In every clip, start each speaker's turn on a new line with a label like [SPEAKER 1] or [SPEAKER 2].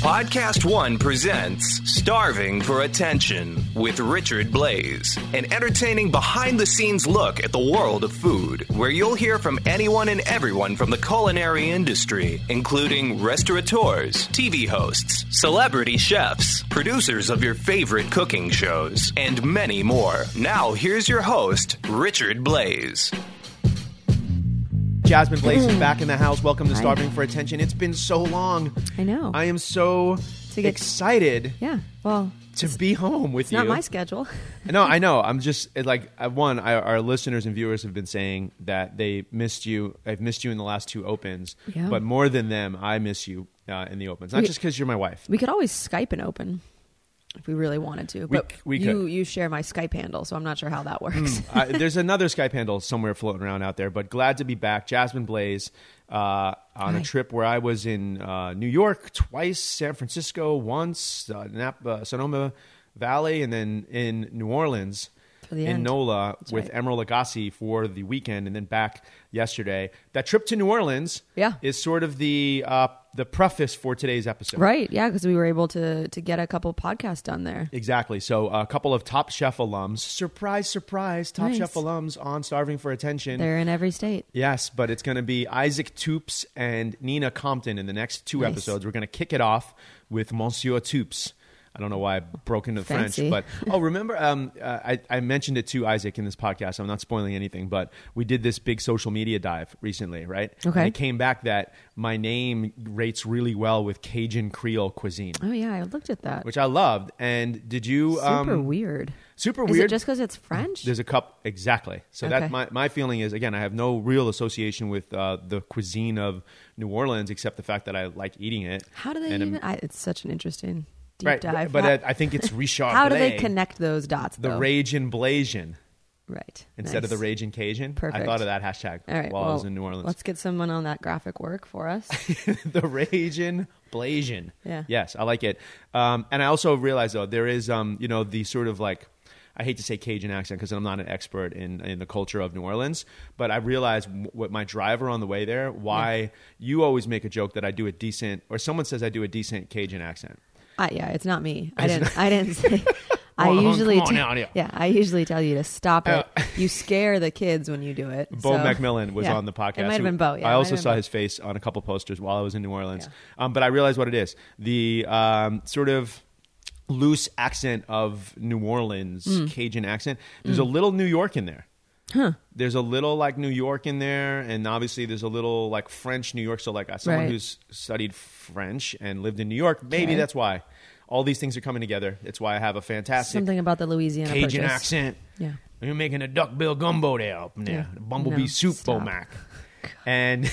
[SPEAKER 1] Podcast One presents Starving for Attention with Richard Blaze, an entertaining behind the scenes look at the world of food, where you'll hear from anyone and everyone from the culinary industry, including restaurateurs, TV hosts, celebrity chefs, producers of your favorite cooking shows, and many more. Now, here's your host, Richard Blaze.
[SPEAKER 2] Jasmine Blaze is back in the house. Welcome to Starving for Attention. It's been so long.
[SPEAKER 3] I know.
[SPEAKER 2] I am so
[SPEAKER 3] To get-
[SPEAKER 2] excited
[SPEAKER 3] yeah. Well,
[SPEAKER 2] to be home with
[SPEAKER 3] it's
[SPEAKER 2] you.
[SPEAKER 3] not my schedule.
[SPEAKER 2] No, I know. I'm just it, like I- one. I, our listeners and viewers have been saying that they missed you. I've missed you in the last two opens,
[SPEAKER 3] Yeah.
[SPEAKER 2] but more than them, I miss you uh, in the opens. Not
[SPEAKER 3] We-
[SPEAKER 2] just because you're my wife.
[SPEAKER 3] we could always Skype and open if we really wanted to. But
[SPEAKER 2] c- we
[SPEAKER 3] you
[SPEAKER 2] could.
[SPEAKER 3] you share my Skype handle, so I'm not sure how that works.
[SPEAKER 2] uh, there's another Skype handle somewhere floating around out there, but glad to be back. Jasmine Blaze uh, on a
[SPEAKER 3] Hi.
[SPEAKER 2] trip where I was in uh, New York twice, San Francisco once, uh, Napa, Sonoma Valley, and then in New Orleans
[SPEAKER 3] For the
[SPEAKER 2] in
[SPEAKER 3] end.
[SPEAKER 2] NOLA with
[SPEAKER 3] right.
[SPEAKER 2] Emeril Lagasse for the weekend, and then back yesterday. That trip to New Orleans
[SPEAKER 3] Yeah.
[SPEAKER 2] is sort of the uh, the preface for today's episode.
[SPEAKER 3] right? Yeah, because we were able to to get a couple podcasts done there.
[SPEAKER 2] Exactly. So a couple of Top Chef alums, surprise, surprise, Top
[SPEAKER 3] Nice.
[SPEAKER 2] Chef alums on Starving for Attention.
[SPEAKER 3] They're in every state.
[SPEAKER 2] Yes, but it's going to be Isaac Toops and Nina Compton in the next two
[SPEAKER 3] Nice.
[SPEAKER 2] episodes. We're going to kick it off with Monsieur Toops. I don't know why I broke into
[SPEAKER 3] Fancy.
[SPEAKER 2] French, but oh, remember, um, uh, I, I mentioned it to Isaac in this podcast. I'm not spoiling anything, but we did this big social media dive recently, right?
[SPEAKER 3] Okay.
[SPEAKER 2] And it came back that my name rates really well with Cajun Creole cuisine,
[SPEAKER 3] Oh yeah, I looked at that.
[SPEAKER 2] which I loved. And did you?
[SPEAKER 3] super
[SPEAKER 2] um,
[SPEAKER 3] weird.
[SPEAKER 2] super
[SPEAKER 3] Is
[SPEAKER 2] weird.
[SPEAKER 3] it just because it's French?
[SPEAKER 2] There's a cup exactly. So that
[SPEAKER 3] Okay.
[SPEAKER 2] my my feeling is again, I have no real association with uh, the cuisine of New Orleans except the fact that I like eating it.
[SPEAKER 3] how do they
[SPEAKER 2] And, um,
[SPEAKER 3] even? I, it's such an interesting deep
[SPEAKER 2] right?
[SPEAKER 3] dive.
[SPEAKER 2] But
[SPEAKER 3] how,
[SPEAKER 2] I, I think it's Richard.
[SPEAKER 3] how do they
[SPEAKER 2] Blais,
[SPEAKER 3] connect those dots?
[SPEAKER 2] the
[SPEAKER 3] though?
[SPEAKER 2] rage and blasian
[SPEAKER 3] right
[SPEAKER 2] instead of the
[SPEAKER 3] Nice.
[SPEAKER 2] rage and Cajun? I
[SPEAKER 3] Perfect.
[SPEAKER 2] thought of that hashtag
[SPEAKER 3] All right,
[SPEAKER 2] while I
[SPEAKER 3] well,
[SPEAKER 2] was in New Orleans.
[SPEAKER 3] Let's get someone on that graphic work for us.
[SPEAKER 2] the raging blazing.
[SPEAKER 3] Yeah.
[SPEAKER 2] Yes, I like it. Um, and I also realize though there is um, you know the sort of like I hate to say Cajun accent because I'm not an expert in in the culture of New Orleans, but I realized w- what my driver on the way there why you always make a joke that I do a decent or someone says I do a decent Cajun accent.
[SPEAKER 3] I, yeah, it's not me. I didn't. I didn't say. I
[SPEAKER 2] Come on,
[SPEAKER 3] usually
[SPEAKER 2] come on
[SPEAKER 3] te-
[SPEAKER 2] now, yeah.
[SPEAKER 3] yeah. I usually tell you to stop it. you scare the kids when you do it.
[SPEAKER 2] Bo
[SPEAKER 3] so-
[SPEAKER 2] Macmillan was
[SPEAKER 3] Yeah.
[SPEAKER 2] on the podcast.
[SPEAKER 3] It might have
[SPEAKER 2] who-
[SPEAKER 3] been Bo. Yeah, it
[SPEAKER 2] I
[SPEAKER 3] might
[SPEAKER 2] also
[SPEAKER 3] have been
[SPEAKER 2] saw
[SPEAKER 3] Bo.
[SPEAKER 2] his face on a couple posters while I was in New Orleans. Um, but I realized what it is: the um, sort of loose accent of New Orleans
[SPEAKER 3] Hmm.
[SPEAKER 2] Cajun accent. There's a little New York in there. There's a little like New York in there, and obviously there's a little like French New York. So like as someone
[SPEAKER 3] Right.
[SPEAKER 2] who's studied French and lived in New York, maybe
[SPEAKER 3] Okay.
[SPEAKER 2] that's why. All these things are coming together. It's why I have a fantastic
[SPEAKER 3] something about the Louisiana
[SPEAKER 2] Cajun
[SPEAKER 3] purchase.
[SPEAKER 2] accent.
[SPEAKER 3] Yeah.
[SPEAKER 2] You're making a duckbill gumbo there up in there.
[SPEAKER 3] Yeah.
[SPEAKER 2] The bumblebee
[SPEAKER 3] No,
[SPEAKER 2] soup,
[SPEAKER 3] stop.
[SPEAKER 2] Bomac. And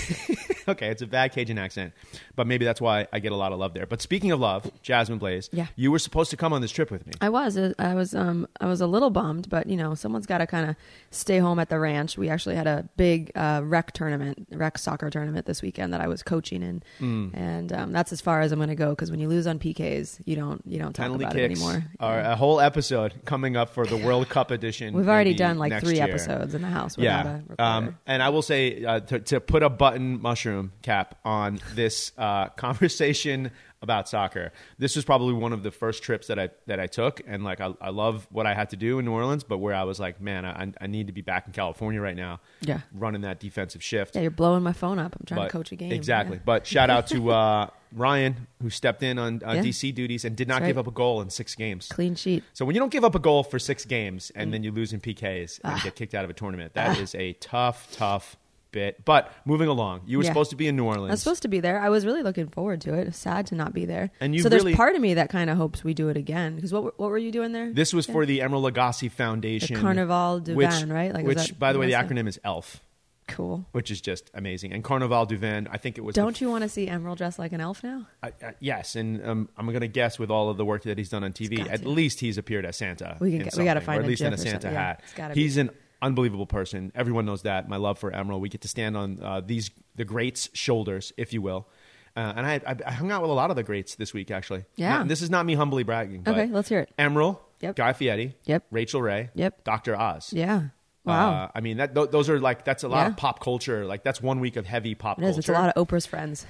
[SPEAKER 2] okay, it's a bad Cajun accent, but maybe that's why I get a lot of love there. But speaking of love, Jasmine Blaze,
[SPEAKER 3] Yeah.
[SPEAKER 2] you were supposed to come on this trip with me.
[SPEAKER 3] I was. uh, I was. Um. I was a little bummed, but you know, someone's got to kind of stay home at the ranch. We actually had a big uh, rec tournament, rec soccer tournament this weekend that I was coaching in,
[SPEAKER 2] Hmm.
[SPEAKER 3] and um, that's as far as I'm going to go. Because when you lose on PKs, you don't. You don't talk
[SPEAKER 2] Penalty
[SPEAKER 3] about it
[SPEAKER 2] kicks
[SPEAKER 3] anymore.
[SPEAKER 2] are a whole episode coming up for the World Cup edition.
[SPEAKER 3] We've already
[SPEAKER 2] maybe
[SPEAKER 3] done like
[SPEAKER 2] next
[SPEAKER 3] three
[SPEAKER 2] year.
[SPEAKER 3] episodes in the house. Without
[SPEAKER 2] Yeah.
[SPEAKER 3] a recorder.
[SPEAKER 2] Um, and I will say uh, to, to put a button mushroom cap on this uh, conversation about soccer. This was probably one of the first trips that I that I took, and like I, I love what I had to do in New Orleans, but where I was like, man, I, I need to be back in California right now.
[SPEAKER 3] Yeah.
[SPEAKER 2] running that defensive shift.
[SPEAKER 3] Yeah, you're blowing my phone up. I'm trying
[SPEAKER 2] But-
[SPEAKER 3] to coach a game.
[SPEAKER 2] Exactly.
[SPEAKER 3] Yeah.
[SPEAKER 2] But shout out to uh, Ryan who stepped in on uh,
[SPEAKER 3] Yeah.
[SPEAKER 2] DC duties and did not
[SPEAKER 3] That's
[SPEAKER 2] give
[SPEAKER 3] right.
[SPEAKER 2] up a goal in six games.
[SPEAKER 3] Clean sheet.
[SPEAKER 2] So when you don't give up a goal for six games
[SPEAKER 3] Mm.
[SPEAKER 2] and then you lose in PKs
[SPEAKER 3] Ah.
[SPEAKER 2] and get kicked out of a tournament, that is a tough, tough bit. But moving along, you were
[SPEAKER 3] Yeah.
[SPEAKER 2] supposed to be in New Orleans.
[SPEAKER 3] I was supposed to be there. I was really looking forward to it. It's sad to not be there.
[SPEAKER 2] And you
[SPEAKER 3] so
[SPEAKER 2] really-
[SPEAKER 3] there's part of me that kind of hopes we do it again. Because what, were- what were you doing there?
[SPEAKER 2] this was for the Emeril Lagasse Foundation,
[SPEAKER 3] The Carnaval du
[SPEAKER 2] which-
[SPEAKER 3] Vin, right? Like, is
[SPEAKER 2] which,
[SPEAKER 3] that-
[SPEAKER 2] by the way, the
[SPEAKER 3] that's it.
[SPEAKER 2] acronym is ELF,
[SPEAKER 3] cool.
[SPEAKER 2] which is just amazing. And Carnaval du Vin, I think it was. the
[SPEAKER 3] Don't you want to see Emerald dressed like an elf now?
[SPEAKER 2] I, I, yes, and um, I'm going to guess with all of the work that he's done on TV,
[SPEAKER 3] got
[SPEAKER 2] at
[SPEAKER 3] to.
[SPEAKER 2] least he's appeared as Santa.
[SPEAKER 3] We can
[SPEAKER 2] in
[SPEAKER 3] get- we gotta
[SPEAKER 2] something,
[SPEAKER 3] find
[SPEAKER 2] or at
[SPEAKER 3] a
[SPEAKER 2] least in
[SPEAKER 3] gif
[SPEAKER 2] a
[SPEAKER 3] or
[SPEAKER 2] Santa
[SPEAKER 3] something. Yeah,
[SPEAKER 2] hat.
[SPEAKER 3] it's gotta be.
[SPEAKER 2] he's an unbelievable person. Everyone knows that. My love for Emerald. We get to stand on uh, these the greats' shoulders, if you will. Uh, and I, I, I hung out with a lot of the greats this week, actually.
[SPEAKER 3] Yeah.
[SPEAKER 2] Not- this is not me humbly bragging. But
[SPEAKER 3] Okay, let's hear it.
[SPEAKER 2] Emerald,
[SPEAKER 3] Yep.
[SPEAKER 2] Guy Fieri.
[SPEAKER 3] Yep.
[SPEAKER 2] Rachel Ray.
[SPEAKER 3] Yep.
[SPEAKER 2] Dr. Oz.
[SPEAKER 3] Yeah. Wow.
[SPEAKER 2] Uh, I mean, that th- those are like that's a lot
[SPEAKER 3] Yeah.
[SPEAKER 2] of pop culture. Like that's one week of heavy pop
[SPEAKER 3] it is.
[SPEAKER 2] culture.
[SPEAKER 3] It's a lot of Oprah's friends.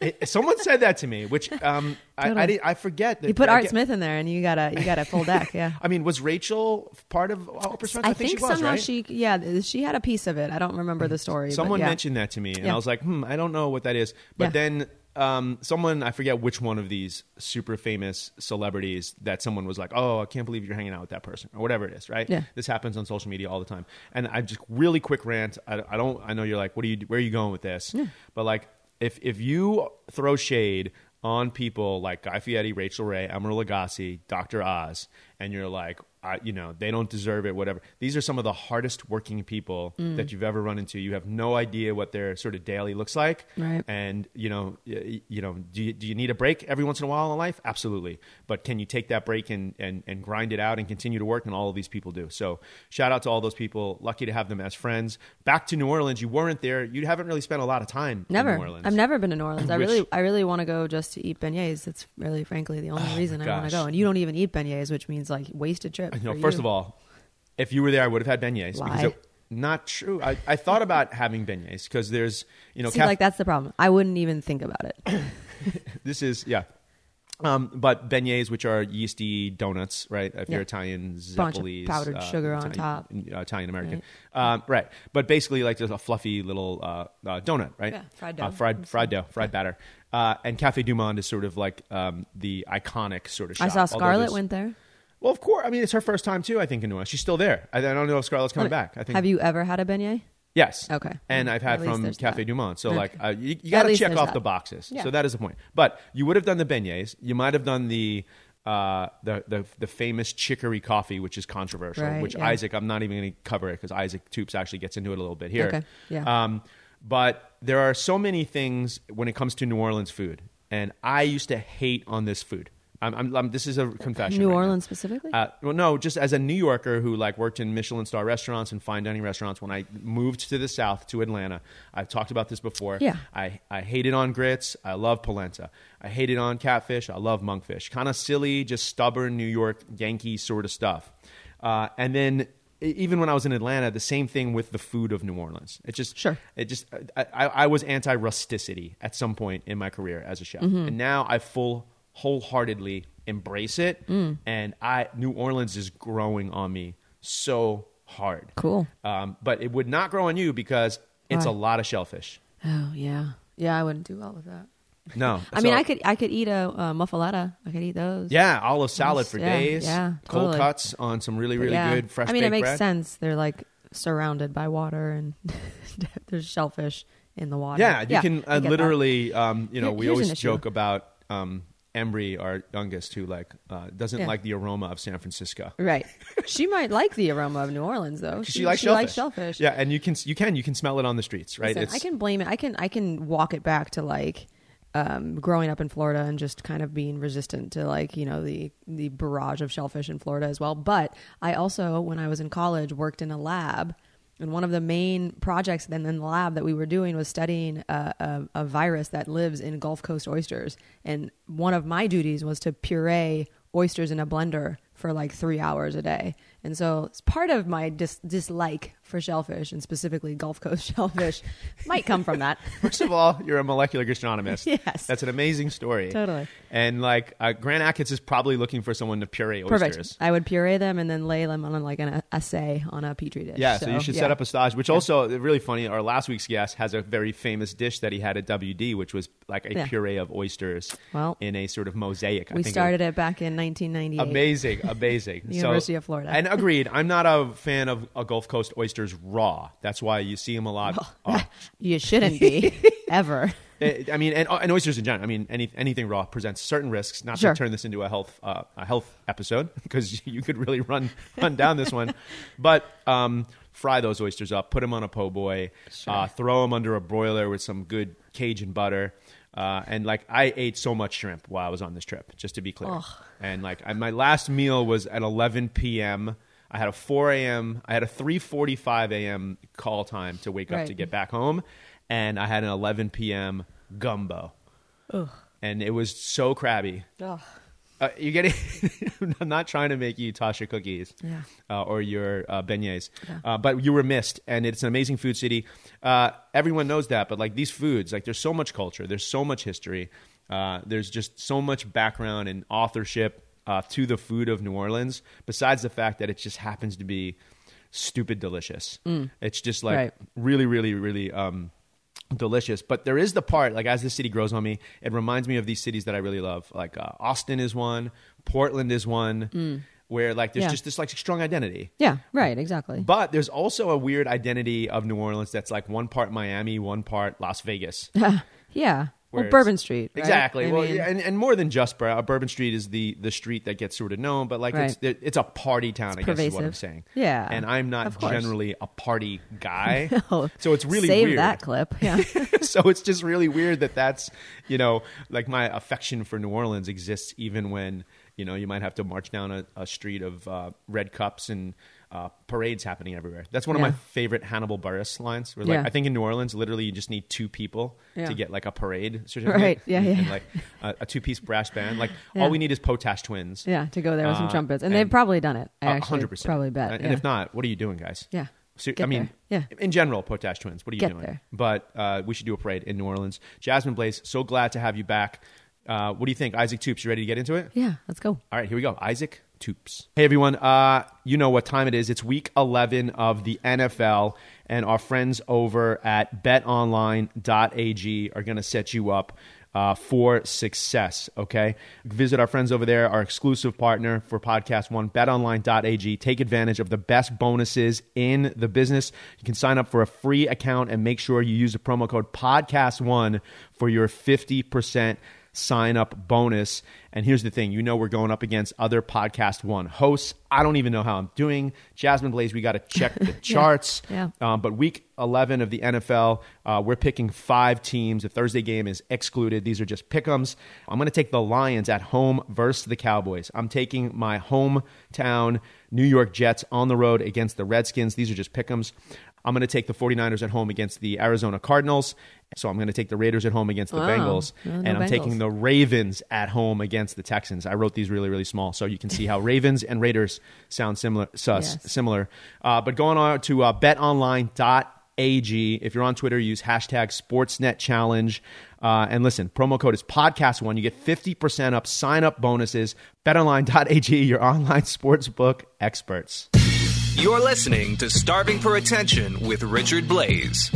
[SPEAKER 2] It- someone said that to me, which um, I, I,
[SPEAKER 3] Totally.
[SPEAKER 2] did, I forget. That,
[SPEAKER 3] You put
[SPEAKER 2] I
[SPEAKER 3] Art
[SPEAKER 2] get-
[SPEAKER 3] Smith in there, and you got a you got a full deck. Yeah.
[SPEAKER 2] I mean, was Rachel part of Oprah's Friends? I, think, she was,
[SPEAKER 3] somehow
[SPEAKER 2] right? Mm-hmm.
[SPEAKER 3] she yeah th- she had a piece of it. I don't remember the story. but
[SPEAKER 2] Someone
[SPEAKER 3] yeah.
[SPEAKER 2] mentioned that to me, and
[SPEAKER 3] Yeah.
[SPEAKER 2] I was like, hmm, I don't know what that is. But
[SPEAKER 3] Yeah.
[SPEAKER 2] then um, someone, I forget which one of these super famous celebrities that someone was like, oh, I can't believe you're hanging out with that person, or whatever it is, right?
[SPEAKER 3] Yeah.
[SPEAKER 2] This happens on social media all the time. And I just really quick rant. I, I don't, I know you're like, what are you, where are you going with this? But like, if, if you throw shade on people like Guy Fieri, Rachel Ray, Emeril Lagasse, Dr. Oz, and you're like, I, you know, they don't deserve it, whatever. These are some of the hardest working people
[SPEAKER 3] Mm.
[SPEAKER 2] that you've ever run into. You have no idea what their sort of daily looks like.
[SPEAKER 3] Right.
[SPEAKER 2] And, you know, y- you know, do you, do you need a break every once in a while in life? Absolutely. But can you take that break and, and, and grind it out and continue to work? And all of these people do. So shout out to all those people. Lucky to have them as friends. Back to New Orleans. You weren't there. You haven't really spent a lot of time in New
[SPEAKER 3] Never.
[SPEAKER 2] Orleans.
[SPEAKER 3] I've never been to New Orleans. I
[SPEAKER 2] Which-
[SPEAKER 3] really, I really want to go just to eat beignets. That's really, frankly, the only reason I want
[SPEAKER 2] Oh gosh.
[SPEAKER 3] to go. And you don't even eat beignets, which means like wasted trip.
[SPEAKER 2] You know,
[SPEAKER 3] for
[SPEAKER 2] first
[SPEAKER 3] you.
[SPEAKER 2] of all, if you were there, I would have had beignets. Because
[SPEAKER 3] Lie.
[SPEAKER 2] it- not true. I, I thought about having beignets because there's, you know,
[SPEAKER 3] See,
[SPEAKER 2] caf-
[SPEAKER 3] like that's the problem. I wouldn't even think about it.
[SPEAKER 2] this is, yeah. Um, but beignets, which are yeasty donuts, right? If you're
[SPEAKER 3] Yeah.
[SPEAKER 2] Italian,
[SPEAKER 3] Bunch of
[SPEAKER 2] Zeppelis,
[SPEAKER 3] powdered sugar on top.
[SPEAKER 2] uh, Italian American, um, right? But basically, like just a fluffy little uh, uh, donut, right?
[SPEAKER 3] Yeah, fried
[SPEAKER 2] Uh,
[SPEAKER 3] dough.
[SPEAKER 2] fried fried dough, fried batter. Uh, and Cafe Du Monde is sort of like um, the iconic sort of. Shop,
[SPEAKER 3] I saw
[SPEAKER 2] although
[SPEAKER 3] Scarlett
[SPEAKER 2] there's-
[SPEAKER 3] went there.
[SPEAKER 2] Well, of course. I mean, it's her first time too. I think in New Orleans, she's still there. I, I don't know if Scarlett's coming back. I think
[SPEAKER 3] Have you ever had a beignet?
[SPEAKER 2] Yes.
[SPEAKER 3] Okay.
[SPEAKER 2] And I've
[SPEAKER 3] At
[SPEAKER 2] had
[SPEAKER 3] least
[SPEAKER 2] from
[SPEAKER 3] there's
[SPEAKER 2] Cafe
[SPEAKER 3] that.
[SPEAKER 2] Du Monde. So,
[SPEAKER 3] Okay.
[SPEAKER 2] like, uh, you, you
[SPEAKER 3] At
[SPEAKER 2] got to
[SPEAKER 3] least
[SPEAKER 2] check
[SPEAKER 3] there's
[SPEAKER 2] off
[SPEAKER 3] that.
[SPEAKER 2] the boxes.
[SPEAKER 3] Yeah.
[SPEAKER 2] So that is the point. But you would have done the beignets. You might have done the. Uh, the, the the famous chicory coffee, which is controversial,
[SPEAKER 3] Right,
[SPEAKER 2] which
[SPEAKER 3] yeah.
[SPEAKER 2] Isaac, I'm not even going to cover it because Isaac Toops actually gets into it a little bit here.
[SPEAKER 3] Okay, yeah.
[SPEAKER 2] Um, but there are so many things when it comes to New Orleans food, and I used to hate on this food. I'm, I'm, I'm- this is a confession.
[SPEAKER 3] New
[SPEAKER 2] right now.
[SPEAKER 3] Orleans specifically?
[SPEAKER 2] Uh, well, no, just as a New Yorker who like worked in Michelin star restaurants and fine dining restaurants. When I moved to the South to Atlanta, I've talked about this before.
[SPEAKER 3] Yeah.
[SPEAKER 2] I, I hated on grits. I love polenta. I hated on catfish. I love monkfish. Kind of silly, just stubborn New York Yankee sort of stuff. Uh, and then e- even when I was in Atlanta, the same thing with the food of New Orleans. It just
[SPEAKER 3] Sure.
[SPEAKER 2] It just I, I I was anti rusticity at some point in my career as a chef,
[SPEAKER 3] Mm-hmm.
[SPEAKER 2] and now I full wholeheartedly embrace it.
[SPEAKER 3] Mm.
[SPEAKER 2] And I New Orleans is growing on me so hard.
[SPEAKER 3] Cool.
[SPEAKER 2] Um, but it would not grow on you because it's
[SPEAKER 3] Why?
[SPEAKER 2] a lot of shellfish.
[SPEAKER 3] Oh yeah, yeah. I wouldn't do well with that.
[SPEAKER 2] No,
[SPEAKER 3] I mean,
[SPEAKER 2] So-
[SPEAKER 3] I could, I could eat a, uh muffaletta. I could eat those.
[SPEAKER 2] Yeah, olive salad for
[SPEAKER 3] Yeah,
[SPEAKER 2] days.
[SPEAKER 3] yeah,
[SPEAKER 2] cold
[SPEAKER 3] totally.
[SPEAKER 2] cuts on some really really
[SPEAKER 3] Yeah.
[SPEAKER 2] good fresh.
[SPEAKER 3] I mean,
[SPEAKER 2] baked
[SPEAKER 3] it makes
[SPEAKER 2] bread.
[SPEAKER 3] sense. They're like surrounded by water, and there's shellfish in the water.
[SPEAKER 2] Yeah, you can uh,
[SPEAKER 3] I get that.
[SPEAKER 2] literally. Um, you know,
[SPEAKER 3] Here-
[SPEAKER 2] we
[SPEAKER 3] here's an
[SPEAKER 2] always
[SPEAKER 3] issue.
[SPEAKER 2] joke about um, Embry, our youngest, who like uh, doesn't
[SPEAKER 3] Yeah.
[SPEAKER 2] like the aroma of San Francisco.
[SPEAKER 3] Right. she might like the aroma of New Orleans, though.
[SPEAKER 2] She, likes
[SPEAKER 3] she
[SPEAKER 2] shellfish.
[SPEAKER 3] Likes shellfish.
[SPEAKER 2] Yeah, and you can you can you can smell it on the streets, right?
[SPEAKER 3] Listen, I can blame it. I can I can walk it back to like um, growing up in Florida and just kind of being resistant to like you know the the barrage of shellfish in Florida as well. But I also when I was in college worked in a lab. And one of the main projects then in the lab that we were doing was studying a, a, a virus that lives in Gulf Coast oysters. And one of my duties was to puree oysters in a blender for like three hours a day. And so it's part of my dis- dislike for shellfish and specifically Gulf Coast shellfish might come from that.
[SPEAKER 2] First of all, you're a molecular gastronomist.
[SPEAKER 3] Yes.
[SPEAKER 2] that's an amazing story.
[SPEAKER 3] Totally.
[SPEAKER 2] And like uh, Grant Atkins is probably looking for someone to puree oysters.
[SPEAKER 3] Perfect. I would puree them and then lay them on like an assay on a petri dish.
[SPEAKER 2] Yeah, so, you should
[SPEAKER 3] yeah.
[SPEAKER 2] set up a stage, which also uh, really funny. Our last week's guest has a very famous dish that he had at WD, which was like a
[SPEAKER 3] Yeah.
[SPEAKER 2] puree of oysters
[SPEAKER 3] Well,
[SPEAKER 2] in a sort of mosaic. I
[SPEAKER 3] We
[SPEAKER 2] think
[SPEAKER 3] started it back in 1998.
[SPEAKER 2] Amazing, amazing. So-
[SPEAKER 3] University of Florida.
[SPEAKER 2] And agreed, I'm not a fan of a Gulf Coast oysters raw. That's why you see them a lot. uh,
[SPEAKER 3] You shouldn't be ever.
[SPEAKER 2] Eh, I I mean, and, and oysters in general. I mean, any, anything raw presents certain risks. Not
[SPEAKER 3] Sure.
[SPEAKER 2] to turn this into a health uh, a health episode because you could really run run down this one. But um, fry those oysters up, put them on a po' boy, uh, throw them under a broiler with some good Cajun butter. Uh, and like I ate so much shrimp while I was on this trip, just to be clear. And like I, my last meal was at 11 p.m. I had a 4 a.m. I had a 3:45 a.m. call time to wake up
[SPEAKER 3] Right.
[SPEAKER 2] to get back home, and I had an 11 p.m. gumbo, and it was so crabby. Uh, you get it. I'm not trying to make you Tasha cookies
[SPEAKER 3] Yeah.
[SPEAKER 2] uh, or your uh, beignets,
[SPEAKER 3] Yeah.
[SPEAKER 2] uh, but you were missed, and it's an amazing food city. Uh, everyone knows that, but like these foods, like there's so much culture, there's so much history, uh, there's just so much background and authorship uh, to the food of New Orleans. Besides the fact that it just happens to be stupid delicious, it's just like
[SPEAKER 3] Mm. Right.
[SPEAKER 2] really, really, really um, delicious. But there is the part, like as the city grows on me, it reminds me of these cities that I really love. Like uh, Austin is one, Portland is one, where like there's
[SPEAKER 3] Mm. Yeah.
[SPEAKER 2] just this like strong identity.
[SPEAKER 3] Yeah, right, exactly.
[SPEAKER 2] But there's also a weird identity of New Orleans that's like one part Miami, one part Las Vegas.
[SPEAKER 3] yeah.
[SPEAKER 2] Where
[SPEAKER 3] Well,
[SPEAKER 2] it's-
[SPEAKER 3] Bourbon Street. right?
[SPEAKER 2] Exactly.
[SPEAKER 3] I
[SPEAKER 2] well,
[SPEAKER 3] mean,
[SPEAKER 2] yeah, and, and more than just Bur- uh, Bourbon Street is the the street that gets sort of known, but like it's it- it's a party town. I guess is what I'm
[SPEAKER 3] pervasive.
[SPEAKER 2] saying.
[SPEAKER 3] Yeah,
[SPEAKER 2] And I'm not
[SPEAKER 3] of course.
[SPEAKER 2] generally a party guy,
[SPEAKER 3] oh,
[SPEAKER 2] so it's really
[SPEAKER 3] save
[SPEAKER 2] weird.
[SPEAKER 3] that clip. Yeah.
[SPEAKER 2] so it's just really weird that that's you know like my affection for New Orleans exists even when you know you might have to march down a, a street of uh, red cups and uh, parades happening everywhere. That's one of
[SPEAKER 3] Yeah.
[SPEAKER 2] my favorite Hannibal Burris lines. Where like
[SPEAKER 3] Yeah.
[SPEAKER 2] I think in New Orleans, literally you just need two people
[SPEAKER 3] Yeah.
[SPEAKER 2] to get like a parade certificate,
[SPEAKER 3] Right. Yeah,
[SPEAKER 2] and,
[SPEAKER 3] yeah.
[SPEAKER 2] and, like a, a two piece brass band. Like all we need is Potash Twins.
[SPEAKER 3] yeah, to go there with some
[SPEAKER 2] Uh,
[SPEAKER 3] trumpets. And,
[SPEAKER 2] and-
[SPEAKER 3] they've probably done it. I
[SPEAKER 2] A
[SPEAKER 3] actually
[SPEAKER 2] hundred percent.
[SPEAKER 3] probably bet.
[SPEAKER 2] And
[SPEAKER 3] yeah.
[SPEAKER 2] if not, what are you doing, guys?
[SPEAKER 3] Yeah.
[SPEAKER 2] So, I
[SPEAKER 3] Get
[SPEAKER 2] mean,
[SPEAKER 3] there.
[SPEAKER 2] in general, Potash Twins, what are you
[SPEAKER 3] Get
[SPEAKER 2] doing?
[SPEAKER 3] there.
[SPEAKER 2] But uh, we should do a parade in New Orleans. Jasmine Blaze, so glad to have you back. Uh, what do you think, Isaac Toops? You ready to get into it?
[SPEAKER 3] Yeah, let's go.
[SPEAKER 2] All right, here we go. Isaac Toops. Hey, everyone. Uh, you know what time it is. It's week 11 of the NFL, and our friends over at betonline.ag are going to set you up. Uh, for success, okay? Visit our friends over there, our exclusive partner for Podcast One, betonline.ag. Take advantage of the best bonuses in the business. You can sign up for a free account and make sure you use the promo code Podcast One for your 50% sign up bonus. And here's the thing you know, we're going up against other Podcast One hosts. I don't even know how I'm doing. Jasmine Blaze, we got to check the charts.
[SPEAKER 3] yeah.
[SPEAKER 2] Um, but week 11 of the NFL, uh, we're picking five teams. The Thursday game is excluded. These are just pick'ems. I'm going to take the Lions at home versus the Cowboys. I'm taking my hometown New York Jets on the road against the Redskins. These are just pick'ems. I'm going to take the 49ers at home against the Arizona Cardinals. So I'm going to take the Raiders at home against the
[SPEAKER 3] Wow.
[SPEAKER 2] Bengals.
[SPEAKER 3] No, no
[SPEAKER 2] and I'm taking
[SPEAKER 3] Bengals.
[SPEAKER 2] the Ravens at home against the Texans. I wrote these really, really small, so you can see how Ravens and Raiders sound similar. Sus,
[SPEAKER 3] Yes.
[SPEAKER 2] similar. Uh, but going on to uh, betonline.ag. If you're on Twitter, use hashtag SportsNetChallenge. Uh, and listen, promo code is podcast1. You get 50% up sign up bonuses. BetOnline.ag, your online sportsbook experts.
[SPEAKER 1] You're listening to Starving for Attention with Richard Blaze.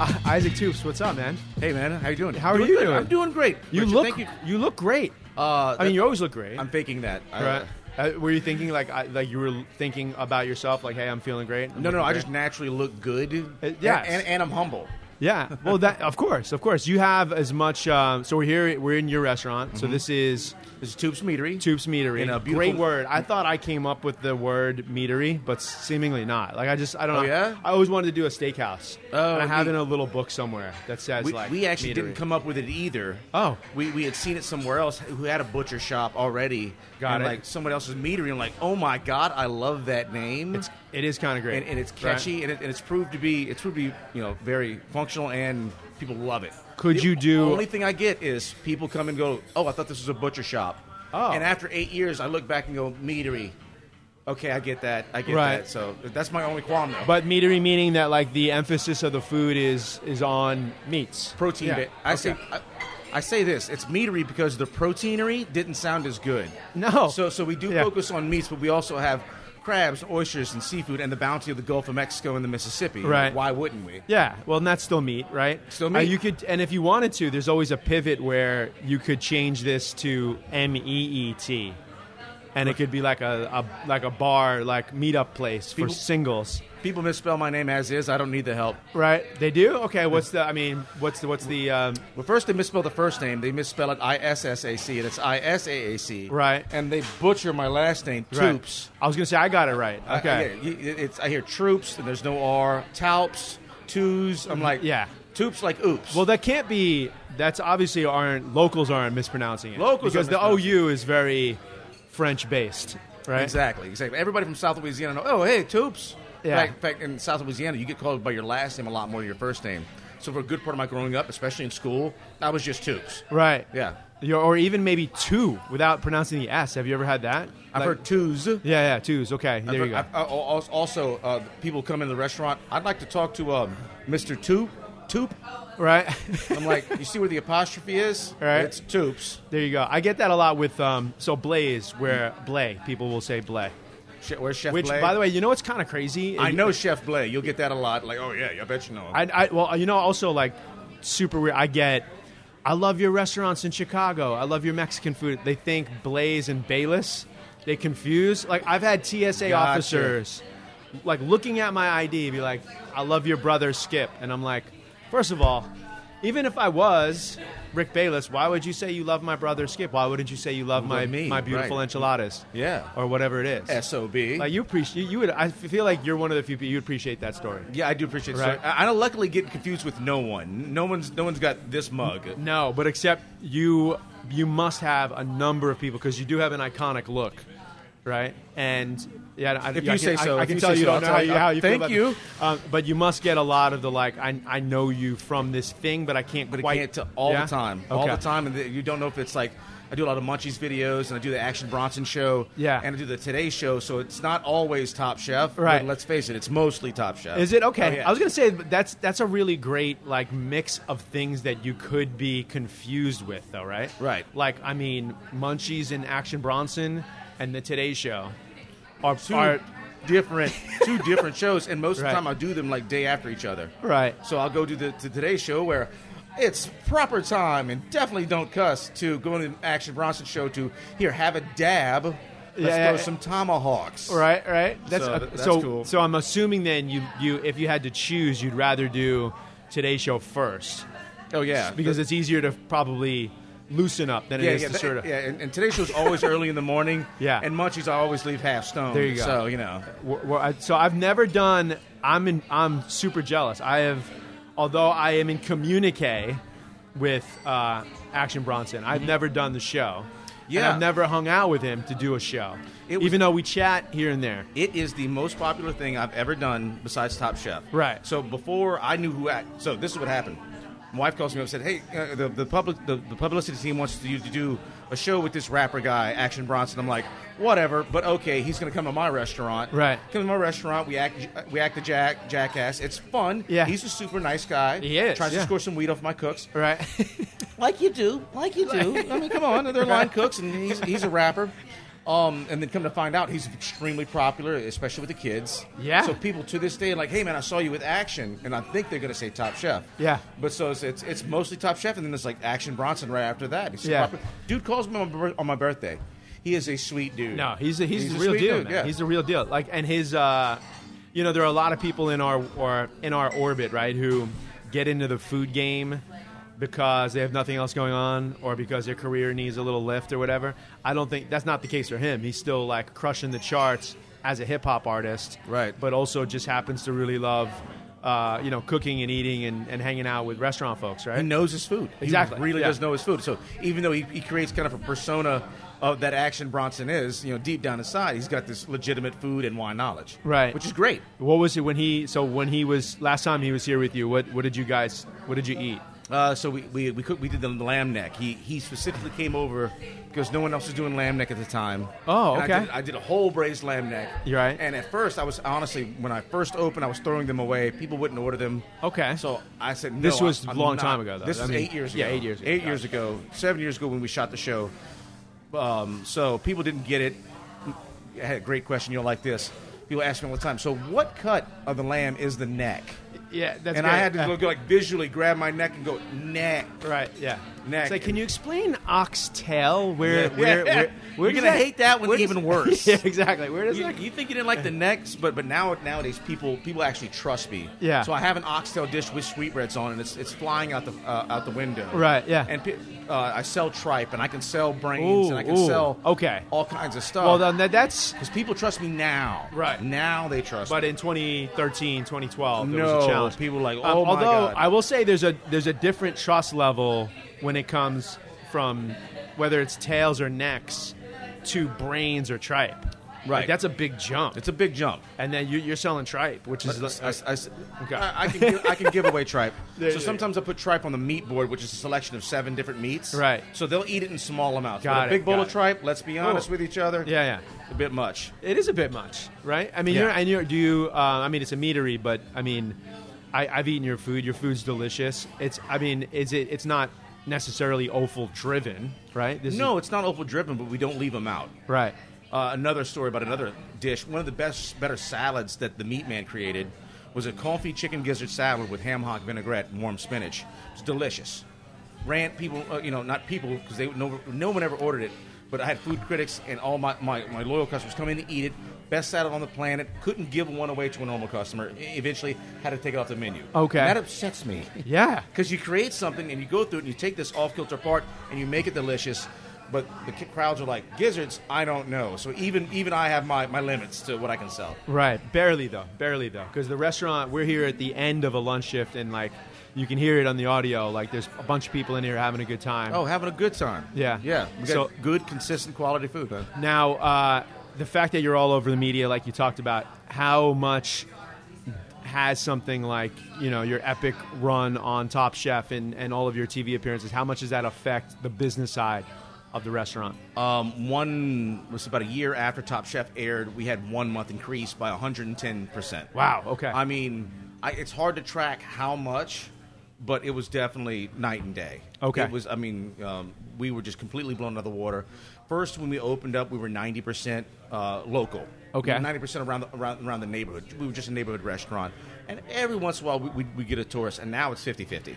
[SPEAKER 2] Uh, Isaac Toops, what's up, man?
[SPEAKER 4] Hey man, how you doing?
[SPEAKER 2] How are you
[SPEAKER 4] good.
[SPEAKER 2] doing?
[SPEAKER 4] I'm doing great.
[SPEAKER 2] You
[SPEAKER 4] Richard,
[SPEAKER 2] look
[SPEAKER 4] Thank you.
[SPEAKER 2] you look great.
[SPEAKER 4] Uh,
[SPEAKER 2] I mean,
[SPEAKER 4] that-
[SPEAKER 2] you always look great.
[SPEAKER 4] I'm faking that. I-
[SPEAKER 2] Right. Uh, were you thinking like I, like you were thinking about yourself like hey I'm feeling great? I'm
[SPEAKER 4] no, no.
[SPEAKER 2] looking
[SPEAKER 4] I
[SPEAKER 2] great.
[SPEAKER 4] just naturally look good.
[SPEAKER 2] Uh, yes.
[SPEAKER 4] And, and, and I'm humble.
[SPEAKER 2] yeah. Well, that of course, of course. You have as much. Um, so we're here. We're in your restaurant. So this is
[SPEAKER 4] This is Tubes Meadery.
[SPEAKER 2] Toops Meadery.
[SPEAKER 4] Mm-hmm. In a beautiful-
[SPEAKER 2] great word. I thought I came up with the word meadery, but seemingly not. Like I just I don't
[SPEAKER 4] Oh,
[SPEAKER 2] know.
[SPEAKER 4] yeah?
[SPEAKER 2] I always wanted to do a steakhouse.
[SPEAKER 4] Oh,
[SPEAKER 2] and I have
[SPEAKER 4] neat.
[SPEAKER 2] in a little book somewhere that says
[SPEAKER 4] We,
[SPEAKER 2] like
[SPEAKER 4] we actually
[SPEAKER 2] meadery.
[SPEAKER 4] didn't come up with it either.
[SPEAKER 2] Oh.
[SPEAKER 4] we, we had seen it somewhere else who had a butcher shop already.
[SPEAKER 2] Got
[SPEAKER 4] and
[SPEAKER 2] it.
[SPEAKER 4] Like someone else's meadery. I'm like, oh my god, I love that name.
[SPEAKER 2] It's, it is kind of great
[SPEAKER 4] and, and it's
[SPEAKER 2] right?
[SPEAKER 4] catchy, and, it, and it's proved to be it's proved to be you know very functional, and people love it.
[SPEAKER 2] Could
[SPEAKER 4] The
[SPEAKER 2] you do-
[SPEAKER 4] Only thing I get is people come and go. Oh, I thought this was a butcher shop.
[SPEAKER 2] Oh.
[SPEAKER 4] And after eight years, I look back and go meadery. Okay, I get that. I get
[SPEAKER 2] Right.
[SPEAKER 4] that. So that's my only qualm though.
[SPEAKER 2] But meatery meaning that like the emphasis of the food is is on meats,
[SPEAKER 4] protein.
[SPEAKER 2] Yeah.
[SPEAKER 4] ba- I say. I, I say this, it's meatery because the proteinery didn't sound as good.
[SPEAKER 2] No.
[SPEAKER 4] So so we do
[SPEAKER 2] Yeah.
[SPEAKER 4] focus on meats, but we also have crabs, oysters, and seafood, and the bounty of the Gulf of Mexico and the Mississippi.
[SPEAKER 2] Right.
[SPEAKER 4] Why wouldn't we?
[SPEAKER 2] Yeah, well, and that's still meat, right?
[SPEAKER 4] Still meat.
[SPEAKER 2] Uh, you could, and if you wanted to, there's always a pivot where you could change this to M E E T, and it could be like a, a like a bar, like meetup place for
[SPEAKER 4] People-
[SPEAKER 2] singles,
[SPEAKER 4] People misspell my name as is. I don't need the help.
[SPEAKER 2] right? They do. Okay, what's the? I mean, what's the? What's the? Um,
[SPEAKER 4] Well, first they misspell the first name. They misspell it I S S A C, and it's I S A A C.
[SPEAKER 2] Right.
[SPEAKER 4] And they butcher my last name,
[SPEAKER 2] right.
[SPEAKER 4] Toops.
[SPEAKER 2] I was gonna say I got it right.
[SPEAKER 4] I-
[SPEAKER 2] Okay.
[SPEAKER 4] I, hear- you- it's, I hear troops, and there's no R. Taups, twos. I'm like,
[SPEAKER 2] Mm-hmm. Yeah.
[SPEAKER 4] Toops like oops.
[SPEAKER 2] Well, that can't be. That's obviously aren't locals aren't mispronouncing it.
[SPEAKER 4] Locals
[SPEAKER 2] because
[SPEAKER 4] are
[SPEAKER 2] the
[SPEAKER 4] mispronouncing
[SPEAKER 2] OU is very French based, right?
[SPEAKER 4] exactly, exactly. Everybody from South Louisiana know. Oh, hey, Toops.
[SPEAKER 2] Yeah.
[SPEAKER 4] Like, in fact, in South Louisiana, you get called by your last name a lot more than your first name. So for a good part of my growing up, especially in school, I was just tubes.
[SPEAKER 2] Right.
[SPEAKER 4] Yeah.
[SPEAKER 2] You're, or even maybe two without pronouncing the S. Have you ever had that?
[SPEAKER 4] I've
[SPEAKER 2] Like-
[SPEAKER 4] heard twos.
[SPEAKER 2] Yeah, yeah, twos. Okay, there you go.
[SPEAKER 4] I've- I- I- al- also, uh, people come in the restaurant. I'd like to talk to um, Mr. Toop. Toop.
[SPEAKER 2] right.
[SPEAKER 4] I'm like, you see where the apostrophe is?
[SPEAKER 2] Right.
[SPEAKER 4] It's Toops.
[SPEAKER 2] there you go. I get that a lot with um. So Blaze, where Blay, people will say Blay.
[SPEAKER 4] Che- Where's Chef
[SPEAKER 2] Which,
[SPEAKER 4] Blay?
[SPEAKER 2] by the way, you know what's kind of crazy?
[SPEAKER 4] I know Chef Blay. You'll get that a lot. Like, oh yeah, I bet you know him.
[SPEAKER 2] I, I well, you know, also like super weird. I get. I love your restaurants in Chicago. I love your Mexican food. They think Blaze and Bayless. They confuse. Like I've had TSA
[SPEAKER 4] Gotcha.
[SPEAKER 2] officers like looking at my ID, be like, "I love your brother Skip," and I'm like, first of all, even if I was Rick Bayless, why would you say you love my brother Skip? Why wouldn't you say you love my
[SPEAKER 4] Love me,
[SPEAKER 2] my beautiful
[SPEAKER 4] right. Mm-hmm.
[SPEAKER 2] enchiladas?
[SPEAKER 4] Yeah.
[SPEAKER 2] or whatever it is.
[SPEAKER 4] Sob.
[SPEAKER 2] Like you appreciate you, you would. I feel like you're one of the few people you appreciate that story.
[SPEAKER 4] yeah, I do appreciate.
[SPEAKER 2] Right.
[SPEAKER 4] Right. I, I don't luckily get confused with no one. No one's no one's got this mug.
[SPEAKER 2] No, but except you you must have a number of people because you do have an iconic look, right? And yeah, I,
[SPEAKER 4] If
[SPEAKER 2] yeah, I can,
[SPEAKER 4] you say so,
[SPEAKER 2] I, I
[SPEAKER 4] if
[SPEAKER 2] can
[SPEAKER 4] you
[SPEAKER 2] tell
[SPEAKER 4] say
[SPEAKER 2] you
[SPEAKER 4] so,
[SPEAKER 2] don't know
[SPEAKER 4] I'll
[SPEAKER 2] how
[SPEAKER 4] tell
[SPEAKER 2] you,
[SPEAKER 4] you.
[SPEAKER 2] how you feel
[SPEAKER 4] Thank
[SPEAKER 2] about
[SPEAKER 4] you.
[SPEAKER 2] Um, but you must get a lot of the like I, I know you from this thing, but I can't
[SPEAKER 4] but
[SPEAKER 2] quite
[SPEAKER 4] I can't tell all
[SPEAKER 2] Yeah?
[SPEAKER 4] the time, all
[SPEAKER 2] Okay.
[SPEAKER 4] the time, and the, you don't know if it's like I do a lot of Munchies videos, and I do the Action Bronson show,
[SPEAKER 2] Yeah.
[SPEAKER 4] and I do the Today Show, so it's not always Top Chef.
[SPEAKER 2] Right.
[SPEAKER 4] but let's face it, it's mostly Top Chef.
[SPEAKER 2] Is it okay?
[SPEAKER 4] Oh, yeah.
[SPEAKER 2] I was gonna say but that's that's a really great like mix of things that you could be confused with, though, right?
[SPEAKER 4] Right.
[SPEAKER 2] Like I mean, Munchies and Action Bronson and the Today Show are,
[SPEAKER 4] two
[SPEAKER 2] are
[SPEAKER 4] different, two different shows, and most of
[SPEAKER 2] Right.
[SPEAKER 4] the time I do them like day after each other.
[SPEAKER 2] right.
[SPEAKER 4] So I'll go do the to Today Show where. It's proper time, and definitely don't cuss. To go to the Action Bronson show to here, have a dab. Let's
[SPEAKER 2] Yeah.
[SPEAKER 4] throw some tomahawks.
[SPEAKER 2] Right, right. That's
[SPEAKER 4] So
[SPEAKER 2] uh,
[SPEAKER 4] th- that's
[SPEAKER 2] so.
[SPEAKER 4] cool.
[SPEAKER 2] So I'm assuming then you you if you had to choose, you'd rather do today's show first
[SPEAKER 4] Oh yeah,
[SPEAKER 2] because it's easier to probably loosen up than
[SPEAKER 4] Yeah,
[SPEAKER 2] it is
[SPEAKER 4] yeah,
[SPEAKER 2] to
[SPEAKER 4] that-
[SPEAKER 2] sort of.
[SPEAKER 4] yeah. And, and today's show's always early in the morning.
[SPEAKER 2] Yeah.
[SPEAKER 4] and munchies I always leave half stoned.
[SPEAKER 2] There you go.
[SPEAKER 4] So you know,
[SPEAKER 2] Wh- wh- I- so I've never done. I'm in. I'm super jealous. I have, although I am in communique with uh, Action Bronson. I've never done the show. And
[SPEAKER 4] Mm-hmm. Yeah.
[SPEAKER 2] I've never hung out with him to do a show.
[SPEAKER 4] It was-
[SPEAKER 2] Even though we chat here and there.
[SPEAKER 4] it is the most popular thing I've ever done besides Top Chef.
[SPEAKER 2] Right.
[SPEAKER 4] So before I knew who. I, so this is what happened. My wife calls me up and said, "Hey, uh, the, the public, the, the publicity team wants you to do a show with this rapper guy, Action Bronson." I'm like, "Whatever," but okay, he's going to come to my restaurant.
[SPEAKER 2] Right.
[SPEAKER 4] Come to my restaurant. We act, we act the jack, jackass. It's fun.
[SPEAKER 2] Yeah.
[SPEAKER 4] He's a super nice guy.
[SPEAKER 2] He is,
[SPEAKER 4] Tries
[SPEAKER 2] yeah.
[SPEAKER 4] to score some weed off my cooks.
[SPEAKER 2] Right.
[SPEAKER 4] like you do, like you do. I mean, come on, they're line cooks, and he's he's a rapper. Um, and then come to find out, he's extremely popular, especially with the kids.
[SPEAKER 2] Yeah.
[SPEAKER 4] So people to this day, are like, hey man, I saw you with Action, and I think they're gonna say Top Chef.
[SPEAKER 2] Yeah.
[SPEAKER 4] But so it's it's, it's mostly Top Chef, and then it's like Action Bronson right after that. He's
[SPEAKER 2] Yeah.
[SPEAKER 4] popular. Dude calls me on my, bir- on my birthday. He is a sweet dude.
[SPEAKER 2] No, he's a, he's,
[SPEAKER 4] He's
[SPEAKER 2] the
[SPEAKER 4] a
[SPEAKER 2] real
[SPEAKER 4] sweet
[SPEAKER 2] deal.
[SPEAKER 4] dude,
[SPEAKER 2] man.
[SPEAKER 4] yeah.
[SPEAKER 2] He's the real deal. Like, and his, uh, you know, there are a lot of people in our or in our orbit, right, who get into the food game because they have nothing else going on or because their career needs a little lift or whatever. I don't think that's not the case for him. He's still like crushing the charts as a hip hop artist,
[SPEAKER 4] Right.
[SPEAKER 2] But also just happens to really love, uh, you know, cooking and eating and, and hanging out with restaurant folks, right?
[SPEAKER 4] He knows his food.
[SPEAKER 2] Exactly,
[SPEAKER 4] He really
[SPEAKER 2] yeah.
[SPEAKER 4] does know his food. So even though he, he creates kind of a persona of that action Bronson is, you know, deep down inside, he's got this legitimate food and wine knowledge.
[SPEAKER 2] Right.
[SPEAKER 4] Which is great.
[SPEAKER 2] What was it when he? So when he was last time he was here with you, what what did you guys? What did you eat?
[SPEAKER 4] Uh, so we we we, cooked, we did the lamb neck. He he specifically came over because no one else was doing lamb neck at the time.
[SPEAKER 2] Oh,
[SPEAKER 4] And
[SPEAKER 2] okay.
[SPEAKER 4] I did, I did a whole braised lamb neck.
[SPEAKER 2] You're right.
[SPEAKER 4] And at first, I was honestly when I first opened, I was throwing them away. People wouldn't order them.
[SPEAKER 2] Okay.
[SPEAKER 4] So I said, no,
[SPEAKER 2] This was
[SPEAKER 4] I-
[SPEAKER 2] a
[SPEAKER 4] I'm
[SPEAKER 2] long
[SPEAKER 4] not-
[SPEAKER 2] time ago, though.
[SPEAKER 4] This
[SPEAKER 2] I
[SPEAKER 4] was
[SPEAKER 2] mean,
[SPEAKER 4] eight years ago.
[SPEAKER 2] yeah, eight years ago.
[SPEAKER 4] Eight
[SPEAKER 2] Got
[SPEAKER 4] years
[SPEAKER 2] it.
[SPEAKER 4] ago. Seven years ago when we shot the show. Um, so people didn't get it. I had a great question. You'll like this. People ask me all the time. So what cut of the lamb is the neck?
[SPEAKER 2] Yeah, that's Uh,
[SPEAKER 4] and I had to go, like visually grab my neck and go neck.
[SPEAKER 2] Right, yeah.
[SPEAKER 4] Neck.
[SPEAKER 2] It's like, can you explain oxtail? Where,
[SPEAKER 4] Yeah.
[SPEAKER 2] where,
[SPEAKER 4] Yeah.
[SPEAKER 2] where, where
[SPEAKER 4] You're
[SPEAKER 2] does
[SPEAKER 4] gonna hate that one
[SPEAKER 2] where does-
[SPEAKER 4] even worse.
[SPEAKER 2] yeah, exactly. Where does
[SPEAKER 4] You,
[SPEAKER 2] that?
[SPEAKER 4] you think you didn't like the necks, but but now nowadays people people actually trust me.
[SPEAKER 2] Yeah.
[SPEAKER 4] So I have an oxtail dish with sweetbreads on, and it's it's flying out the uh, out the window.
[SPEAKER 2] Right, yeah.
[SPEAKER 4] And pe- uh, I sell tripe, and I can sell brains,
[SPEAKER 2] Ooh,
[SPEAKER 4] and I can
[SPEAKER 2] ooh,
[SPEAKER 4] sell
[SPEAKER 2] okay.
[SPEAKER 4] all kinds of stuff.
[SPEAKER 2] Well, then that, that's.
[SPEAKER 4] because people trust me now.
[SPEAKER 2] Right.
[SPEAKER 4] now they trust.
[SPEAKER 2] But
[SPEAKER 4] me.
[SPEAKER 2] in 2013, 2012, there was
[SPEAKER 4] No,
[SPEAKER 2] a challenge.
[SPEAKER 4] people were like,
[SPEAKER 2] Um,
[SPEAKER 4] "Oh my
[SPEAKER 2] although
[SPEAKER 4] God."
[SPEAKER 2] I will say, there's a there's a different trust level when it comes from whether it's tails or necks to brains or tripe. Right.
[SPEAKER 4] Like,
[SPEAKER 2] that's a big jump.
[SPEAKER 4] it's a big jump.
[SPEAKER 2] and then you, you're selling tripe, which is
[SPEAKER 4] I, I- I-
[SPEAKER 2] Okay.
[SPEAKER 4] I- I can give, I can give away tripe.
[SPEAKER 2] There
[SPEAKER 4] so
[SPEAKER 2] you go.
[SPEAKER 4] sometimes I put tripe on the meat board, which is a selection of seven different meats.
[SPEAKER 2] Right.
[SPEAKER 4] So they'll eat it in small amounts.
[SPEAKER 2] Got
[SPEAKER 4] but a
[SPEAKER 2] it,
[SPEAKER 4] big bowl
[SPEAKER 2] got
[SPEAKER 4] of
[SPEAKER 2] it.
[SPEAKER 4] tripe. Let's be honest
[SPEAKER 2] Ooh.
[SPEAKER 4] with each other.
[SPEAKER 2] yeah, yeah.
[SPEAKER 4] A bit much.
[SPEAKER 2] It is a bit much, right? I mean,
[SPEAKER 4] Yeah.
[SPEAKER 2] you're, and you're, do you? Uh, I mean, it's a meatery, but I mean, I, I've eaten your food. Your food's delicious. It's, I mean, is it? It's not necessarily offal driven, right? This
[SPEAKER 4] No,
[SPEAKER 2] is,
[SPEAKER 4] it's not opal dripping, but we don't leave them out.
[SPEAKER 2] right.
[SPEAKER 4] Uh, another story about another dish. One of the best, better salads that the meat man created was a confit chicken gizzard salad with ham hock vinaigrette and warm spinach. It's delicious. Rant people, uh, you know, not people because they no, no one ever ordered it, but I had food critics and all my, my, my loyal customers come in to eat it. Best salad on the planet. Couldn't give one away to a normal customer. E- Eventually, had to take it off the menu.
[SPEAKER 2] Okay.
[SPEAKER 4] And that upsets me.
[SPEAKER 2] Yeah.
[SPEAKER 4] Because you create something and you go through it and you take this off kilter part and you make it delicious, but the ki- crowds are like gizzards. I don't know. So even even I have my, my limits to what I can sell.
[SPEAKER 2] Right, barely though, barely though, because the restaurant we're here at the end of a lunch shift, and like you can hear it on the audio. Like there's a bunch of people in here having a good time.
[SPEAKER 4] Oh, having a good time.
[SPEAKER 2] Yeah.
[SPEAKER 4] yeah. We got
[SPEAKER 2] So-
[SPEAKER 4] good, consistent quality food, man.
[SPEAKER 2] Now, uh, the fact that you're all over the media, like you talked about, how much has something like you know your epic run on Top Chef and, and all of your TV appearances? How much does that affect the business side of the restaurant?
[SPEAKER 4] Um, one was about a year after Top Chef aired. We had one month increase by 110 percent.
[SPEAKER 2] Wow, okay.
[SPEAKER 4] I mean, I, it's hard to track how much, but it was definitely night and day.
[SPEAKER 2] Okay.
[SPEAKER 4] It was. I mean, um, we were just completely blown out of the water. First, when we opened up, we were 90 percent uh, local.
[SPEAKER 2] Okay.
[SPEAKER 4] 90 percent around the, around around the neighborhood. We were just a neighborhood restaurant, and every once in a while we we, we get a tourist, and now it's 50-50.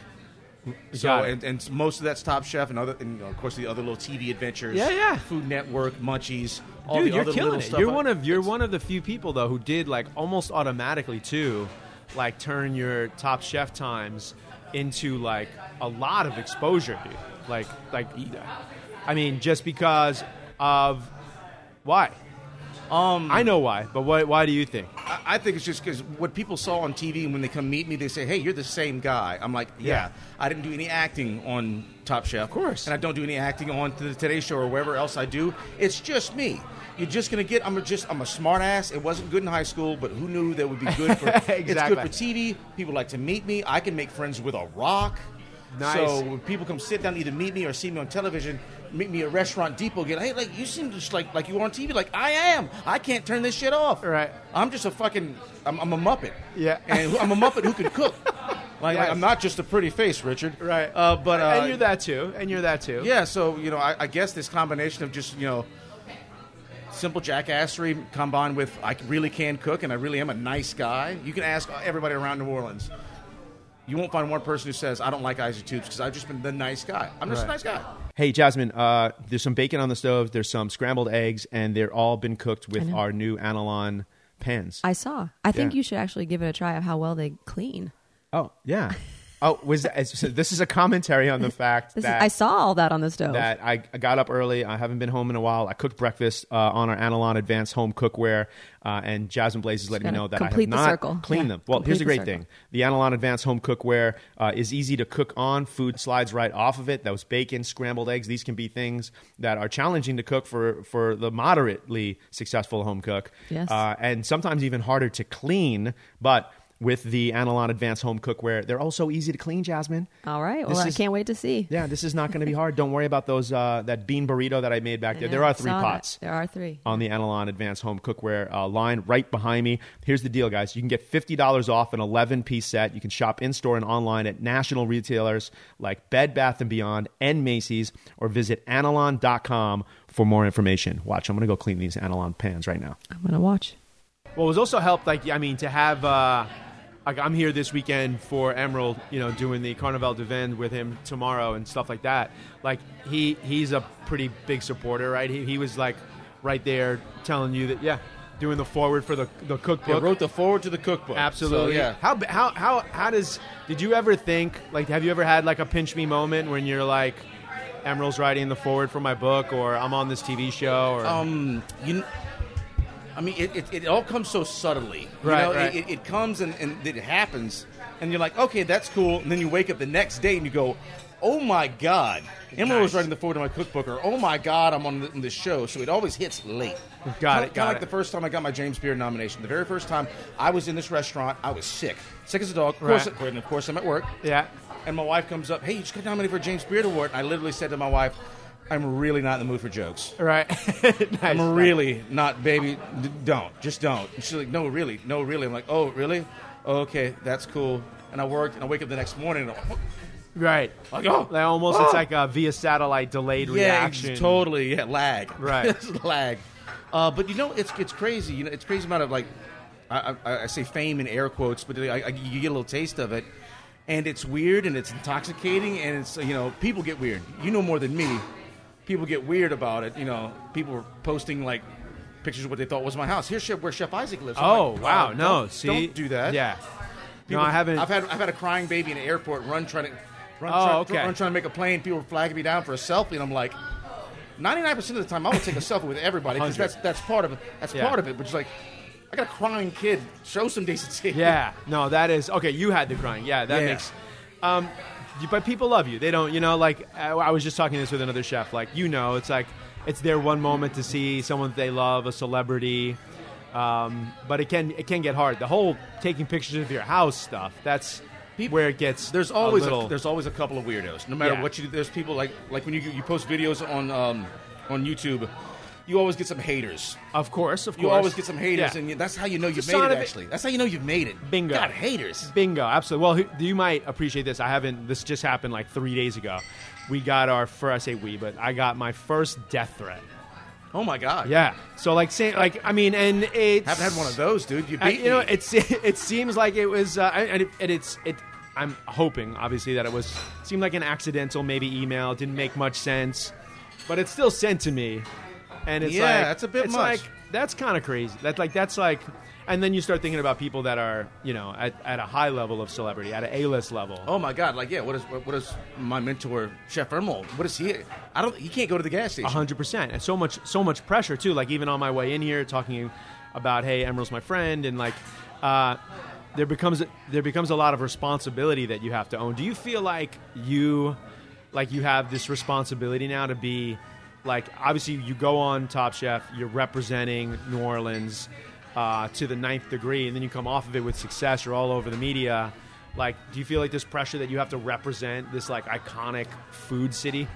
[SPEAKER 4] So
[SPEAKER 2] Got it.
[SPEAKER 4] and, and most of that's Top Chef and other and of course the other little TV adventures.
[SPEAKER 2] Yeah, yeah.
[SPEAKER 4] Food Network, Munchies, all
[SPEAKER 2] Dude,
[SPEAKER 4] the
[SPEAKER 2] you're
[SPEAKER 4] other
[SPEAKER 2] killing
[SPEAKER 4] little
[SPEAKER 2] it.
[SPEAKER 4] stuff.
[SPEAKER 2] You're
[SPEAKER 4] I-
[SPEAKER 2] one of you're
[SPEAKER 4] it's-
[SPEAKER 2] one of the few people though who did like almost automatically too, like turn your Top Chef times into like a lot of exposure, dude. Like like, I mean, just because of why? Um, I know why, but why? Why do you think?
[SPEAKER 4] I I think it's just because what people saw on TV and when they come meet me, they say, "Hey, you're the same guy." I'm like, "Yeah,
[SPEAKER 2] Yeah.
[SPEAKER 4] I didn't do any acting on Top Chef, of
[SPEAKER 2] course.
[SPEAKER 4] and I don't do any acting on the Today Show or wherever else I do. It's just me. You're just gonna get. I'm a just. I'm a smart ass. It wasn't good in high school, but who knew that would be good for? It's good
[SPEAKER 2] Exactly.
[SPEAKER 4] for TV. People like to meet me. I can make friends with a rock.
[SPEAKER 2] Nice.
[SPEAKER 4] So when people come sit down, either meet me or see me on television, meet me at Restaurant Depot, get hey, like you seem just like like you are on TV. Like I am. I can't turn this shit off.
[SPEAKER 2] Right.
[SPEAKER 4] I'm just a fucking. I'm, I'm a muppet.
[SPEAKER 2] Yeah.
[SPEAKER 4] and who- I'm a muppet who can cook. Like, like,
[SPEAKER 2] Yes.
[SPEAKER 4] I'm not just a pretty face, Richard. Uh, but uh,
[SPEAKER 2] and you're that too, and you're that too.
[SPEAKER 4] Yeah. So you know, I, I guess this combination of just you know, simple jackassery combined with I really can cook and I really am a nice guy. You can ask everybody around New Orleans. You won't find one person who says I don't like Isaac Tubes because I've just been the nice guy. I'm just
[SPEAKER 2] Right.
[SPEAKER 4] a nice guy.
[SPEAKER 2] Hey Jasmine, uh, there's some bacon on the stove. There's some scrambled eggs, and they're all been cooked with
[SPEAKER 3] know.
[SPEAKER 2] our new Anilon pans.
[SPEAKER 3] I saw. I think
[SPEAKER 2] Yeah.
[SPEAKER 3] you should actually give it a try of how well they clean.
[SPEAKER 2] Oh yeah. Oh, was that, so this is a commentary on the fact
[SPEAKER 3] This is,
[SPEAKER 2] that
[SPEAKER 3] I saw all that on the stove.
[SPEAKER 2] that I, I got up early. I haven't been home in a while. I cooked breakfast uh, on our Anilon Advanced Home Cookware, uh, and Jasmine Blaze is letting me
[SPEAKER 3] gotta
[SPEAKER 2] know that I have
[SPEAKER 3] complete the
[SPEAKER 2] not
[SPEAKER 3] circle.
[SPEAKER 2] cleaned
[SPEAKER 3] Yeah,
[SPEAKER 2] them. Well, here's the
[SPEAKER 3] complete the
[SPEAKER 2] great
[SPEAKER 3] circle.
[SPEAKER 2] thing: the Anilon Advanced Home Cookware uh, is easy to cook on. Food slides right off of it. That was bacon, scrambled eggs. These can be things that are challenging to cook for for the moderately successful home cook.
[SPEAKER 3] Yes.
[SPEAKER 2] Uh, and sometimes even harder to clean, but. With the Anilon Advanced Home Cookware, they're also easy to clean, Jasmine.
[SPEAKER 3] all right.
[SPEAKER 2] This
[SPEAKER 3] Well, I
[SPEAKER 2] is-
[SPEAKER 3] can't wait to see.
[SPEAKER 2] yeah, this is not going to be hard. Don't worry about those uh, that bean burrito that I made back there.
[SPEAKER 3] Yeah,
[SPEAKER 2] There are
[SPEAKER 3] I
[SPEAKER 2] three
[SPEAKER 3] saw that.
[SPEAKER 2] pots Uh,
[SPEAKER 3] There are three.
[SPEAKER 2] on the Anilon Advanced Home Cookware uh, line right behind me. Here's the deal, guys. You can get fifty dollars off an eleven piece set. You can shop in store and online at national retailers like Bed Bath and Beyond and Macy's, or visit Anilon.com for more information. Watch, I'm going to go clean these Anilon pans right now.
[SPEAKER 3] I'm gonna watch.
[SPEAKER 2] Well, it was also helped, like, I mean, to have, uh, like, I'm here this weekend for Emerald, you know, doing the Carnival de Vend with him tomorrow and stuff like that. Like, he he's a pretty big supporter, right? He, he was, like, right there telling you that, yeah, doing the forward for the, the
[SPEAKER 4] I
[SPEAKER 2] cookbook.
[SPEAKER 4] wrote the forward to the cookbook.
[SPEAKER 2] Absolutely.
[SPEAKER 4] So, yeah.
[SPEAKER 2] How, how, how, how does, did you ever think, like, have you ever had, like, a pinch me moment when you're like, Emerald's writing the forward for my book, or I'm on this TV show, or
[SPEAKER 4] um, you, kn- I mean, it, it, it all comes so subtly. You
[SPEAKER 2] Right,
[SPEAKER 4] know?
[SPEAKER 2] right.
[SPEAKER 4] It, it, it comes and, and it happens, and you're like, okay, that's cool. And then you wake up the next day and you go, oh my god, Emily was
[SPEAKER 2] Nice.
[SPEAKER 4] writing the forward to my cookbook, or oh my god, I'm on, the, on this show, so it always hits late.
[SPEAKER 2] Got
[SPEAKER 4] Kinda-
[SPEAKER 2] it,
[SPEAKER 4] kinda
[SPEAKER 2] got
[SPEAKER 4] like
[SPEAKER 2] it.
[SPEAKER 4] the first time I got my James Beard nomination. The very first time I was in this restaurant, I was sick, sick as a dog. Of course,
[SPEAKER 2] Right.
[SPEAKER 4] and of course I'm at work.
[SPEAKER 2] Yeah.
[SPEAKER 4] And my wife comes up, hey, you just got nominated for a James Beard Award. And I literally said to my wife, I'm really not in the mood for jokes.
[SPEAKER 2] Right.
[SPEAKER 4] I'm really not, baby. D- don't. Just don't. And she's like, no, really. No, really. I'm like, oh, really? Oh, okay, that's cool. And I worked, and I wake up the next morning, and I'm like, oh,
[SPEAKER 2] Right.
[SPEAKER 4] Like, oh,
[SPEAKER 2] Like almost it's
[SPEAKER 4] oh.
[SPEAKER 2] like a via satellite delayed
[SPEAKER 4] yeah,
[SPEAKER 2] reaction.
[SPEAKER 4] it's totally, yeah, lag.
[SPEAKER 2] Right.
[SPEAKER 4] It's lag. Uh, but you know, it's it's crazy. You know, it's crazy amount of like, I, I, I say fame in air quotes, but I, I, you get a little taste of it, and it's weird and it's intoxicating, and it's you know, people get weird. You know more than me. People get weird about it. You know, people were posting like. Pictures of what they thought was my house. Here's Chef- where Chef Isaac lives. I'm
[SPEAKER 2] Oh
[SPEAKER 4] like,
[SPEAKER 2] wow!
[SPEAKER 4] "Oh,
[SPEAKER 2] no,
[SPEAKER 4] don't-
[SPEAKER 2] see,
[SPEAKER 4] don't do that.
[SPEAKER 2] Yeah. no,
[SPEAKER 4] People-
[SPEAKER 2] I haven't.
[SPEAKER 4] I've had I've had a crying baby in an airport run trying to run,
[SPEAKER 2] Oh,
[SPEAKER 4] try,
[SPEAKER 2] okay. 100.
[SPEAKER 4] that's that's part of it. That's
[SPEAKER 2] Yeah.
[SPEAKER 4] part of it. Which is like, I got a crying kid. Show some decency.
[SPEAKER 2] yeah. No, that is okay. You had the crying. Yeah, that
[SPEAKER 4] Yeah.
[SPEAKER 2] makes. Um, you- but people love you. They don't. You know, like I, I was just talking this with another chef. Like you know, it's like it's their one moment to see someone that they love, a celebrity. Um, but it can it can get hard. The whole taking pictures of your house stuff. That's
[SPEAKER 4] Peop-
[SPEAKER 2] where it gets.
[SPEAKER 4] There's always
[SPEAKER 2] a
[SPEAKER 4] a
[SPEAKER 2] little,
[SPEAKER 4] there's always a couple of weirdos. No matter
[SPEAKER 2] Yeah.
[SPEAKER 4] what you do, there's people like like when you you post videos on um, on YouTube, you always get some haters.
[SPEAKER 2] of course, of course.
[SPEAKER 4] You always get some haters,
[SPEAKER 2] Yeah.
[SPEAKER 4] and you, that's how you know you've
[SPEAKER 2] a
[SPEAKER 4] made
[SPEAKER 2] sign
[SPEAKER 4] it.
[SPEAKER 2] of it.
[SPEAKER 4] Actually, that's how you know you've made it.
[SPEAKER 2] Bingo.
[SPEAKER 4] God, haters.
[SPEAKER 2] Bingo, absolutely. Well, who- you might appreciate this. I haven't. This just happened like three days ago. We got our first. I say we, but I got my first death threat.
[SPEAKER 4] Oh my God.
[SPEAKER 2] Yeah. So like, say, like I mean, and it
[SPEAKER 4] Haven't had one of those, dude. You beat
[SPEAKER 2] I, Uh, you know,
[SPEAKER 4] me.
[SPEAKER 2] it's it seems like it was, uh, and, it, and it's it. I'm hoping, obviously, that it was seemed like an accidental, maybe email didn't make much sense, but it's still sent to me, and it's
[SPEAKER 4] Yeah,
[SPEAKER 2] like
[SPEAKER 4] that's a bit
[SPEAKER 2] it's Like,
[SPEAKER 4] much.
[SPEAKER 2] that's kind of crazy. That's like that's like, and then you start thinking about people that are you know at, at a high level of celebrity, at a A list level.
[SPEAKER 4] Oh my God! Like, yeah, what is what, what is my mentor Chef Emerald? What is he? I don't. He can't go to the gas station.
[SPEAKER 2] hundred percent, and so much, so much pressure too. Like even on my way in here, talking about, hey, Emerald's my friend, and like, uh, there becomes there becomes a lot of responsibility that you have to own. Do you feel like you, like you have this responsibility now to be, like, obviously you go on Top Chef, you're representing New Orleans uh, to the ninth degree, and then you come off of it with success. You're all over the media. Like, do you feel like this pressure that you have to represent this like iconic food city?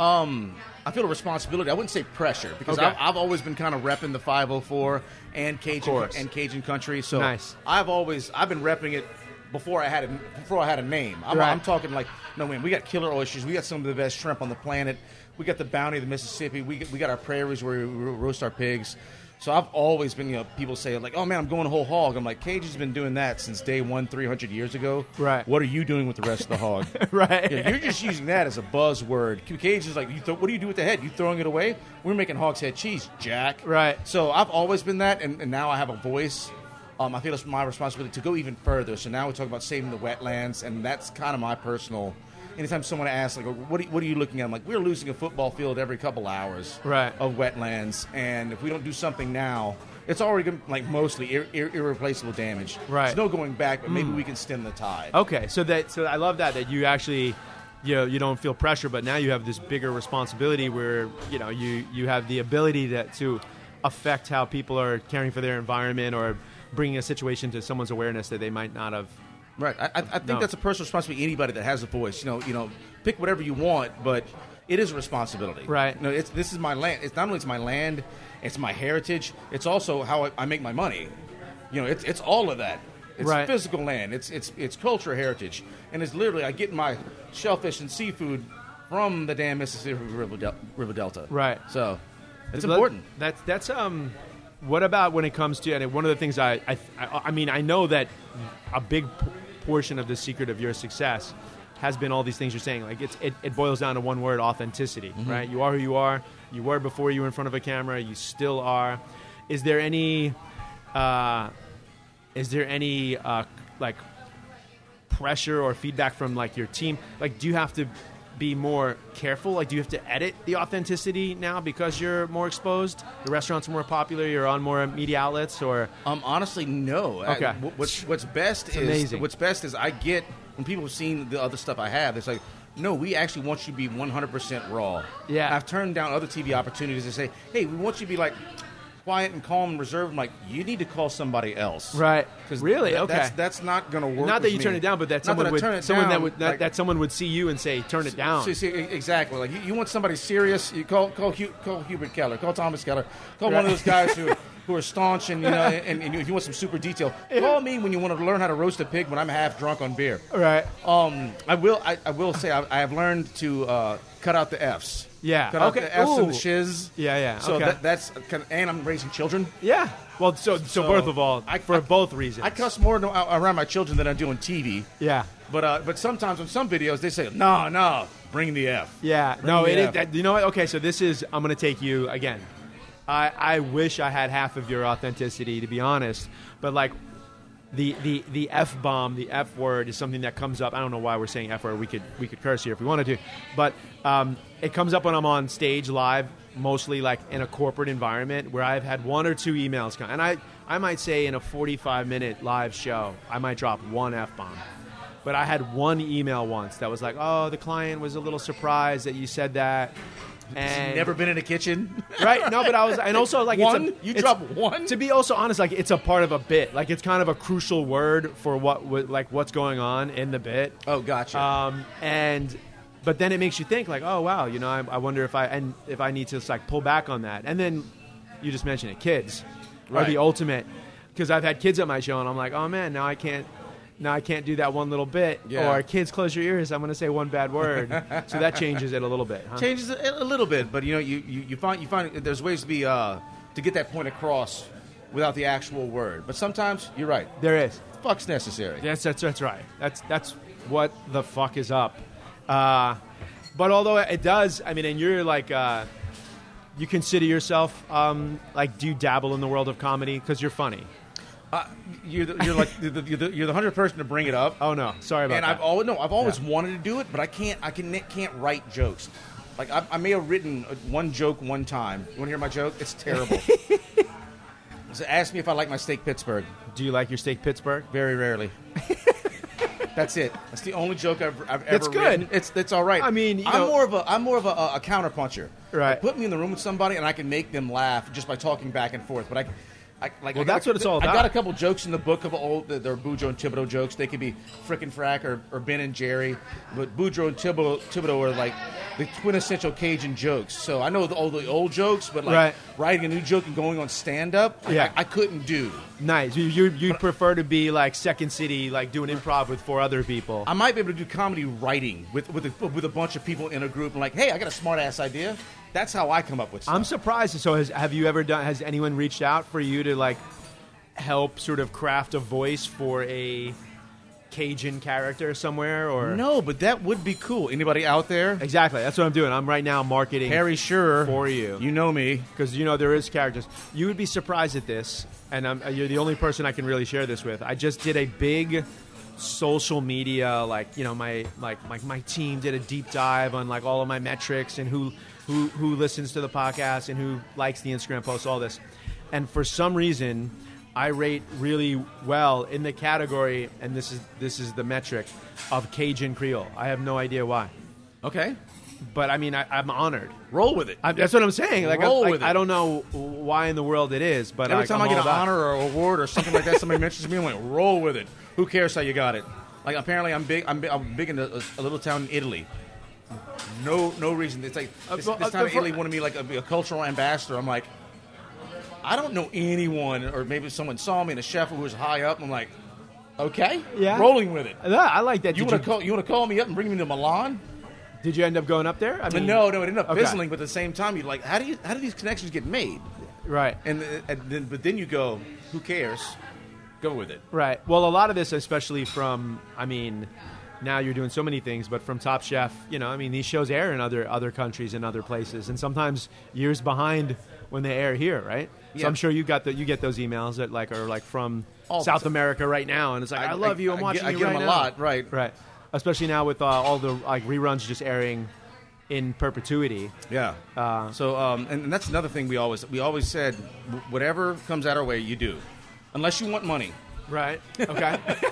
[SPEAKER 4] I feel a responsibility. I wouldn't say pressure because
[SPEAKER 2] Okay.
[SPEAKER 4] I've, I've always been kind of repping the 504 and Cajun
[SPEAKER 2] course.
[SPEAKER 4] and Cajun country. So
[SPEAKER 2] Nice.
[SPEAKER 4] I've always I've been repping it before I had a, before I had a name. I'm,
[SPEAKER 2] Right.
[SPEAKER 4] I'm talking like no man. We got killer oysters. We got some of the best shrimp on the planet. We got the bounty of the Mississippi. We got, we got our prairies where we ro- roast our pigs. So I've always been, you know, people say like, "Oh man, I'm going whole hog." I'm like, Cajun's been doing that since day one, 300 years ago.
[SPEAKER 2] Right.
[SPEAKER 4] What are you doing with the rest of the hog?
[SPEAKER 2] Right.
[SPEAKER 4] Yeah, you're just using that as a buzzword. Cajun's is like, you throw what do you do with the head? You throwing it away? We're making hogshead cheese, Jack.
[SPEAKER 2] Right.
[SPEAKER 4] So I've always been that, and, and now I have a voice. Um, I feel it's my responsibility to go even further. So now we're talking about saving the wetlands, and that's kind of my personal. Anytime someone asks, like, what are, what are you looking at? I'm like, we're losing a football field every couple hours
[SPEAKER 2] Right.
[SPEAKER 4] of wetlands, and if we don't do something now, it's already gonna, like mostly ir- ir- irreplaceable damage.
[SPEAKER 2] Right. Hmm.
[SPEAKER 4] There's no going back, but maybe we can stem the tide.
[SPEAKER 2] Okay, so that so I love that that you actually you know, you don't feel pressure, but now you have this bigger responsibility where you know you you have the ability to to affect how people are caring for their environment or bringing a situation to someone's awareness that they might not have.
[SPEAKER 4] Right. I, I, I think
[SPEAKER 2] No.
[SPEAKER 4] that's a personal responsibility. Anybody that has a voice, you know, you know, pick whatever you want, but it is a responsibility.
[SPEAKER 2] Right.
[SPEAKER 4] No, it's this is my land. It's not only it's my land, it's my heritage. It's also how I, I make my money. You know, it's it's all of that. It's
[SPEAKER 2] Right.
[SPEAKER 4] physical land. It's it's it's culture heritage, and it's literally I get my shellfish and seafood from the damn Mississippi River, Del- River Delta.
[SPEAKER 2] Right.
[SPEAKER 4] So it's
[SPEAKER 2] But
[SPEAKER 4] important.
[SPEAKER 2] That's that's um. What about when it comes to and one of the things I I I I mean I know that a big p- portion of the secret of your success has been all these things you're saying like it's it, it boils down to one word authenticity right you are who you are you were before you were in front of a camera you still are is there any uh, is there any uh, like pressure or feedback from like your team like do you have to be more careful like do you have to edit the authenticity now because you're more exposed the restaurants are more popular you're on more media outlets or
[SPEAKER 4] Um, honestly, no.
[SPEAKER 2] Okay.
[SPEAKER 4] I, wh- what's what's best is
[SPEAKER 2] amazing.
[SPEAKER 4] what's best is I get when people have seen the other stuff I have. It's like, no, we actually want you to be 100% raw.
[SPEAKER 2] Yeah.
[SPEAKER 4] I've turned down other TV opportunities to say, hey, we want you to be like quiet and calm and reserved. I'm like, you need to call somebody else.
[SPEAKER 2] Right.
[SPEAKER 4] 'Cause
[SPEAKER 2] Really?
[SPEAKER 4] th-
[SPEAKER 2] Okay.
[SPEAKER 4] That's, that's not going to work.
[SPEAKER 2] Not that
[SPEAKER 4] with
[SPEAKER 2] you
[SPEAKER 4] me.
[SPEAKER 2] turn it down, but that
[SPEAKER 4] Not
[SPEAKER 2] someone
[SPEAKER 4] I turn
[SPEAKER 2] would
[SPEAKER 4] it
[SPEAKER 2] someone that
[SPEAKER 4] down,
[SPEAKER 2] would that,
[SPEAKER 4] like-
[SPEAKER 2] that someone would see you and say, "Turn it down."
[SPEAKER 4] See, see, e- exactly. Like you, you want somebody serious. You call call Hu- call Hubert Keller. Call Thomas Keller. Call one of those guys who who are staunch and you know. And, and if you want some super detail, call me when you want to learn how to roast a pig when I'm half drunk on beer.
[SPEAKER 2] Right.
[SPEAKER 4] Um, I will. I, I will say I, I have learned to uh, cut out the f's.
[SPEAKER 2] Yeah.
[SPEAKER 4] Cut out
[SPEAKER 2] Okay.
[SPEAKER 4] the f's and
[SPEAKER 2] Ooh.
[SPEAKER 4] the shiz.
[SPEAKER 2] Yeah, yeah.
[SPEAKER 4] So
[SPEAKER 2] Okay.
[SPEAKER 4] that, that's kind of, and I'm raising children.
[SPEAKER 2] Yeah. Well, so so,
[SPEAKER 4] So,
[SPEAKER 2] both of all,
[SPEAKER 4] I-
[SPEAKER 2] for
[SPEAKER 4] I-
[SPEAKER 2] both reasons.
[SPEAKER 4] I cuss more no- around my children than I do on TV.
[SPEAKER 2] Yeah.
[SPEAKER 4] But uh, but sometimes on some videos they say no no bring the f.
[SPEAKER 2] Yeah.
[SPEAKER 4] Bring
[SPEAKER 2] No,
[SPEAKER 4] the
[SPEAKER 2] it is.
[SPEAKER 4] F.
[SPEAKER 2] That, you know what? Okay, so this is. I'm going to take you again. I I wish I had half of your authenticity, to be honest. But like, the the the f bomb, the f word is something that comes up. I don't know why we're saying f word. We could we could curse here if we wanted to, but um, it comes up when I'm on stage live, mostly like in a corporate environment where I've had one or two emails come, and I I might say in a 45 minute live show, I might drop one f bomb. But I had one email once that was like, "Oh, the client was a little surprised that you said that." And
[SPEAKER 4] Never been in a kitchen.
[SPEAKER 2] right? No, but I was, and also like
[SPEAKER 4] One?
[SPEAKER 2] It's a,
[SPEAKER 4] You
[SPEAKER 2] it's-
[SPEAKER 4] drop one?
[SPEAKER 2] To be also honest, like it's a part of a bit. Like it's kind of a crucial word for what, wa- like what's going on in the bit.
[SPEAKER 4] Oh, gotcha.
[SPEAKER 2] Um, and but then it makes you think, like, oh wow, you know, I, I wonder if I and if I need to just, like pull back on that. And then you just mentioned it, kids are the
[SPEAKER 4] Right.
[SPEAKER 2] ultimate because I've had kids at my show, and I'm like, oh man, now I can't. Now I can't do that one little bit,
[SPEAKER 4] Yeah.
[SPEAKER 2] or kids close your ears. I'm going to say one bad word, so that changes it a little bit. Huh?
[SPEAKER 4] changes a, a little bit, but you know, you, you, you find you find there's ways to be uh, to get that point across without the actual word. But sometimes you're right.
[SPEAKER 2] There is.
[SPEAKER 4] Fuck's necessary.
[SPEAKER 2] Yes, that's that's right. That's that's what the fuck is up. Uh, but although it does, I mean, and you're like, uh, you consider yourself um, like, do you dabble in the world of comedy because you're funny?
[SPEAKER 4] Uh, you're, the, you're like you're the, you're the, you're the hundred person to bring it up.
[SPEAKER 2] Oh no, sorry about
[SPEAKER 4] and
[SPEAKER 2] that.
[SPEAKER 4] I've always no, I've always
[SPEAKER 2] Yeah.
[SPEAKER 4] wanted to do it, but I can't. I can can't write jokes. Like I, I may have written uh, one joke one time. You want to hear my joke? It's terrible. so ask me if I like my steak Pittsburgh.
[SPEAKER 2] do you like your steak Pittsburgh?
[SPEAKER 4] Very rarely. That's it. That's the only joke I've, I've ever.
[SPEAKER 2] That's good.
[SPEAKER 4] written. It's that's all right.
[SPEAKER 2] I mean, you
[SPEAKER 4] I'm
[SPEAKER 2] know-
[SPEAKER 4] more of a I'm more of a, a, a counterpuncher.
[SPEAKER 2] Right.
[SPEAKER 4] Put me in the room with somebody, and I can make them laugh just by talking back and forth. But I. I, like,
[SPEAKER 2] Well,
[SPEAKER 4] I got
[SPEAKER 2] that's
[SPEAKER 4] a-
[SPEAKER 2] what it's all
[SPEAKER 4] I got
[SPEAKER 2] about.
[SPEAKER 4] a couple jokes in the book of old. They're they're Boudreaux and Thibodeau jokes. They could be frickin' frack or, or Ben and Jerry, but Boudreaux and Thibodeau, Thibodeau are like the quintessential Cajun jokes. So I know the, all the old jokes, but like
[SPEAKER 2] Right.
[SPEAKER 4] writing a new joke and going on stand up,
[SPEAKER 2] Yeah.
[SPEAKER 4] I, I couldn't do.
[SPEAKER 2] Nice. You you, you prefer to be like Second City, like doing improv with four other people.
[SPEAKER 4] I might be able to do comedy writing with with a, with a bunch of people in a group and like, hey, I got a smart ass idea. That's how I come up with stuff.
[SPEAKER 2] I'm surprised. So, has, have you ever done? Has anyone reached out for you to like help sort of craft a voice for a Cajun character somewhere? Or
[SPEAKER 4] no, but that would be cool. Anybody out there?
[SPEAKER 2] Exactly. That's what I'm doing. I'm right now marketing
[SPEAKER 4] Harry Sure
[SPEAKER 2] for you
[SPEAKER 4] You know me.
[SPEAKER 2] because you know there is characters. You would be surprised at this, and I'm, uh, you're the only person I can really share this with. I just did a big social media, like you know my like my, my team did a deep dive on like all of my metrics and who who who listens to the podcast and who likes the Instagram posts, all this. And for some reason, I rate really well in the category, and this is this is the metric of Cajun Creole. I have no idea why,
[SPEAKER 4] Okay,
[SPEAKER 2] but I mean I, I'm honored.
[SPEAKER 4] roll with it.
[SPEAKER 2] I, that's what I'm saying. Like,
[SPEAKER 4] Roll
[SPEAKER 2] I, like,
[SPEAKER 4] with it.
[SPEAKER 2] I don't know why in the world it is, but
[SPEAKER 4] Every
[SPEAKER 2] like,
[SPEAKER 4] time
[SPEAKER 2] I'm
[SPEAKER 4] I get
[SPEAKER 2] all
[SPEAKER 4] an
[SPEAKER 2] about it.
[SPEAKER 4] honor or award or something like that, somebody mentions me, I'm like, roll with it. Who cares how you got it? Like apparently, I'm big. I'm big, I'm big in a, a little town in Italy. No, no reason. It's like
[SPEAKER 2] Uh,
[SPEAKER 4] this,
[SPEAKER 2] well,
[SPEAKER 4] this
[SPEAKER 2] uh,
[SPEAKER 4] town in
[SPEAKER 2] before-
[SPEAKER 4] Italy wanted me like a, be a cultural ambassador. I'm like, I don't know anyone, or maybe someone saw me and a chef who was high up. I'm like, okay,
[SPEAKER 2] Yeah.
[SPEAKER 4] rolling with it.
[SPEAKER 2] Yeah, I like that.
[SPEAKER 4] You
[SPEAKER 2] did,
[SPEAKER 4] want
[SPEAKER 2] you,
[SPEAKER 4] to call? You want to call me up and bring me to Milan?
[SPEAKER 2] did you end up going up there? I mean,
[SPEAKER 4] no, no, it ended up
[SPEAKER 2] okay.
[SPEAKER 4] fizzling. But at the same time, you're like, how do you? How do these connections get made?
[SPEAKER 2] Right.
[SPEAKER 4] And, th- and then, but then you go, who cares? Go with it.
[SPEAKER 2] Right. Well, a lot of this, especially from, I mean, now you're doing so many things, but from Top Chef, you know, I mean, these shows air in other other countries and other places, and sometimes years behind when they air here, right? So
[SPEAKER 4] Yeah.
[SPEAKER 2] I'm sure you got the, you get those emails that like are like from
[SPEAKER 4] All the
[SPEAKER 2] South
[SPEAKER 4] time.
[SPEAKER 2] America right now, and it's like I,
[SPEAKER 4] I-
[SPEAKER 2] love
[SPEAKER 4] I-
[SPEAKER 2] you, I'm
[SPEAKER 4] I
[SPEAKER 2] watching
[SPEAKER 4] get- I
[SPEAKER 2] you
[SPEAKER 4] get
[SPEAKER 2] right
[SPEAKER 4] 'em a
[SPEAKER 2] now.
[SPEAKER 4] lot, right.
[SPEAKER 2] Right. Especially now with uh, all the like reruns just airing in perpetuity.
[SPEAKER 4] Yeah. so, um, and, and that's another thing we always we always said, w- whatever comes out our way, you do, unless you want money.
[SPEAKER 2] Right. Okay.
[SPEAKER 4] Hey,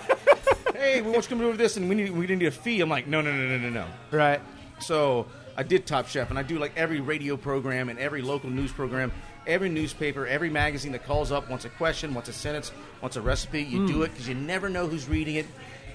[SPEAKER 4] hey, we want you to come over this, and we need we need a fee. I'm like, no, no, no, no, no, no.
[SPEAKER 2] Right.
[SPEAKER 4] So I did Top Chef, and I do like every radio program and every local news program, every newspaper, every magazine that calls up wants a question, wants a sentence, wants a recipe. You
[SPEAKER 2] Hmm.
[SPEAKER 4] do it because you never know who's reading it,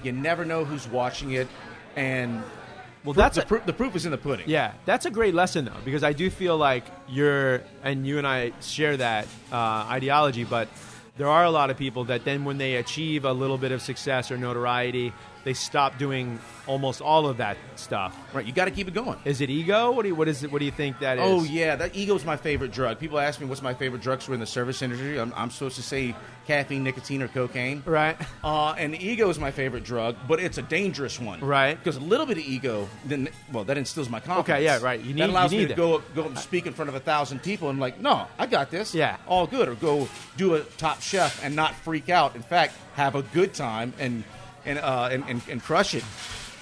[SPEAKER 4] you never know who's watching it, and
[SPEAKER 2] Well,
[SPEAKER 4] proof-
[SPEAKER 2] that's
[SPEAKER 4] the,
[SPEAKER 2] a-
[SPEAKER 4] proof- the proof is in the pudding.
[SPEAKER 2] Yeah, that's a great lesson though, because I do feel like you're and you and I share that uh, ideology, but there are a lot of people that then when they achieve a little bit of success or notoriety, they stop doing almost all of that stuff.
[SPEAKER 4] right. You got to keep it going.
[SPEAKER 2] Is it ego? What do you, what is it? What do you think that is?
[SPEAKER 4] Oh yeah, that ego's my favorite drug. People ask me what's my favorite drugs for in the service industry. I'm, I'm supposed to say caffeine, nicotine, or cocaine.
[SPEAKER 2] Right.
[SPEAKER 4] Uh, and ego is my favorite drug, but it's a dangerous one.
[SPEAKER 2] Right.
[SPEAKER 4] Because a little bit of ego, then well, that instills my confidence.
[SPEAKER 2] Okay, yeah, right. You need-
[SPEAKER 4] that allows
[SPEAKER 2] you
[SPEAKER 4] me
[SPEAKER 2] need
[SPEAKER 4] to
[SPEAKER 2] it.
[SPEAKER 4] go up, go up and speak in front of a thousand people and like, no, I got this.
[SPEAKER 2] Yeah.
[SPEAKER 4] all good. Or go do a top chef and not freak out. In fact, have a good time and and uh, and, and, and crush it.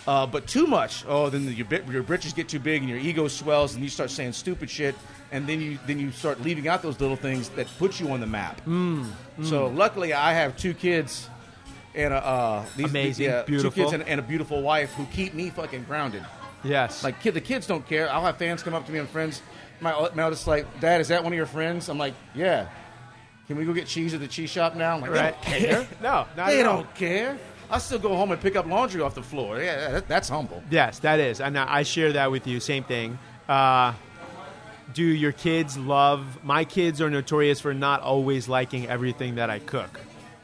[SPEAKER 4] Uh, but too much, oh, then your bit, your britches get too big and your ego swells and you start saying stupid shit, and then you then you start leaving out those little things that put you on the map. So
[SPEAKER 2] Mm.
[SPEAKER 4] luckily, I have two kids and a uh, these,
[SPEAKER 2] Amazing,
[SPEAKER 4] yeah, two
[SPEAKER 2] beautiful.
[SPEAKER 4] kids and, and a beautiful wife who keep me fucking grounded.
[SPEAKER 2] Yes.
[SPEAKER 4] Like kid, the kids don't care. I'll have fans come up to me and friends. My el- my eldest like, Dad, is that one of your friends? I'm like, Yeah. Can we go get cheese at the cheese shop now? I'm like,
[SPEAKER 2] right.
[SPEAKER 4] They don't care.
[SPEAKER 2] no, not
[SPEAKER 4] they
[SPEAKER 2] at all.
[SPEAKER 4] don't care. I still go home and pick up laundry off the floor. Yeah, that, that's humble.
[SPEAKER 2] Yes, that is, and I I share that with you. Same thing. Uh, do your kids love? My kids are notorious for not always liking everything that I cook.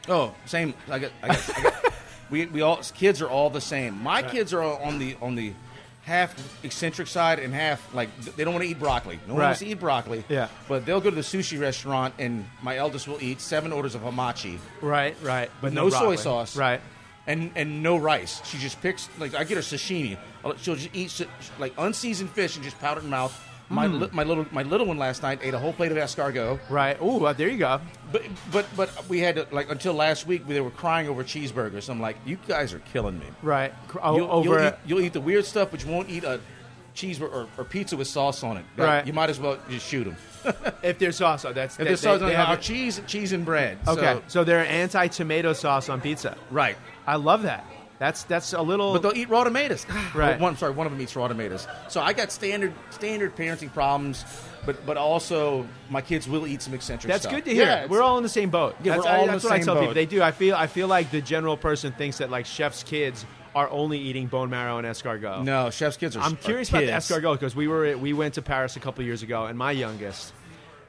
[SPEAKER 4] Oh, same. I got. I got, I got we we all kids are all the same. My kids are all on the on the half eccentric side and half like th- they don't want to eat broccoli. No one
[SPEAKER 2] Right.
[SPEAKER 4] wants to eat broccoli.
[SPEAKER 2] Yeah.
[SPEAKER 4] But they'll go to the sushi restaurant and my eldest will eat seven orders of hamachi
[SPEAKER 2] Right, right. But
[SPEAKER 4] no, soy
[SPEAKER 2] broccoli.
[SPEAKER 4] sauce.
[SPEAKER 2] Right.
[SPEAKER 4] And and no rice. She just picks like I get her sashimi. I'll- She'll just eat sa- like unseasoned fish and just powder it in mouth. My,
[SPEAKER 2] Hmm.
[SPEAKER 4] li- my little my little one last night ate a whole plate of escargot.
[SPEAKER 2] Right. Ooh, well, there you go.
[SPEAKER 4] But but but we had to, like until last week they were crying over cheeseburgers. I'm like, you guys are killing me.
[SPEAKER 2] Right. Cr- o-
[SPEAKER 4] You'll, you'll
[SPEAKER 2] Oh, over.
[SPEAKER 4] eat, you'll eat the weird stuff, but you won't eat a cheeseburger or, or pizza with sauce on it. Like,
[SPEAKER 2] Right.
[SPEAKER 4] You might as well just shoot them.
[SPEAKER 2] if there's sauce, on, that's
[SPEAKER 4] If
[SPEAKER 2] they-
[SPEAKER 4] there's sauce
[SPEAKER 2] they-
[SPEAKER 4] on
[SPEAKER 2] they
[SPEAKER 4] it,
[SPEAKER 2] have
[SPEAKER 4] oh,
[SPEAKER 2] it.
[SPEAKER 4] cheese, cheese and bread.
[SPEAKER 2] Okay, so,
[SPEAKER 4] So-
[SPEAKER 2] they're anti-tomato sauce on pizza.
[SPEAKER 4] right.
[SPEAKER 2] I love that. That's that's a little.
[SPEAKER 4] But they'll eat raw tomatoes.
[SPEAKER 2] Right.
[SPEAKER 4] One, sorry, one of them eats raw tomatoes. So I got standard standard parenting problems, but but also my kids will eat some eccentric
[SPEAKER 2] that's
[SPEAKER 4] stuff.
[SPEAKER 2] good to hear.
[SPEAKER 4] Yeah, it's-
[SPEAKER 2] we're all in the same boat.
[SPEAKER 4] Yeah,
[SPEAKER 2] that's
[SPEAKER 4] we're all
[SPEAKER 2] I,
[SPEAKER 4] in
[SPEAKER 2] that's
[SPEAKER 4] the
[SPEAKER 2] what I
[SPEAKER 4] same
[SPEAKER 2] tell people.
[SPEAKER 4] boat.
[SPEAKER 2] They do. I feel I feel like the general person thinks that like chefs' kids are only eating bone marrow and escargot.
[SPEAKER 4] No, chef's kids are
[SPEAKER 2] I'm
[SPEAKER 4] are
[SPEAKER 2] curious
[SPEAKER 4] kids.
[SPEAKER 2] about the escargot because we were we went to Paris a couple years ago, and my youngest,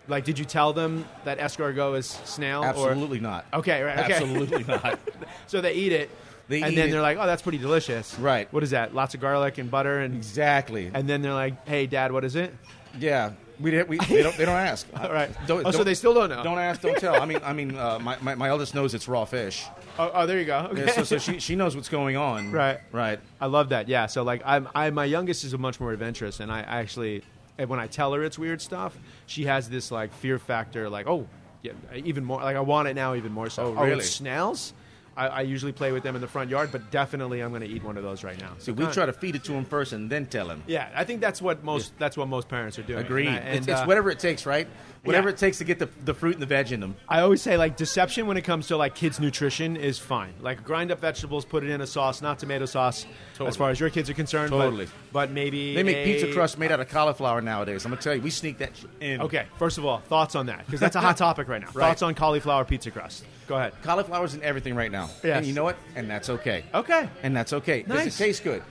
[SPEAKER 2] like, did you tell them that escargot is snail?
[SPEAKER 4] Absolutely not.
[SPEAKER 2] Okay, right, okay.
[SPEAKER 4] Absolutely not.
[SPEAKER 2] Or, so they eat it,
[SPEAKER 4] They
[SPEAKER 2] and
[SPEAKER 4] eat
[SPEAKER 2] then
[SPEAKER 4] it.
[SPEAKER 2] they're like, "Oh, that's pretty delicious."
[SPEAKER 4] Right.
[SPEAKER 2] What is that? Lots of garlic and butter, and
[SPEAKER 4] Exactly.
[SPEAKER 2] and then they're like, "Hey, Dad, what is it?"
[SPEAKER 4] Yeah, we, did, we they don't they don't ask.
[SPEAKER 2] All right.
[SPEAKER 4] Don't-
[SPEAKER 2] oh, so
[SPEAKER 4] don't-
[SPEAKER 2] they still don't know.
[SPEAKER 4] Don't ask, don't tell. I mean, I mean, uh, my, my my eldest knows it's raw fish,
[SPEAKER 2] Oh, oh, there you go. Okay.
[SPEAKER 4] Yeah, so, so she she knows what's going on.
[SPEAKER 2] Right.
[SPEAKER 4] right.
[SPEAKER 2] I love that. Yeah. So like, I'm, I my youngest is a much more adventurous, and I actually, and when I tell her it's weird stuff, she has this like fear factor, like oh, yeah, even more. Like I want it now, even more so.
[SPEAKER 4] Oh, really?
[SPEAKER 2] it's snails. I, I usually play with them in the front yard, but definitely I'm going to eat one of those right now.
[SPEAKER 4] So we
[SPEAKER 2] kinda-
[SPEAKER 4] try to feed it to him first and then tell him.
[SPEAKER 2] Yeah, I think that's what most that's what most parents are doing.
[SPEAKER 4] Agreed.
[SPEAKER 2] And I, and,
[SPEAKER 4] it's, it's
[SPEAKER 2] uh,
[SPEAKER 4] whatever it takes, right? Whatever
[SPEAKER 2] yeah.
[SPEAKER 4] it takes to get the, the fruit and the veg in them.
[SPEAKER 2] I always say like deception when it comes to like kids' nutrition is fine. Like grind up vegetables, put it in a sauce, not tomato sauce, as
[SPEAKER 4] Totally.
[SPEAKER 2] far as your kids are concerned. but-
[SPEAKER 4] Totally.
[SPEAKER 2] But, maybe
[SPEAKER 4] They make
[SPEAKER 2] a-
[SPEAKER 4] pizza crust made out of cauliflower nowadays. I'm gonna tell you, we sneak that shit in.
[SPEAKER 2] Okay, first of all, thoughts on that because that's a hot topic right now.
[SPEAKER 4] Right.
[SPEAKER 2] Thoughts on cauliflower pizza crust. Go ahead.
[SPEAKER 4] cauliflower's in everything right now.
[SPEAKER 2] Yes.
[SPEAKER 4] And you know what? And that's okay.
[SPEAKER 2] Okay.
[SPEAKER 4] And that's okay.
[SPEAKER 2] Nice.
[SPEAKER 4] Does it taste good?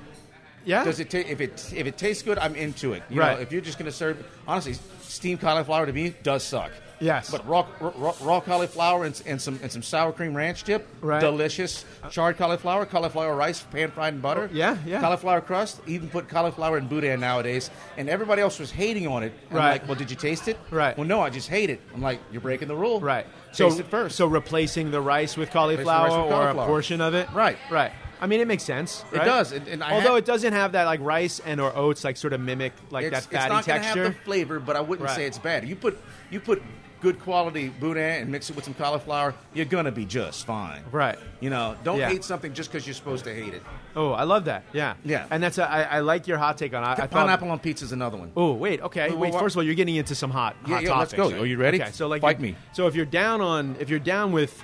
[SPEAKER 2] Yeah.
[SPEAKER 4] Does it ta- if it if it tastes good, I'm into it. You
[SPEAKER 2] Right.
[SPEAKER 4] know, if you're just going to serve honestly, steamed cauliflower to me does suck.
[SPEAKER 2] Yes.
[SPEAKER 4] But raw raw, raw cauliflower and, s- and some and some sour cream ranch dip,
[SPEAKER 2] Right.
[SPEAKER 4] delicious. Charred cauliflower, cauliflower rice, pan fried in butter.
[SPEAKER 2] Oh, yeah, yeah.
[SPEAKER 4] Cauliflower crust, even put cauliflower in boudin nowadays, and everybody else was hating on it. I'm
[SPEAKER 2] Right.
[SPEAKER 4] like, well, did you taste it?
[SPEAKER 2] Right.
[SPEAKER 4] Well, no, I just hate it. I'm like, you're breaking the rule.
[SPEAKER 2] right.
[SPEAKER 4] Taste it first.
[SPEAKER 2] So replacing the rice with cauliflower
[SPEAKER 4] rice with
[SPEAKER 2] or
[SPEAKER 4] cauliflower.
[SPEAKER 2] a portion of it.
[SPEAKER 4] Right.
[SPEAKER 2] Right. I mean, it makes sense.
[SPEAKER 4] It
[SPEAKER 2] right?
[SPEAKER 4] does, and- and I
[SPEAKER 2] although
[SPEAKER 4] ha-
[SPEAKER 2] it doesn't have that like rice and or oats like sort of mimic like
[SPEAKER 4] it's,
[SPEAKER 2] that fatty
[SPEAKER 4] it's not gonna
[SPEAKER 2] texture.
[SPEAKER 4] have the flavor, but I wouldn't
[SPEAKER 2] Right.
[SPEAKER 4] say it's bad. You put you put good quality boudin and mix it with some cauliflower, you're gonna be just fine.
[SPEAKER 2] Right.
[SPEAKER 4] You know, don't
[SPEAKER 2] Yeah.
[SPEAKER 4] hate something just because you're supposed to hate it.
[SPEAKER 2] Oh, I love that. Yeah.
[SPEAKER 4] Yeah.
[SPEAKER 2] And that's a, I, I like your hot take on. I, I thought-
[SPEAKER 4] Pineapple on pizza is another one.
[SPEAKER 2] Oh wait, okay.
[SPEAKER 4] Wait,
[SPEAKER 2] Wait,
[SPEAKER 4] what-
[SPEAKER 2] first of all, you're getting into some hot,
[SPEAKER 4] Yeah,
[SPEAKER 2] hot
[SPEAKER 4] yeah, let's
[SPEAKER 2] topics.
[SPEAKER 4] go. Are you ready?
[SPEAKER 2] Okay, so like,
[SPEAKER 4] Fight
[SPEAKER 2] you-
[SPEAKER 4] me.
[SPEAKER 2] So if you're down on, if you're down with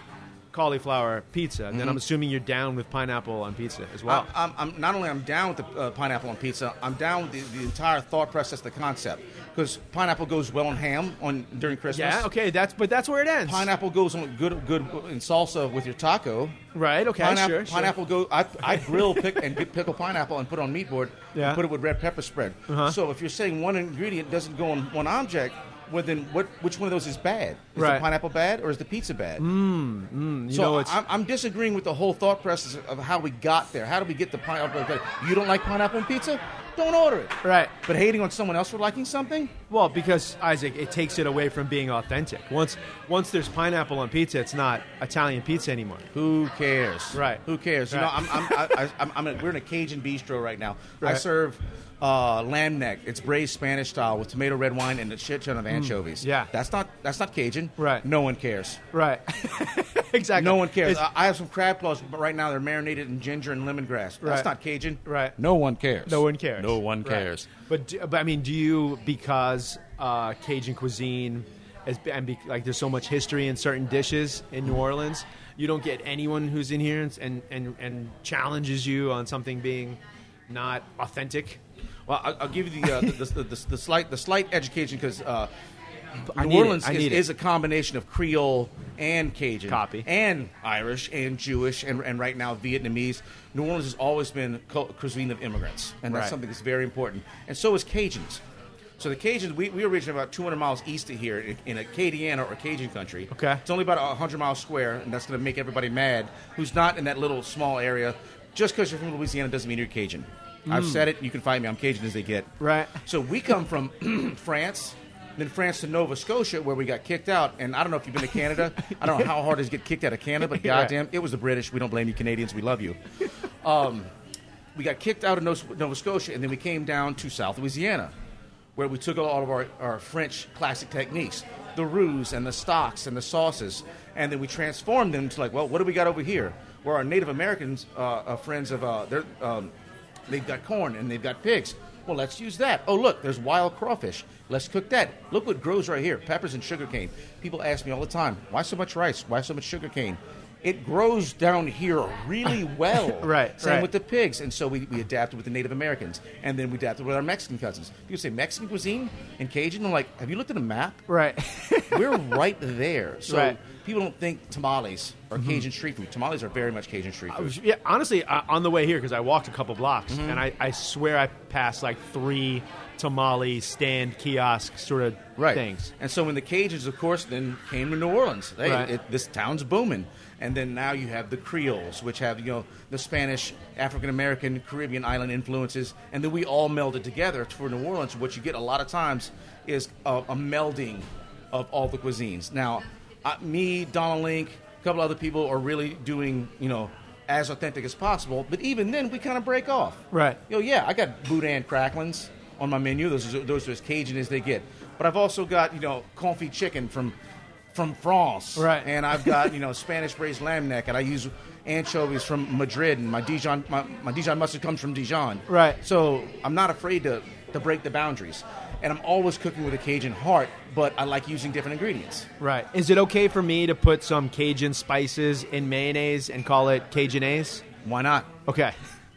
[SPEAKER 2] cauliflower pizza, and then
[SPEAKER 4] Mm-hmm.
[SPEAKER 2] I'm assuming you're down with pineapple on pizza as well.
[SPEAKER 4] Well, I'm, I'm not only I'm down with the uh, pineapple on pizza. I'm down with the, the entire thought process, the concept, because pineapple goes well on ham on during Christmas.
[SPEAKER 2] yeah, okay, that's but that's where it ends.
[SPEAKER 4] Pineapple goes on good good in salsa with your taco.
[SPEAKER 2] Right, okay,
[SPEAKER 4] Pineapple,
[SPEAKER 2] sure, sure.
[SPEAKER 4] pineapple go. I, I grill pick and get pickle pineapple and put on meat board.
[SPEAKER 2] Yeah.
[SPEAKER 4] And put it with red pepper spread.
[SPEAKER 2] Uh-huh.
[SPEAKER 4] So if you're saying one ingredient doesn't go on one object, well then what? Which one of those is bad? Is
[SPEAKER 2] Right. Mm,
[SPEAKER 4] the pineapple bad or is the pizza bad?
[SPEAKER 2] You
[SPEAKER 4] so
[SPEAKER 2] know, it's
[SPEAKER 4] I'm, I'm disagreeing with the whole thought process of how we got there. How do we get the pineapple? on pizza? You don't like pineapple on pizza? Don't order it.
[SPEAKER 2] right.
[SPEAKER 4] But hating on someone else for liking something?
[SPEAKER 2] Well, because Isaac, it takes it away from being authentic. Once once there's pineapple on pizza, it's not Italian pizza anymore.
[SPEAKER 4] Who cares?
[SPEAKER 2] Right.
[SPEAKER 4] Who cares? You
[SPEAKER 2] Right.
[SPEAKER 4] know, I'm, I'm, I, I, I'm, I'm in- we're in a Cajun bistro right now. I
[SPEAKER 2] Right.
[SPEAKER 4] serve uh, lamb neck. It's braised Spanish style with tomato red wine and a shit ton of anchovies.
[SPEAKER 2] Mm, yeah.
[SPEAKER 4] That's not that's not Cajun.
[SPEAKER 2] Right.
[SPEAKER 4] No one cares.
[SPEAKER 2] Right. exactly.
[SPEAKER 4] No one cares.
[SPEAKER 2] It's-
[SPEAKER 4] I I have some crab claws, but right now they're marinated in ginger and lemongrass. That's
[SPEAKER 2] Right.
[SPEAKER 4] not Cajun.
[SPEAKER 2] Right.
[SPEAKER 4] No one cares.
[SPEAKER 2] no one cares.
[SPEAKER 4] No one
[SPEAKER 2] Right.
[SPEAKER 4] cares.
[SPEAKER 2] But, do- but I mean, do you because uh, Cajun cuisine is and be, like there's so much history in certain dishes in New Orleans, you don't get anyone who's in here and and and, and challenges you on something being not authentic.
[SPEAKER 4] Well, I'll, I'll give you the, uh, the, the, the, the slight the slight education because uh,
[SPEAKER 2] I
[SPEAKER 4] New
[SPEAKER 2] need it.
[SPEAKER 4] Orleans
[SPEAKER 2] I
[SPEAKER 4] is,
[SPEAKER 2] need it.
[SPEAKER 4] is a combination of Creole and Cajun,
[SPEAKER 2] Copy.
[SPEAKER 4] and Irish and Jewish, and, and right now Vietnamese. New Orleans has always been cu- cuisine of immigrants, and that's
[SPEAKER 2] Right.
[SPEAKER 4] something that's very important. And so is Cajuns. So the Cajuns, we, we originate about 200 miles east of here in, in Acadiana or Cajun country.
[SPEAKER 2] Okay.
[SPEAKER 4] It's only about 100 miles square, and that's going to make everybody mad who's not in that little small area. Just because you're from Louisiana doesn't mean you're Cajun. I've said it. You can find me. I'm Cajun as they get.
[SPEAKER 2] Mm. Right.
[SPEAKER 4] So we come from France, then France to Nova Scotia, where we got kicked out. And I don't know if you've been to Canada. I don't know how hard it is to get kicked out of Canada, but
[SPEAKER 2] Yeah.
[SPEAKER 4] goddamn, it was the British. We don't blame you, Canadians. We love you. Um, we got kicked out of Nos- Nova Scotia, and then we came down to South Louisiana, where we took all of our, our French classic techniques the roux and the stocks and the sauces and then we transformed them to like, well, what do we got over here? Where our Native Americans, uh, uh, friends of, uh, their, um, they've got corn and they've got pigs. Well, let's use that. Oh, look, there's wild crawfish. Let's cook that. Look what grows right here peppers and sugarcane. People ask me all the time, why so much rice? Why so much sugarcane? It grows down here really well.
[SPEAKER 2] Right,
[SPEAKER 4] Same
[SPEAKER 2] right.
[SPEAKER 4] with the pigs. And so we, we adapted with the Native Americans. And then we adapted with our Mexican cousins. People say Mexican cuisine and Cajun. I'm like, have you looked at a map?
[SPEAKER 2] Right.
[SPEAKER 4] We're right there. So
[SPEAKER 2] Right. Mm-hmm.
[SPEAKER 4] people don't think tamales are Cajun street food. Tamales are very much Cajun street
[SPEAKER 2] I
[SPEAKER 4] food.
[SPEAKER 2] was- yeah, honestly, uh, on the way here because I walked a couple blocks, and I, I swear I passed like three tamale stand kiosk sort of
[SPEAKER 4] right.
[SPEAKER 2] things.
[SPEAKER 4] And so when the Cajuns, of course, then came to New Orleans, they,
[SPEAKER 2] Right.
[SPEAKER 4] it, this town's booming. And then now you have the Creoles, which have you know the Spanish, African American, Caribbean island influences, and then we all melded together for New Orleans. What you get a lot of times is a, a melding of all the cuisines. Now, I, me, Donald Link, a couple other people are really doing you know as authentic as possible. But even then, we kind of break off.
[SPEAKER 2] Right.
[SPEAKER 4] You know, yeah, I got boudin cracklings on my menu. Those are, those are as Cajun as they get. But I've also got you know confit chicken from from France,
[SPEAKER 2] Right.
[SPEAKER 4] And I've got you know Spanish braised lamb neck, and I use anchovies from Madrid, and my Dijon my, my Dijon mustard comes from Dijon,
[SPEAKER 2] Right.
[SPEAKER 4] So I'm not afraid to to break the boundaries, and I'm always cooking with a Cajun heart, but I like using different ingredients.
[SPEAKER 2] Right. Is it okay for me to put some Cajun spices in mayonnaise and call it Cajunese?
[SPEAKER 4] Why not?
[SPEAKER 2] Okay.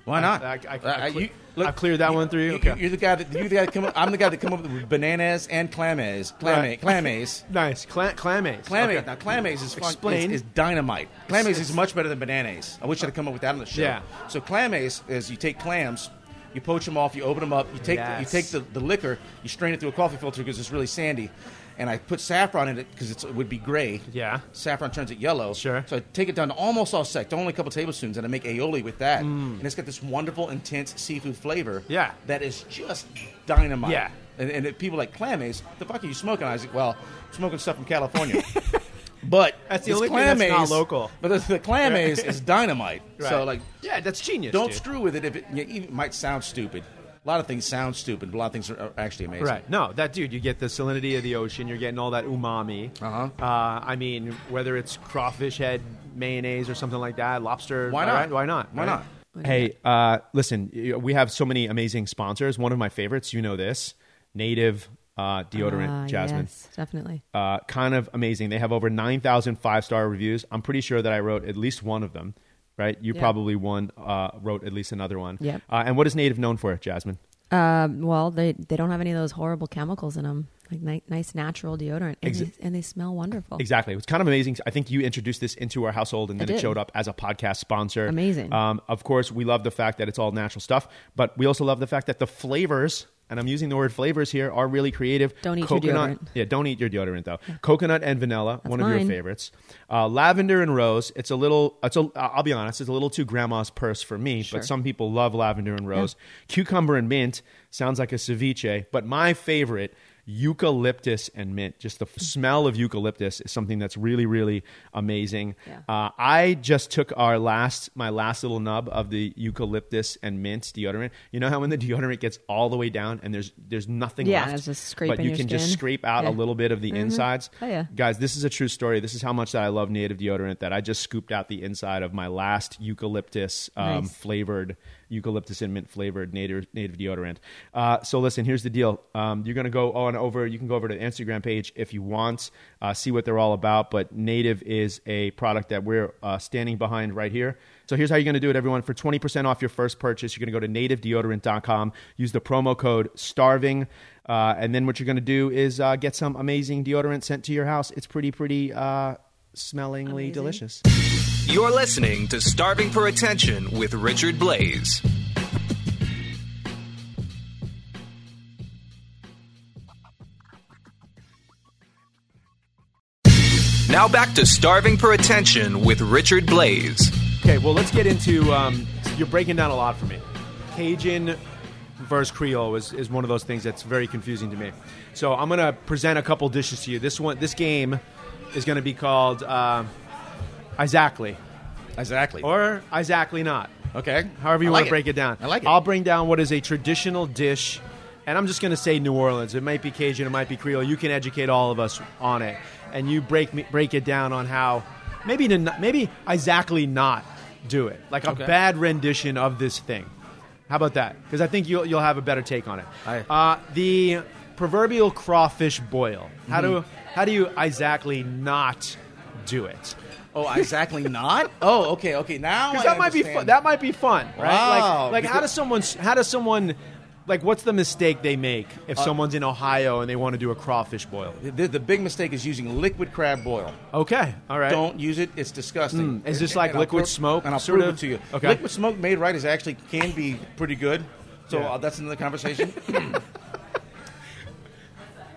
[SPEAKER 4] Why not?
[SPEAKER 2] I, I, I,
[SPEAKER 4] Uh,
[SPEAKER 2] cle-
[SPEAKER 4] you- look,
[SPEAKER 2] I've cleared that one through. you?
[SPEAKER 4] you-
[SPEAKER 2] Okay.
[SPEAKER 4] You're the guy that you're the guy that come up, I'm the guy that come up with bananas and clames, clame,
[SPEAKER 2] Right.
[SPEAKER 4] clames.
[SPEAKER 2] nice. Cla- clamace.
[SPEAKER 4] Clamace.
[SPEAKER 2] Okay.
[SPEAKER 4] Now, clamace is fun.
[SPEAKER 2] Explain.
[SPEAKER 4] Is, is dynamite. Clamace is much better than bananas. I wish I'd have come up with that on the show.
[SPEAKER 2] Yeah.
[SPEAKER 4] So clamace is you take clams, you poach them off, you open them up, you take the, you
[SPEAKER 2] Yes.
[SPEAKER 4] take the, the liquor, you strain it through a coffee filter because it's really sandy, and I put saffron in it because it would be gray.
[SPEAKER 2] Yeah.
[SPEAKER 4] Saffron turns it yellow.
[SPEAKER 2] Sure.
[SPEAKER 4] So I take it down to almost all sec, to only a couple tablespoons, and I make aioli with that, and it's got this wonderful intense seafood flavor.
[SPEAKER 2] Mm. Yeah.
[SPEAKER 4] That is just dynamite.
[SPEAKER 2] Yeah.
[SPEAKER 4] And, and if people like clamace, the fuck are you smoking, Isaac? Well, smoking stuff from California. But
[SPEAKER 2] That's the
[SPEAKER 4] this
[SPEAKER 2] only thing that's
[SPEAKER 4] clam
[SPEAKER 2] not
[SPEAKER 4] ace-
[SPEAKER 2] local.
[SPEAKER 4] But the, the clam ace is dynamite.
[SPEAKER 2] Right.
[SPEAKER 4] So like,
[SPEAKER 2] yeah, that's genius.
[SPEAKER 4] don't
[SPEAKER 2] dude.
[SPEAKER 4] screw with it if it, you know, it might sound stupid. A lot of things sound stupid. but A lot of things are are actually amazing.
[SPEAKER 2] Right. No, that dude, you get the salinity of the ocean. You're getting all that umami.
[SPEAKER 4] Uh-huh.
[SPEAKER 2] Uh, I mean, whether it's crawfish head mayonnaise or something like that, lobster.
[SPEAKER 4] Why
[SPEAKER 2] all
[SPEAKER 4] not?
[SPEAKER 2] right, Why not?
[SPEAKER 4] Why
[SPEAKER 2] right?
[SPEAKER 4] not?
[SPEAKER 2] Hey, uh, listen, y- we have so many amazing sponsors. One of my favorites, you know this, Native uh, deodorant,
[SPEAKER 3] Ah,
[SPEAKER 2] Jasmine.
[SPEAKER 3] Yes, definitely.
[SPEAKER 2] Uh, kind of amazing. They have over 9,000 five star reviews. I'm pretty sure that I wrote at least one of them, right? You
[SPEAKER 3] Yeah.
[SPEAKER 2] probably one uh, wrote at least another one.
[SPEAKER 3] Yep.
[SPEAKER 2] Uh, and what is Native known for, Jasmine?
[SPEAKER 3] Um, well, they they don't have any of those horrible chemicals in them. Like ni- nice natural deodorant, and,
[SPEAKER 2] Exa-
[SPEAKER 3] they, and they smell wonderful.
[SPEAKER 2] Exactly. It was kind of amazing. I think you introduced this into our household and then
[SPEAKER 3] I
[SPEAKER 2] it
[SPEAKER 3] did.
[SPEAKER 2] showed up as a podcast sponsor.
[SPEAKER 3] Amazing.
[SPEAKER 2] Um, of course, we love the fact that it's all natural stuff, but we also love the fact that the flavors, and I'm using the word flavors here, are really creative.
[SPEAKER 3] Don't eat your
[SPEAKER 2] Coconut,
[SPEAKER 3] deodorant.
[SPEAKER 2] Yeah, don't eat your deodorant though. Coconut and vanilla, one of your
[SPEAKER 3] mine.
[SPEAKER 2] favorites. Uh, lavender and rose. It's a little. It's a. I'll be honest. It's a little too grandma's purse for me.
[SPEAKER 3] Sure.
[SPEAKER 2] But some people love lavender and rose. Cucumber and mint sounds like a ceviche, but my favorite. Eucalyptus and mint. Just the
[SPEAKER 3] Mm.
[SPEAKER 2] f- smell of eucalyptus is something that's really, really amazing.
[SPEAKER 3] Yeah.
[SPEAKER 2] Uh, I just took our last, my last little nub of the eucalyptus and mint deodorant. You know how when the deodorant gets all the way down and there's there's nothing
[SPEAKER 3] Yeah,
[SPEAKER 2] left,
[SPEAKER 3] it's just
[SPEAKER 2] but
[SPEAKER 3] scraping
[SPEAKER 2] you
[SPEAKER 3] your
[SPEAKER 2] can just
[SPEAKER 3] skin.
[SPEAKER 2] scrape out a
[SPEAKER 3] Yeah.
[SPEAKER 2] little bit of the insides.
[SPEAKER 3] Oh, yeah.
[SPEAKER 2] Guys, this is a true story. This is how much that I love native deodorant that I just scooped out the inside of my last eucalyptus um,
[SPEAKER 3] Nice.
[SPEAKER 2] flavored, eucalyptus and mint flavored native, native deodorant. Uh, so listen, here's the deal. Um, you're going to go on over, you can go over to the Instagram page if you want, uh, see what they're all about. But native is a product that we're uh, standing behind right here. So here's how you're going to do it, everyone. For 20% off your first purchase, you're going to go to nativedeodorant.com, use the promo code STARVING. Uh, and then what you're going to do is uh, get some amazing deodorant sent to your house. It's pretty, pretty uh, smellingly
[SPEAKER 3] Amazing.
[SPEAKER 2] delicious.
[SPEAKER 1] You're listening to Starving for Attention with Richard Blaze. Now back to Starving for Attention with Richard Blaze.
[SPEAKER 2] Okay, well, let's get into. Um, you're breaking down a lot for me. Cajun versus Creole is, is one of those things that's very confusing to me. So I'm going to present a couple dishes to you. This one, this game, is going to be called uh, Exactly
[SPEAKER 4] Exactly.
[SPEAKER 2] or Exactly Not.
[SPEAKER 4] okay.
[SPEAKER 2] However you
[SPEAKER 4] I
[SPEAKER 2] want
[SPEAKER 4] like
[SPEAKER 2] to break it down.
[SPEAKER 4] I like it.
[SPEAKER 2] I'll bring down what is a traditional dish, and I'm just going to say New Orleans. It might be Cajun, it might be Creole. You can educate all of us on it, and you break me, break it down on how maybe to, not- maybe exactly not do it, like a
[SPEAKER 4] Okay.
[SPEAKER 2] bad rendition of this thing. How about that? Because I think you'll you'll have a better take on it.
[SPEAKER 4] Aye.
[SPEAKER 2] Uh, the proverbial crawfish boil. How
[SPEAKER 4] Mm-hmm.
[SPEAKER 2] do how do you exactly not do it?
[SPEAKER 4] oh, exactly not. Oh, okay, okay. Now
[SPEAKER 2] Because
[SPEAKER 4] I
[SPEAKER 2] that might be fun.
[SPEAKER 4] understand.
[SPEAKER 2] That might be fun, right?
[SPEAKER 4] Wow.
[SPEAKER 2] Like, like how does someone? How does someone? Like, what's the mistake they make if
[SPEAKER 4] Uh,
[SPEAKER 2] someone's in Ohio and they want to do a crawfish boil?
[SPEAKER 4] the, the big mistake is using liquid crab boil.
[SPEAKER 2] Okay, all right.
[SPEAKER 4] Don't use it. It's disgusting.
[SPEAKER 2] Mm. Is this
[SPEAKER 4] And-
[SPEAKER 2] like
[SPEAKER 4] and I'll
[SPEAKER 2] liquid
[SPEAKER 4] pro-
[SPEAKER 2] smoke,
[SPEAKER 4] And I'll
[SPEAKER 2] sort
[SPEAKER 4] prove
[SPEAKER 2] of?
[SPEAKER 4] it to you.
[SPEAKER 2] Okay.
[SPEAKER 4] Liquid smoke made right is actually can be pretty good. So
[SPEAKER 2] Yeah.
[SPEAKER 4] uh, that's another conversation.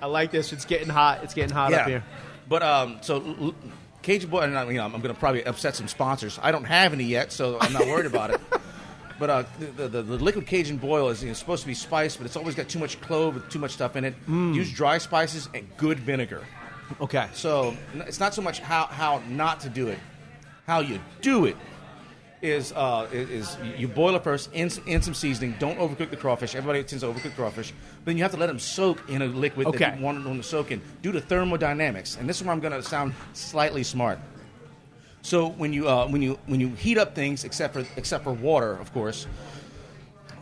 [SPEAKER 2] I like this. It's getting hot. It's getting hot up here.
[SPEAKER 4] But um, so l- l- Cajun boil. And I mean, I'm, going to probably upset some sponsors. I don't have any yet, so I'm not worried about it. But uh, the, the, the liquid Cajun boil is you know, supposed to be spiced, but it's always got too much clove with too much stuff in it.
[SPEAKER 2] Mm.
[SPEAKER 4] Use dry spices and good vinegar.
[SPEAKER 2] Okay.
[SPEAKER 4] So n- it's not so much how, how not to do it, how you do it is uh, is, is you boil it first in some, in some seasoning. Don't overcook the crawfish. Everybody tends to overcook crawfish. But then you have to let them soak in a liquid
[SPEAKER 2] Okay.
[SPEAKER 4] that you want them to soak in due to thermodynamics. And this is where I'm going to sound slightly smart. So when you uh, when you when you heat up things, except for except for water, of course,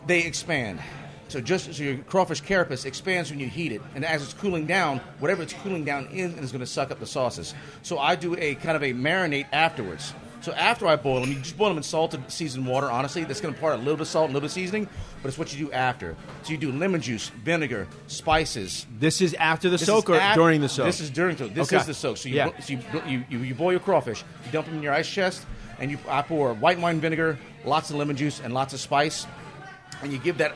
[SPEAKER 4] they expand. So just so your crawfish carapace expands when you heat it, and as it's cooling down, whatever it's cooling down in is going to suck up the sauces. So I do a kind of a marinade afterwards. So after I boil them, you just boil them in salted seasoned water. Honestly, that's going to part a little bit of salt, and a little bit of seasoning, but it's what you do after. So you do lemon juice, vinegar, spices,
[SPEAKER 2] This is after the
[SPEAKER 4] this
[SPEAKER 2] soak
[SPEAKER 4] is
[SPEAKER 2] or
[SPEAKER 4] af-
[SPEAKER 2] during the soak?
[SPEAKER 4] This is during the soak. This
[SPEAKER 2] Okay.
[SPEAKER 4] is the soak. So you,
[SPEAKER 2] Yeah.
[SPEAKER 4] bo- so you, bo- you, you, you boil your crawfish, you dump them in your ice chest, and you I pour white wine vinegar, lots of lemon juice, and lots of spice, and you give that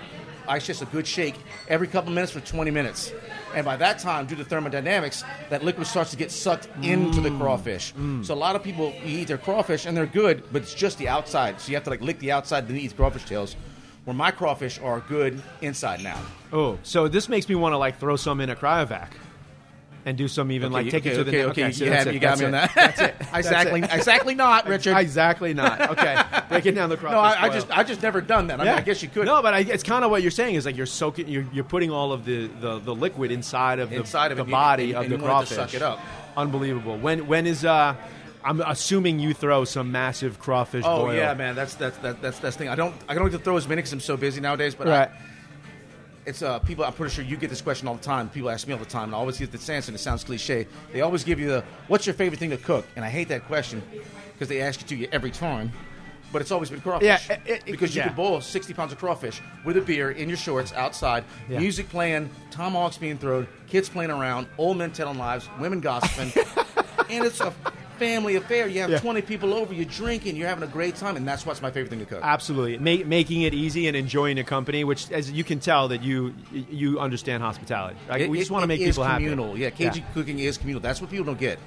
[SPEAKER 4] ice chest a good shake every couple minutes for 20 minutes. And by that time, due to thermodynamics, that liquid starts to get sucked into
[SPEAKER 2] Mm.
[SPEAKER 4] the crawfish. So a lot of people you eat their crawfish and they're good, but it's just the outside. So you have to like lick the outside then eat the crawfish tails. Where my crawfish are good inside now.
[SPEAKER 2] oh, so this makes me want to like throw some in a cryovac and do some even like
[SPEAKER 4] you-
[SPEAKER 2] take it to the next.
[SPEAKER 4] okay, okay, you,
[SPEAKER 2] so
[SPEAKER 4] you,
[SPEAKER 2] that's
[SPEAKER 4] have-
[SPEAKER 2] it,
[SPEAKER 4] you got
[SPEAKER 2] that's
[SPEAKER 4] me
[SPEAKER 2] it.
[SPEAKER 4] on that. That's it. exactly, exactly not, Richard.
[SPEAKER 2] Exactly not. Okay, breaking down the crawfish.
[SPEAKER 4] no, I, I
[SPEAKER 2] boil.
[SPEAKER 4] just, I just never done that. I, mean, I guess you could.
[SPEAKER 2] No, but I, it's kind of what you're saying is like you're soaking, you're, you're putting all of the, the, the liquid inside of the,
[SPEAKER 4] Inside of
[SPEAKER 2] the
[SPEAKER 4] it, you-
[SPEAKER 2] body
[SPEAKER 4] and-
[SPEAKER 2] of
[SPEAKER 4] and
[SPEAKER 2] the
[SPEAKER 4] you want it to
[SPEAKER 2] crawfish.
[SPEAKER 4] suck it up.
[SPEAKER 2] Unbelievable. When when is uh, I'm assuming you throw some massive crawfish.
[SPEAKER 4] oh
[SPEAKER 2] boil.
[SPEAKER 4] yeah, man, that's that's that, that's that's the thing. I don't, I don't like to throw as many because I'm so busy nowadays. But
[SPEAKER 2] Right.
[SPEAKER 4] I, it's uh, people. I'm pretty sure you get this question all the time. People ask me all the time, and I always get this answer. And it sounds cliche. They always give you the "What's your favorite thing to cook?" And I hate that question because they ask it to you every time. But it's always been crawfish.
[SPEAKER 2] Yeah, it- it-
[SPEAKER 4] because you
[SPEAKER 2] yeah.
[SPEAKER 4] could boil 60 pounds of crawfish with a beer in your shorts outside,
[SPEAKER 2] Yeah.
[SPEAKER 4] music playing, tomahawks being thrown, kids playing around, old men telling lies, women gossiping, and it's a family affair. You have
[SPEAKER 2] Yeah.
[SPEAKER 4] 20 people over, you're drinking, you're having a great time, and that's what's my favorite thing to cook.
[SPEAKER 2] Absolutely, Ma- making it easy and enjoying the company, which as you can tell that you you understand hospitality. Like,
[SPEAKER 4] It-
[SPEAKER 2] we just
[SPEAKER 4] it-
[SPEAKER 2] want to make
[SPEAKER 4] it is
[SPEAKER 2] people
[SPEAKER 4] communal.
[SPEAKER 2] happy.
[SPEAKER 4] Yeah, Cajun cooking is communal. That's what people don't get.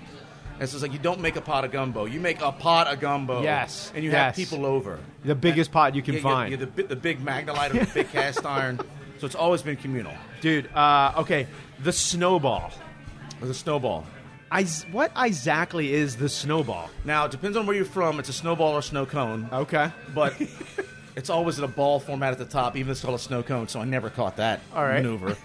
[SPEAKER 4] It's just like you don't make a pot of gumbo. You make a pot of gumbo.
[SPEAKER 2] Yes,
[SPEAKER 4] and you
[SPEAKER 2] yes.
[SPEAKER 4] have people over.
[SPEAKER 2] The biggest pot you can
[SPEAKER 4] Yeah, yeah,
[SPEAKER 2] find.
[SPEAKER 4] yeah, the, bi- the big Magna light or the big cast iron. So it's always been communal.
[SPEAKER 2] Dude, uh, okay, the snowball.
[SPEAKER 4] It's a snowball.
[SPEAKER 2] I what exactly is the snowball?
[SPEAKER 4] Now it depends on where you're from. It's a snowball or snow cone,
[SPEAKER 2] Okay,
[SPEAKER 4] but it's always in a ball format at the top. Even it's called a snow cone, so I never caught that
[SPEAKER 2] All right.
[SPEAKER 4] maneuver.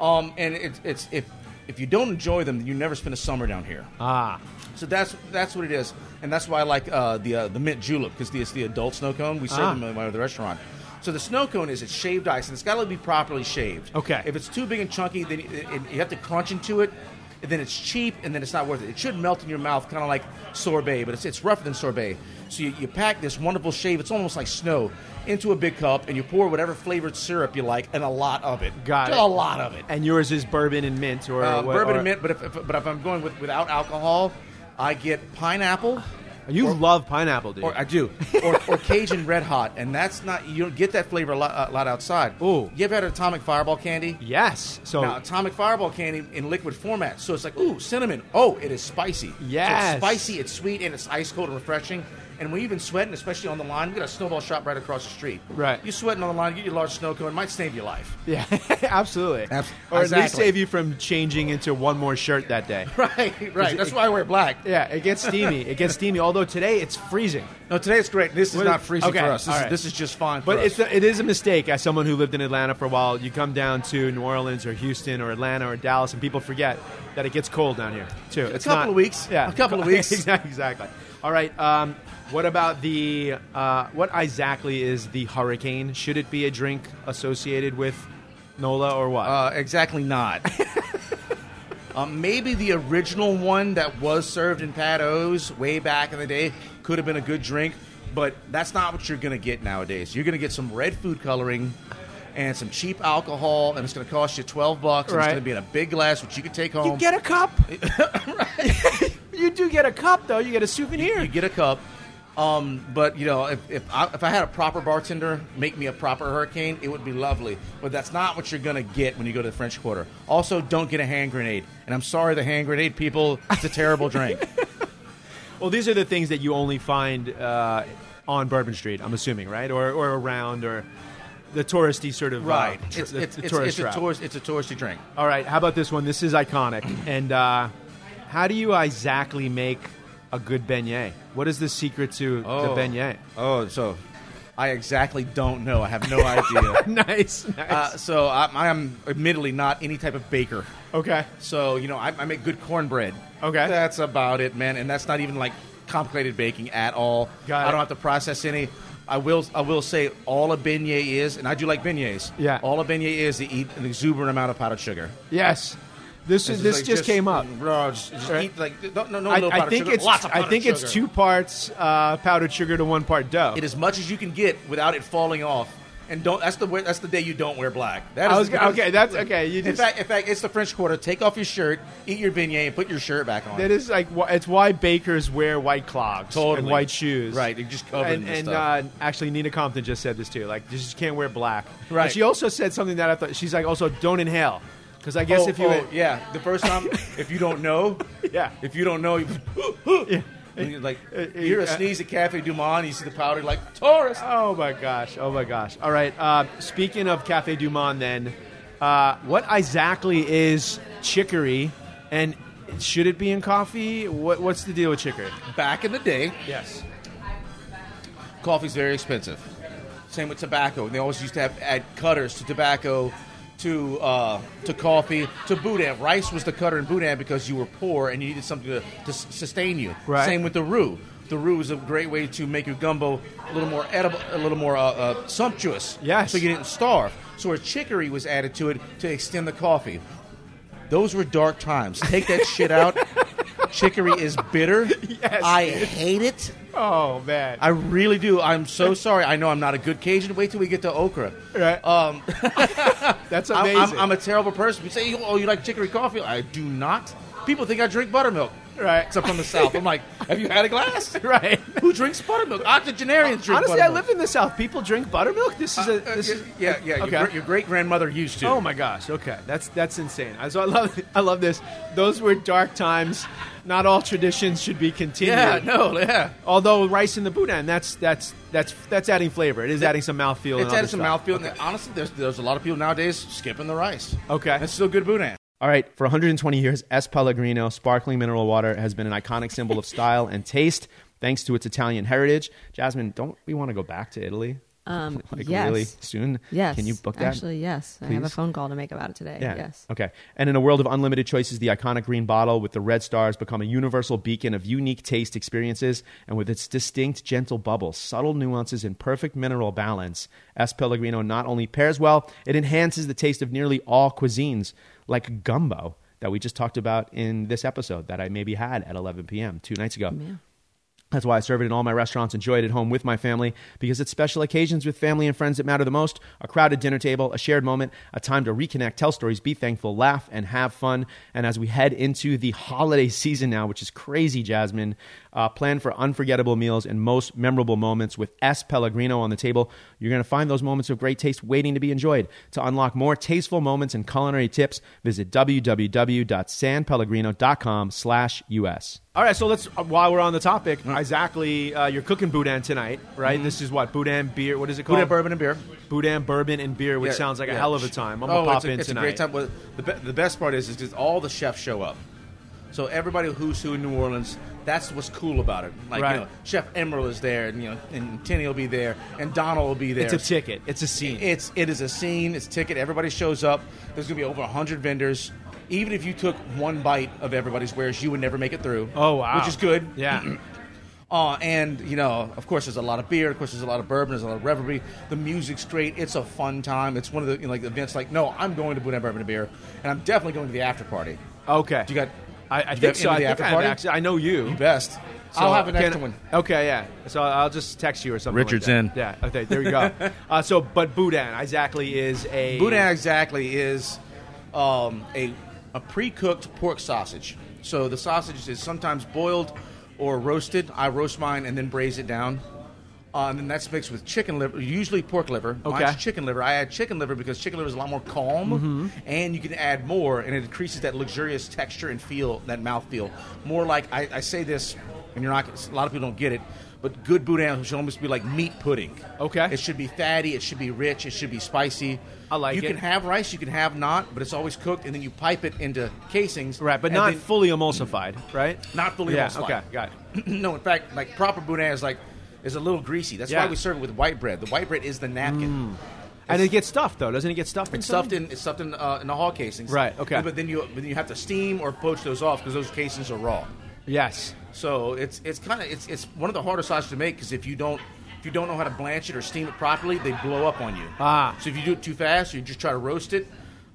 [SPEAKER 4] Um, and it's it's if if you don't enjoy them, then you never spend a summer down here.
[SPEAKER 2] ah,
[SPEAKER 4] So that's that's what it is, and that's why I like uh, the uh, the mint julep because it's the adult snow cone. We serve
[SPEAKER 2] Ah.
[SPEAKER 4] them in my other restaurant. So the snow cone is it's shaved ice, and it's got to be properly shaved.
[SPEAKER 2] Okay.
[SPEAKER 4] If it's too big and chunky, then it, it, you have to crunch into it, and then it's cheap, and then it's not worth it. It should melt in your mouth, kind of like sorbet, but it's it's rougher than sorbet. So you, you pack this wonderful shave, it's almost like snow, into a big cup, and you pour whatever flavored syrup you like, and a lot of it.
[SPEAKER 2] Got
[SPEAKER 4] Just
[SPEAKER 2] it.
[SPEAKER 4] A lot of it.
[SPEAKER 2] and yours is bourbon and mint or
[SPEAKER 4] Uh,
[SPEAKER 2] what-
[SPEAKER 4] bourbon
[SPEAKER 2] or-
[SPEAKER 4] and mint, but if, if but if I'm going with without alcohol, I get pineapple,
[SPEAKER 2] You love pineapple, dude.
[SPEAKER 4] or I do, or, or Cajun Red Hot, and that's not you don't get that flavor a lot, a lot outside.
[SPEAKER 2] Ooh.
[SPEAKER 4] you ever had Atomic Fireball candy?
[SPEAKER 2] yes. So
[SPEAKER 4] Now Atomic Fireball candy in liquid format, so it's like ooh cinnamon. Oh, it is spicy. So
[SPEAKER 2] Yes.
[SPEAKER 4] it's spicy, it's sweet, and it's ice cold and refreshing. And when you've been sweating, especially on the line, we got a snowball shop right across the street.
[SPEAKER 2] Right.
[SPEAKER 4] you sweating on the line, get your large snow cone, might save your life.
[SPEAKER 2] yeah, absolutely.
[SPEAKER 4] Abs-
[SPEAKER 2] or at least
[SPEAKER 4] exactly.
[SPEAKER 2] save you from changing into one more shirt that day.
[SPEAKER 4] Right, right. That's why I wear black.
[SPEAKER 2] Yeah, it gets steamy. it gets steamy. Although today it's freezing.
[SPEAKER 4] No, today it's great. This is
[SPEAKER 2] What is-
[SPEAKER 4] not freezing
[SPEAKER 2] okay,
[SPEAKER 4] for us. This,
[SPEAKER 2] all
[SPEAKER 4] is,
[SPEAKER 2] right.
[SPEAKER 4] this is just fine.
[SPEAKER 2] But
[SPEAKER 4] for
[SPEAKER 2] it's
[SPEAKER 4] us.
[SPEAKER 2] a, it is a mistake as someone who lived in Atlanta for a while. You come down to New Orleans or Houston or Atlanta or Dallas, and people forget that it gets cold down here too. It's
[SPEAKER 4] couple
[SPEAKER 2] not-
[SPEAKER 4] of weeks.
[SPEAKER 2] Yeah,
[SPEAKER 4] A couple of weeks.
[SPEAKER 2] exactly. Exactly. All right. Um, what about the uh, what exactly is the hurricane? Should it be a drink associated with Nola or what?
[SPEAKER 4] uh, exactly not. um, maybe the original one that was served in Pat O's way back in the day could have been a good drink, but that's not what you're going to get nowadays. You're going to get some red food coloring and some cheap alcohol, and it's going to cost you twelve bucks. And
[SPEAKER 2] Right.
[SPEAKER 4] it's going to be in a big glass, which you can take home.
[SPEAKER 2] you get a cup. you do get a cup though. You get a souvenir.
[SPEAKER 4] You get a cup. Um, but you know, if if I, if I had a proper bartender make me a proper hurricane, it would be lovely. But that's not what you're gonna get when you go to the French Quarter. Also, don't get a hand grenade. And I'm sorry, the hand grenade people. It's a terrible drink.
[SPEAKER 2] Well, these are the things that you only find uh, on Bourbon Street, I'm assuming, right? Or, or around, or the touristy sort of uh, tr-
[SPEAKER 4] it's
[SPEAKER 2] the-
[SPEAKER 4] it's,
[SPEAKER 2] the
[SPEAKER 4] it's,
[SPEAKER 2] tourist
[SPEAKER 4] it's a
[SPEAKER 2] trap.
[SPEAKER 4] tourist it's a touristy drink.
[SPEAKER 2] All right, how about this one? This is iconic. And uh, how do you exactly make a good beignet? What is the secret to the beignet?
[SPEAKER 4] Oh, so I exactly don't know. I have no idea.
[SPEAKER 2] nice, nice.
[SPEAKER 4] uh, so I, I am admittedly not any type of baker.
[SPEAKER 2] okay,
[SPEAKER 4] So you know, I, I make good cornbread.
[SPEAKER 2] Okay.
[SPEAKER 4] that's about it, man. And that's not even like complicated baking at all.
[SPEAKER 2] Got
[SPEAKER 4] I
[SPEAKER 2] it.
[SPEAKER 4] don't have to process any. I will. I will say all a beignet is, and I do like beignets.
[SPEAKER 2] Yeah.
[SPEAKER 4] all a beignet is to eat an exuberant amount of powdered sugar.
[SPEAKER 2] yes. This is,
[SPEAKER 4] It's
[SPEAKER 2] this
[SPEAKER 4] like
[SPEAKER 2] just, came up.
[SPEAKER 4] Raw, just, just
[SPEAKER 2] Right.
[SPEAKER 4] eat like no, no, no
[SPEAKER 2] I,
[SPEAKER 4] little
[SPEAKER 2] I
[SPEAKER 4] powdered
[SPEAKER 2] think
[SPEAKER 4] sugar.
[SPEAKER 2] it's
[SPEAKER 4] Lots of
[SPEAKER 2] I
[SPEAKER 4] powdered
[SPEAKER 2] think it's
[SPEAKER 4] sugar.
[SPEAKER 2] two parts uh, powdered sugar to one part dough.
[SPEAKER 4] It as much as you can get without it falling off. And don't. That's the way- that's the day you don't wear black. That
[SPEAKER 2] I
[SPEAKER 4] is
[SPEAKER 2] was gonna- okay, that's- okay, you
[SPEAKER 4] in
[SPEAKER 2] just-
[SPEAKER 4] fact, in fact, it's the French Quarter. Take off your shirt, eat your beignet, and put your shirt back on.
[SPEAKER 2] That is like wh- it's why bakers wear white clogs and
[SPEAKER 4] Totally.
[SPEAKER 2] white shoes,
[SPEAKER 4] Right, they're just covered
[SPEAKER 2] And,
[SPEAKER 4] in this
[SPEAKER 2] and
[SPEAKER 4] stuff.
[SPEAKER 2] Uh, actually, Nina Compton just said this too. Like, you just can't wear black.
[SPEAKER 4] Right.
[SPEAKER 2] And she also said something that I thought she's like, also don't inhale, because I guess
[SPEAKER 4] Oh,
[SPEAKER 2] if you,
[SPEAKER 4] oh, yeah, the first time, if you don't know,
[SPEAKER 2] Yeah.
[SPEAKER 4] if you don't know, you, and you're like
[SPEAKER 2] Uh, uh,
[SPEAKER 4] you hear a
[SPEAKER 2] uh,
[SPEAKER 4] sneeze at Cafe Dumont, you see the powder, you're like Taurus.
[SPEAKER 2] Oh my gosh, oh my gosh. All right. Uh, speaking of Cafe Du Monde, then, uh, what exactly is chicory, and should it be in coffee? What, what's the deal with chicory?
[SPEAKER 4] Back in the day,
[SPEAKER 2] Yes.
[SPEAKER 4] coffee's very expensive. Same with tobacco. They always used to have add cutters to tobacco, to uh, to coffee, to boudin. Rice was the cutter in boudin because you were poor and you needed something to, to s- sustain you.
[SPEAKER 2] Right.
[SPEAKER 4] Same with the roux. The roux is a great way to make your gumbo a little more edible, a little more uh, uh, sumptuous.
[SPEAKER 2] Yes.
[SPEAKER 4] So you didn't starve. so a chicory was added to it to extend the coffee. Those were dark times. Take that shit out. Chicory is bitter.
[SPEAKER 2] Yes.
[SPEAKER 4] I hate it.
[SPEAKER 2] Oh man.
[SPEAKER 4] I really do. I'm so sorry. I know I'm not a good Cajun. Wait till we get to okra.
[SPEAKER 2] Right.
[SPEAKER 4] Um,
[SPEAKER 2] That's
[SPEAKER 4] I'm-
[SPEAKER 2] amazing.
[SPEAKER 4] I'm, I'm a terrible person. You say, oh, you like chicory coffee? I do not. People think I drink buttermilk.
[SPEAKER 2] Right.
[SPEAKER 4] Except from the South. I'm like, have you had a glass?
[SPEAKER 2] right.
[SPEAKER 4] Who drinks buttermilk? Octogenarians drink
[SPEAKER 2] Honestly, I
[SPEAKER 4] buttermilk. Uh,
[SPEAKER 2] live in the South. People drink buttermilk. This is a. This is
[SPEAKER 4] yeah, yeah. Your,
[SPEAKER 2] Okay.
[SPEAKER 4] gr- your great grandmother used to.
[SPEAKER 2] Oh my gosh! Okay, that's that's insane. I- So I love I love this. Those were dark times. Not all traditions should be continued.
[SPEAKER 4] Yeah, no, yeah.
[SPEAKER 2] Although rice in the boudin, that's that's that's that's adding flavor. It is adding some mouthfeel. and
[SPEAKER 4] It's
[SPEAKER 2] other
[SPEAKER 4] added some
[SPEAKER 2] stuff.
[SPEAKER 4] mouthfeel. And honestly, there's, there's a lot of people nowadays skipping the rice.
[SPEAKER 2] Okay.
[SPEAKER 4] That's still good boudin.
[SPEAKER 2] All right, for 120 years, S. Pellegrino sparkling mineral water has been an iconic symbol of style and taste, thanks to its Italian heritage. Jasmine, don't we want to go back to Italy?
[SPEAKER 3] Um,
[SPEAKER 2] like
[SPEAKER 3] yes.
[SPEAKER 2] really soon?
[SPEAKER 3] Yes.
[SPEAKER 2] Can you book that?
[SPEAKER 3] Actually, yes. I have a
[SPEAKER 2] Please?
[SPEAKER 3] phone call to make about it today.
[SPEAKER 2] Yeah.
[SPEAKER 3] Yes.
[SPEAKER 2] Okay. And in a world of unlimited choices, the iconic green bottle with the red stars become a universal beacon of unique taste experiences. And with its distinct, gentle bubbles, subtle nuances, and perfect mineral balance, S. Pellegrino not only pairs well, it enhances the taste of nearly all cuisines, like gumbo that we just talked about in this episode that I maybe had at 11 p.m. two nights ago.
[SPEAKER 3] Yeah.
[SPEAKER 2] That's why I serve it in all my restaurants, enjoy it at home with my family, because it's special occasions with family and friends that matter the most a crowded dinner table, a shared moment, a time to reconnect, tell stories, be thankful, laugh, and have fun. And as we head into the holiday season now, which is crazy, Jasmine, uh, plan for unforgettable meals and most memorable moments with S. Pellegrino on the table. You're going to find those moments of great taste waiting to be enjoyed. To unlock more tasteful moments and culinary tips, visit www.sanpellegrino.com slash US. All right, so let's. Uh, while we're on the topic, exactly, uh, you're cooking boudin tonight, right? This is what boudin beer. What is it called?
[SPEAKER 4] Boudin bourbon and beer.
[SPEAKER 2] Boudin bourbon and beer, which
[SPEAKER 4] Yeah,
[SPEAKER 2] sounds like a
[SPEAKER 4] yeah.
[SPEAKER 2] hell of a time. I'm
[SPEAKER 4] Oh,
[SPEAKER 2] gonna pop
[SPEAKER 4] it's a,
[SPEAKER 2] in
[SPEAKER 4] it's
[SPEAKER 2] tonight.
[SPEAKER 4] a great time. Well, the, be- the best part is, is 'cause all the chefs show up. So everybody who's who in New Orleans, that's what's cool about it. Like
[SPEAKER 2] Right.
[SPEAKER 4] you know, Chef Emerald is there, and you know, and Tenny will be there, and Donald will be there.
[SPEAKER 2] It's a ticket. It's a scene.
[SPEAKER 4] It's it is a scene. It's ticket. Everybody shows up. There's gonna be over hundred vendors. Even if you took one bite of everybody's wares, you would never make it through.
[SPEAKER 2] oh wow,
[SPEAKER 4] which is good.
[SPEAKER 2] Yeah,
[SPEAKER 4] Uh, and you know, of course, there's a lot of beer. Of course, there's a lot of bourbon. There's a lot of revelry. The music's great. It's a fun time. It's one of the you know, like events. Like, no, I'm going to Boudin Bourbon and Beer, and I'm definitely going to the after party.
[SPEAKER 2] okay.
[SPEAKER 4] Do you got?
[SPEAKER 2] I,
[SPEAKER 4] do
[SPEAKER 2] I
[SPEAKER 4] you
[SPEAKER 2] think
[SPEAKER 4] have
[SPEAKER 2] so.
[SPEAKER 4] any
[SPEAKER 2] I
[SPEAKER 4] of
[SPEAKER 2] think
[SPEAKER 4] the after
[SPEAKER 2] I have
[SPEAKER 4] party?
[SPEAKER 2] access- I know you.
[SPEAKER 4] You best. I'll have an
[SPEAKER 2] can-
[SPEAKER 4] extra one.
[SPEAKER 2] Okay, yeah. So I'll just text you or something. like
[SPEAKER 4] Richard's
[SPEAKER 2] that.
[SPEAKER 4] in.
[SPEAKER 2] Yeah. Okay. There you go. uh, so, but boudin exactly is a
[SPEAKER 4] Boudin exactly is um, a a pre-cooked pork sausage. So the sausage is sometimes boiled or roasted. I roast mine and then braise it down. Uh, and then that's mixed with chicken liver, usually pork liver.
[SPEAKER 2] Okay. Mm-hmm.
[SPEAKER 4] Mine's chicken liver. I add chicken liver because chicken liver is a lot more calm, and you can add more, and it increases that luxurious texture and feel, that mouth feel. More like I, I say this, and you're not. A lot of people don't get it, but good boudin should almost be like meat pudding.
[SPEAKER 2] Okay.
[SPEAKER 4] It should be fatty. It should be rich. It should be spicy.
[SPEAKER 2] I like
[SPEAKER 4] you
[SPEAKER 2] it.
[SPEAKER 4] can have rice, you can have not, but it's always cooked, and then you pipe it into casings.
[SPEAKER 2] Right, but
[SPEAKER 4] and
[SPEAKER 2] not
[SPEAKER 4] then-
[SPEAKER 2] fully emulsified, right?
[SPEAKER 4] not fully
[SPEAKER 2] yeah,
[SPEAKER 4] emulsified.
[SPEAKER 2] Okay, got it.
[SPEAKER 4] no, in fact, like proper boudin is like is a little greasy. That's
[SPEAKER 2] Yeah. Mm.
[SPEAKER 4] why we serve it with white bread. The white bread is the napkin.
[SPEAKER 2] And it gets stuffed though, doesn't it get stuffed?
[SPEAKER 4] It's stuffed in. It's stuffed in uh, in the hall casings.
[SPEAKER 2] Right, okay.
[SPEAKER 4] But then you but then you have to steam or poach those off because those casings are raw.
[SPEAKER 2] Yes.
[SPEAKER 4] So it's it's kind of it's it's one of the harder sauces to make because if you don't if you don't know how to blanch it or steam it properly, they blow up on you.
[SPEAKER 2] Ah.
[SPEAKER 4] So if you do it too fast, or you just try to roast it.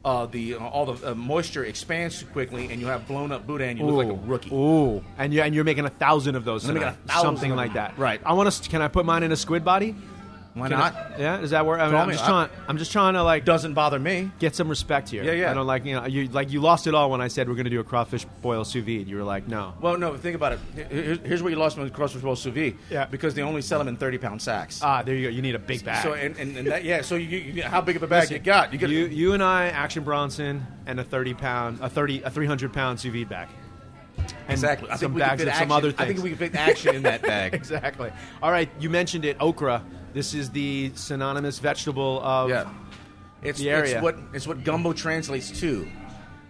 [SPEAKER 4] Uh, the uh, all the uh, moisture expands too quickly, and you have blown up boudin. You look like a rookie.
[SPEAKER 2] Ooh, and you're and you're making a thousand of those.
[SPEAKER 4] I'm making
[SPEAKER 2] tonight.
[SPEAKER 4] a thousand
[SPEAKER 2] something
[SPEAKER 4] of
[SPEAKER 2] like
[SPEAKER 4] them.
[SPEAKER 2] that.
[SPEAKER 4] Right.
[SPEAKER 2] I want to. Can I put mine in a squid body?
[SPEAKER 4] Why
[SPEAKER 2] Can I-
[SPEAKER 4] not?
[SPEAKER 2] yeah. Does that work? I mean,
[SPEAKER 4] Throw
[SPEAKER 2] I'm
[SPEAKER 4] me
[SPEAKER 2] just
[SPEAKER 4] up.
[SPEAKER 2] trying. I'm just trying to like
[SPEAKER 4] Doesn't bother me.
[SPEAKER 2] get some respect here.
[SPEAKER 4] Yeah, yeah.
[SPEAKER 2] I don't like you know you like you lost it all when I said we're going to do a crawfish boil sous vide. You were like, no.
[SPEAKER 4] Well, no, think about it. Here- here- Here's where you lost me with CrossFit Bowl sous vide.
[SPEAKER 2] Yeah.
[SPEAKER 4] Because they only sell them in 30 pound sacks.
[SPEAKER 2] Ah, there you go. You need a big bag.
[SPEAKER 4] So and, and, and that, yeah. So you, you how big of a bag
[SPEAKER 2] Listen,
[SPEAKER 4] you got? You
[SPEAKER 2] You,
[SPEAKER 4] got
[SPEAKER 2] you, and I, Action Bronson, and a thirty pound, a thirty, a three hundred pound sous vide bag. And
[SPEAKER 4] exactly. I think
[SPEAKER 2] some
[SPEAKER 4] we can
[SPEAKER 2] bags
[SPEAKER 4] fit
[SPEAKER 2] of some
[SPEAKER 4] action-
[SPEAKER 2] other things.
[SPEAKER 4] I think we can fit action in that bag.
[SPEAKER 2] exactly. All right, you mentioned it, okra. This is the synonymous vegetable of.
[SPEAKER 4] Yeah. It's,
[SPEAKER 2] The area.
[SPEAKER 4] it's what it's what gumbo translates to.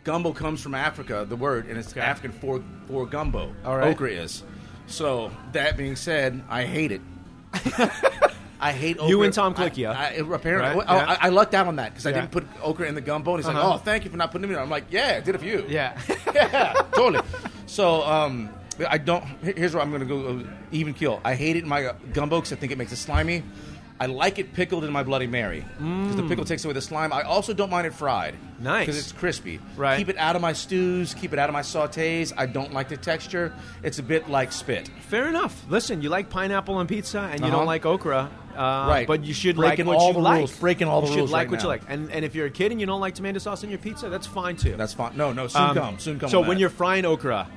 [SPEAKER 4] Gumbo comes from Africa, the word, and it's
[SPEAKER 2] Okay.
[SPEAKER 4] African for for gumbo.
[SPEAKER 2] All right.
[SPEAKER 4] Okra is. So that being said, I hate it. I hate okra.
[SPEAKER 2] You and Tom Clickia.
[SPEAKER 4] I, I, apparently,
[SPEAKER 2] Right?
[SPEAKER 4] I,
[SPEAKER 2] Yeah.
[SPEAKER 4] I, I lucked out on that because I
[SPEAKER 2] Yeah.
[SPEAKER 4] didn't put okra in the gumbo. And he's
[SPEAKER 2] Uh-huh.
[SPEAKER 4] like, "Oh, thank you for not putting it in." there." I'm like, "Yeah, I did it for you."
[SPEAKER 2] Yeah.
[SPEAKER 4] yeah, totally. So um, I don't. here- Here's where I'm going to go uh, even kill. I hate it in my gumbo because I think it makes it slimy. I like it pickled in my Bloody Mary because the pickle takes away the slime. I also don't mind it fried.
[SPEAKER 2] Mm. Nice.
[SPEAKER 4] because it's crispy.
[SPEAKER 2] Right.
[SPEAKER 4] Keep it out of my stews. Keep it out of my sautés. I don't like the texture. It's a bit like spit.
[SPEAKER 2] Fair enough. Listen, you like pineapple on pizza, and you
[SPEAKER 4] Uh-huh.
[SPEAKER 2] don't like okra, uh,
[SPEAKER 4] Right.
[SPEAKER 2] But you should
[SPEAKER 4] Breaking
[SPEAKER 2] like what
[SPEAKER 4] all
[SPEAKER 2] you
[SPEAKER 4] the
[SPEAKER 2] like.
[SPEAKER 4] rules. Breaking all the
[SPEAKER 2] you should
[SPEAKER 4] rules
[SPEAKER 2] like
[SPEAKER 4] right
[SPEAKER 2] what you
[SPEAKER 4] now.
[SPEAKER 2] like. And and if you're a kid and you don't like tomato sauce on your pizza, that's fine too.
[SPEAKER 4] That's fine. No, no. Soon
[SPEAKER 2] Um,
[SPEAKER 4] come. Soon come.
[SPEAKER 2] So
[SPEAKER 4] on
[SPEAKER 2] when
[SPEAKER 4] that.
[SPEAKER 2] you're frying okra,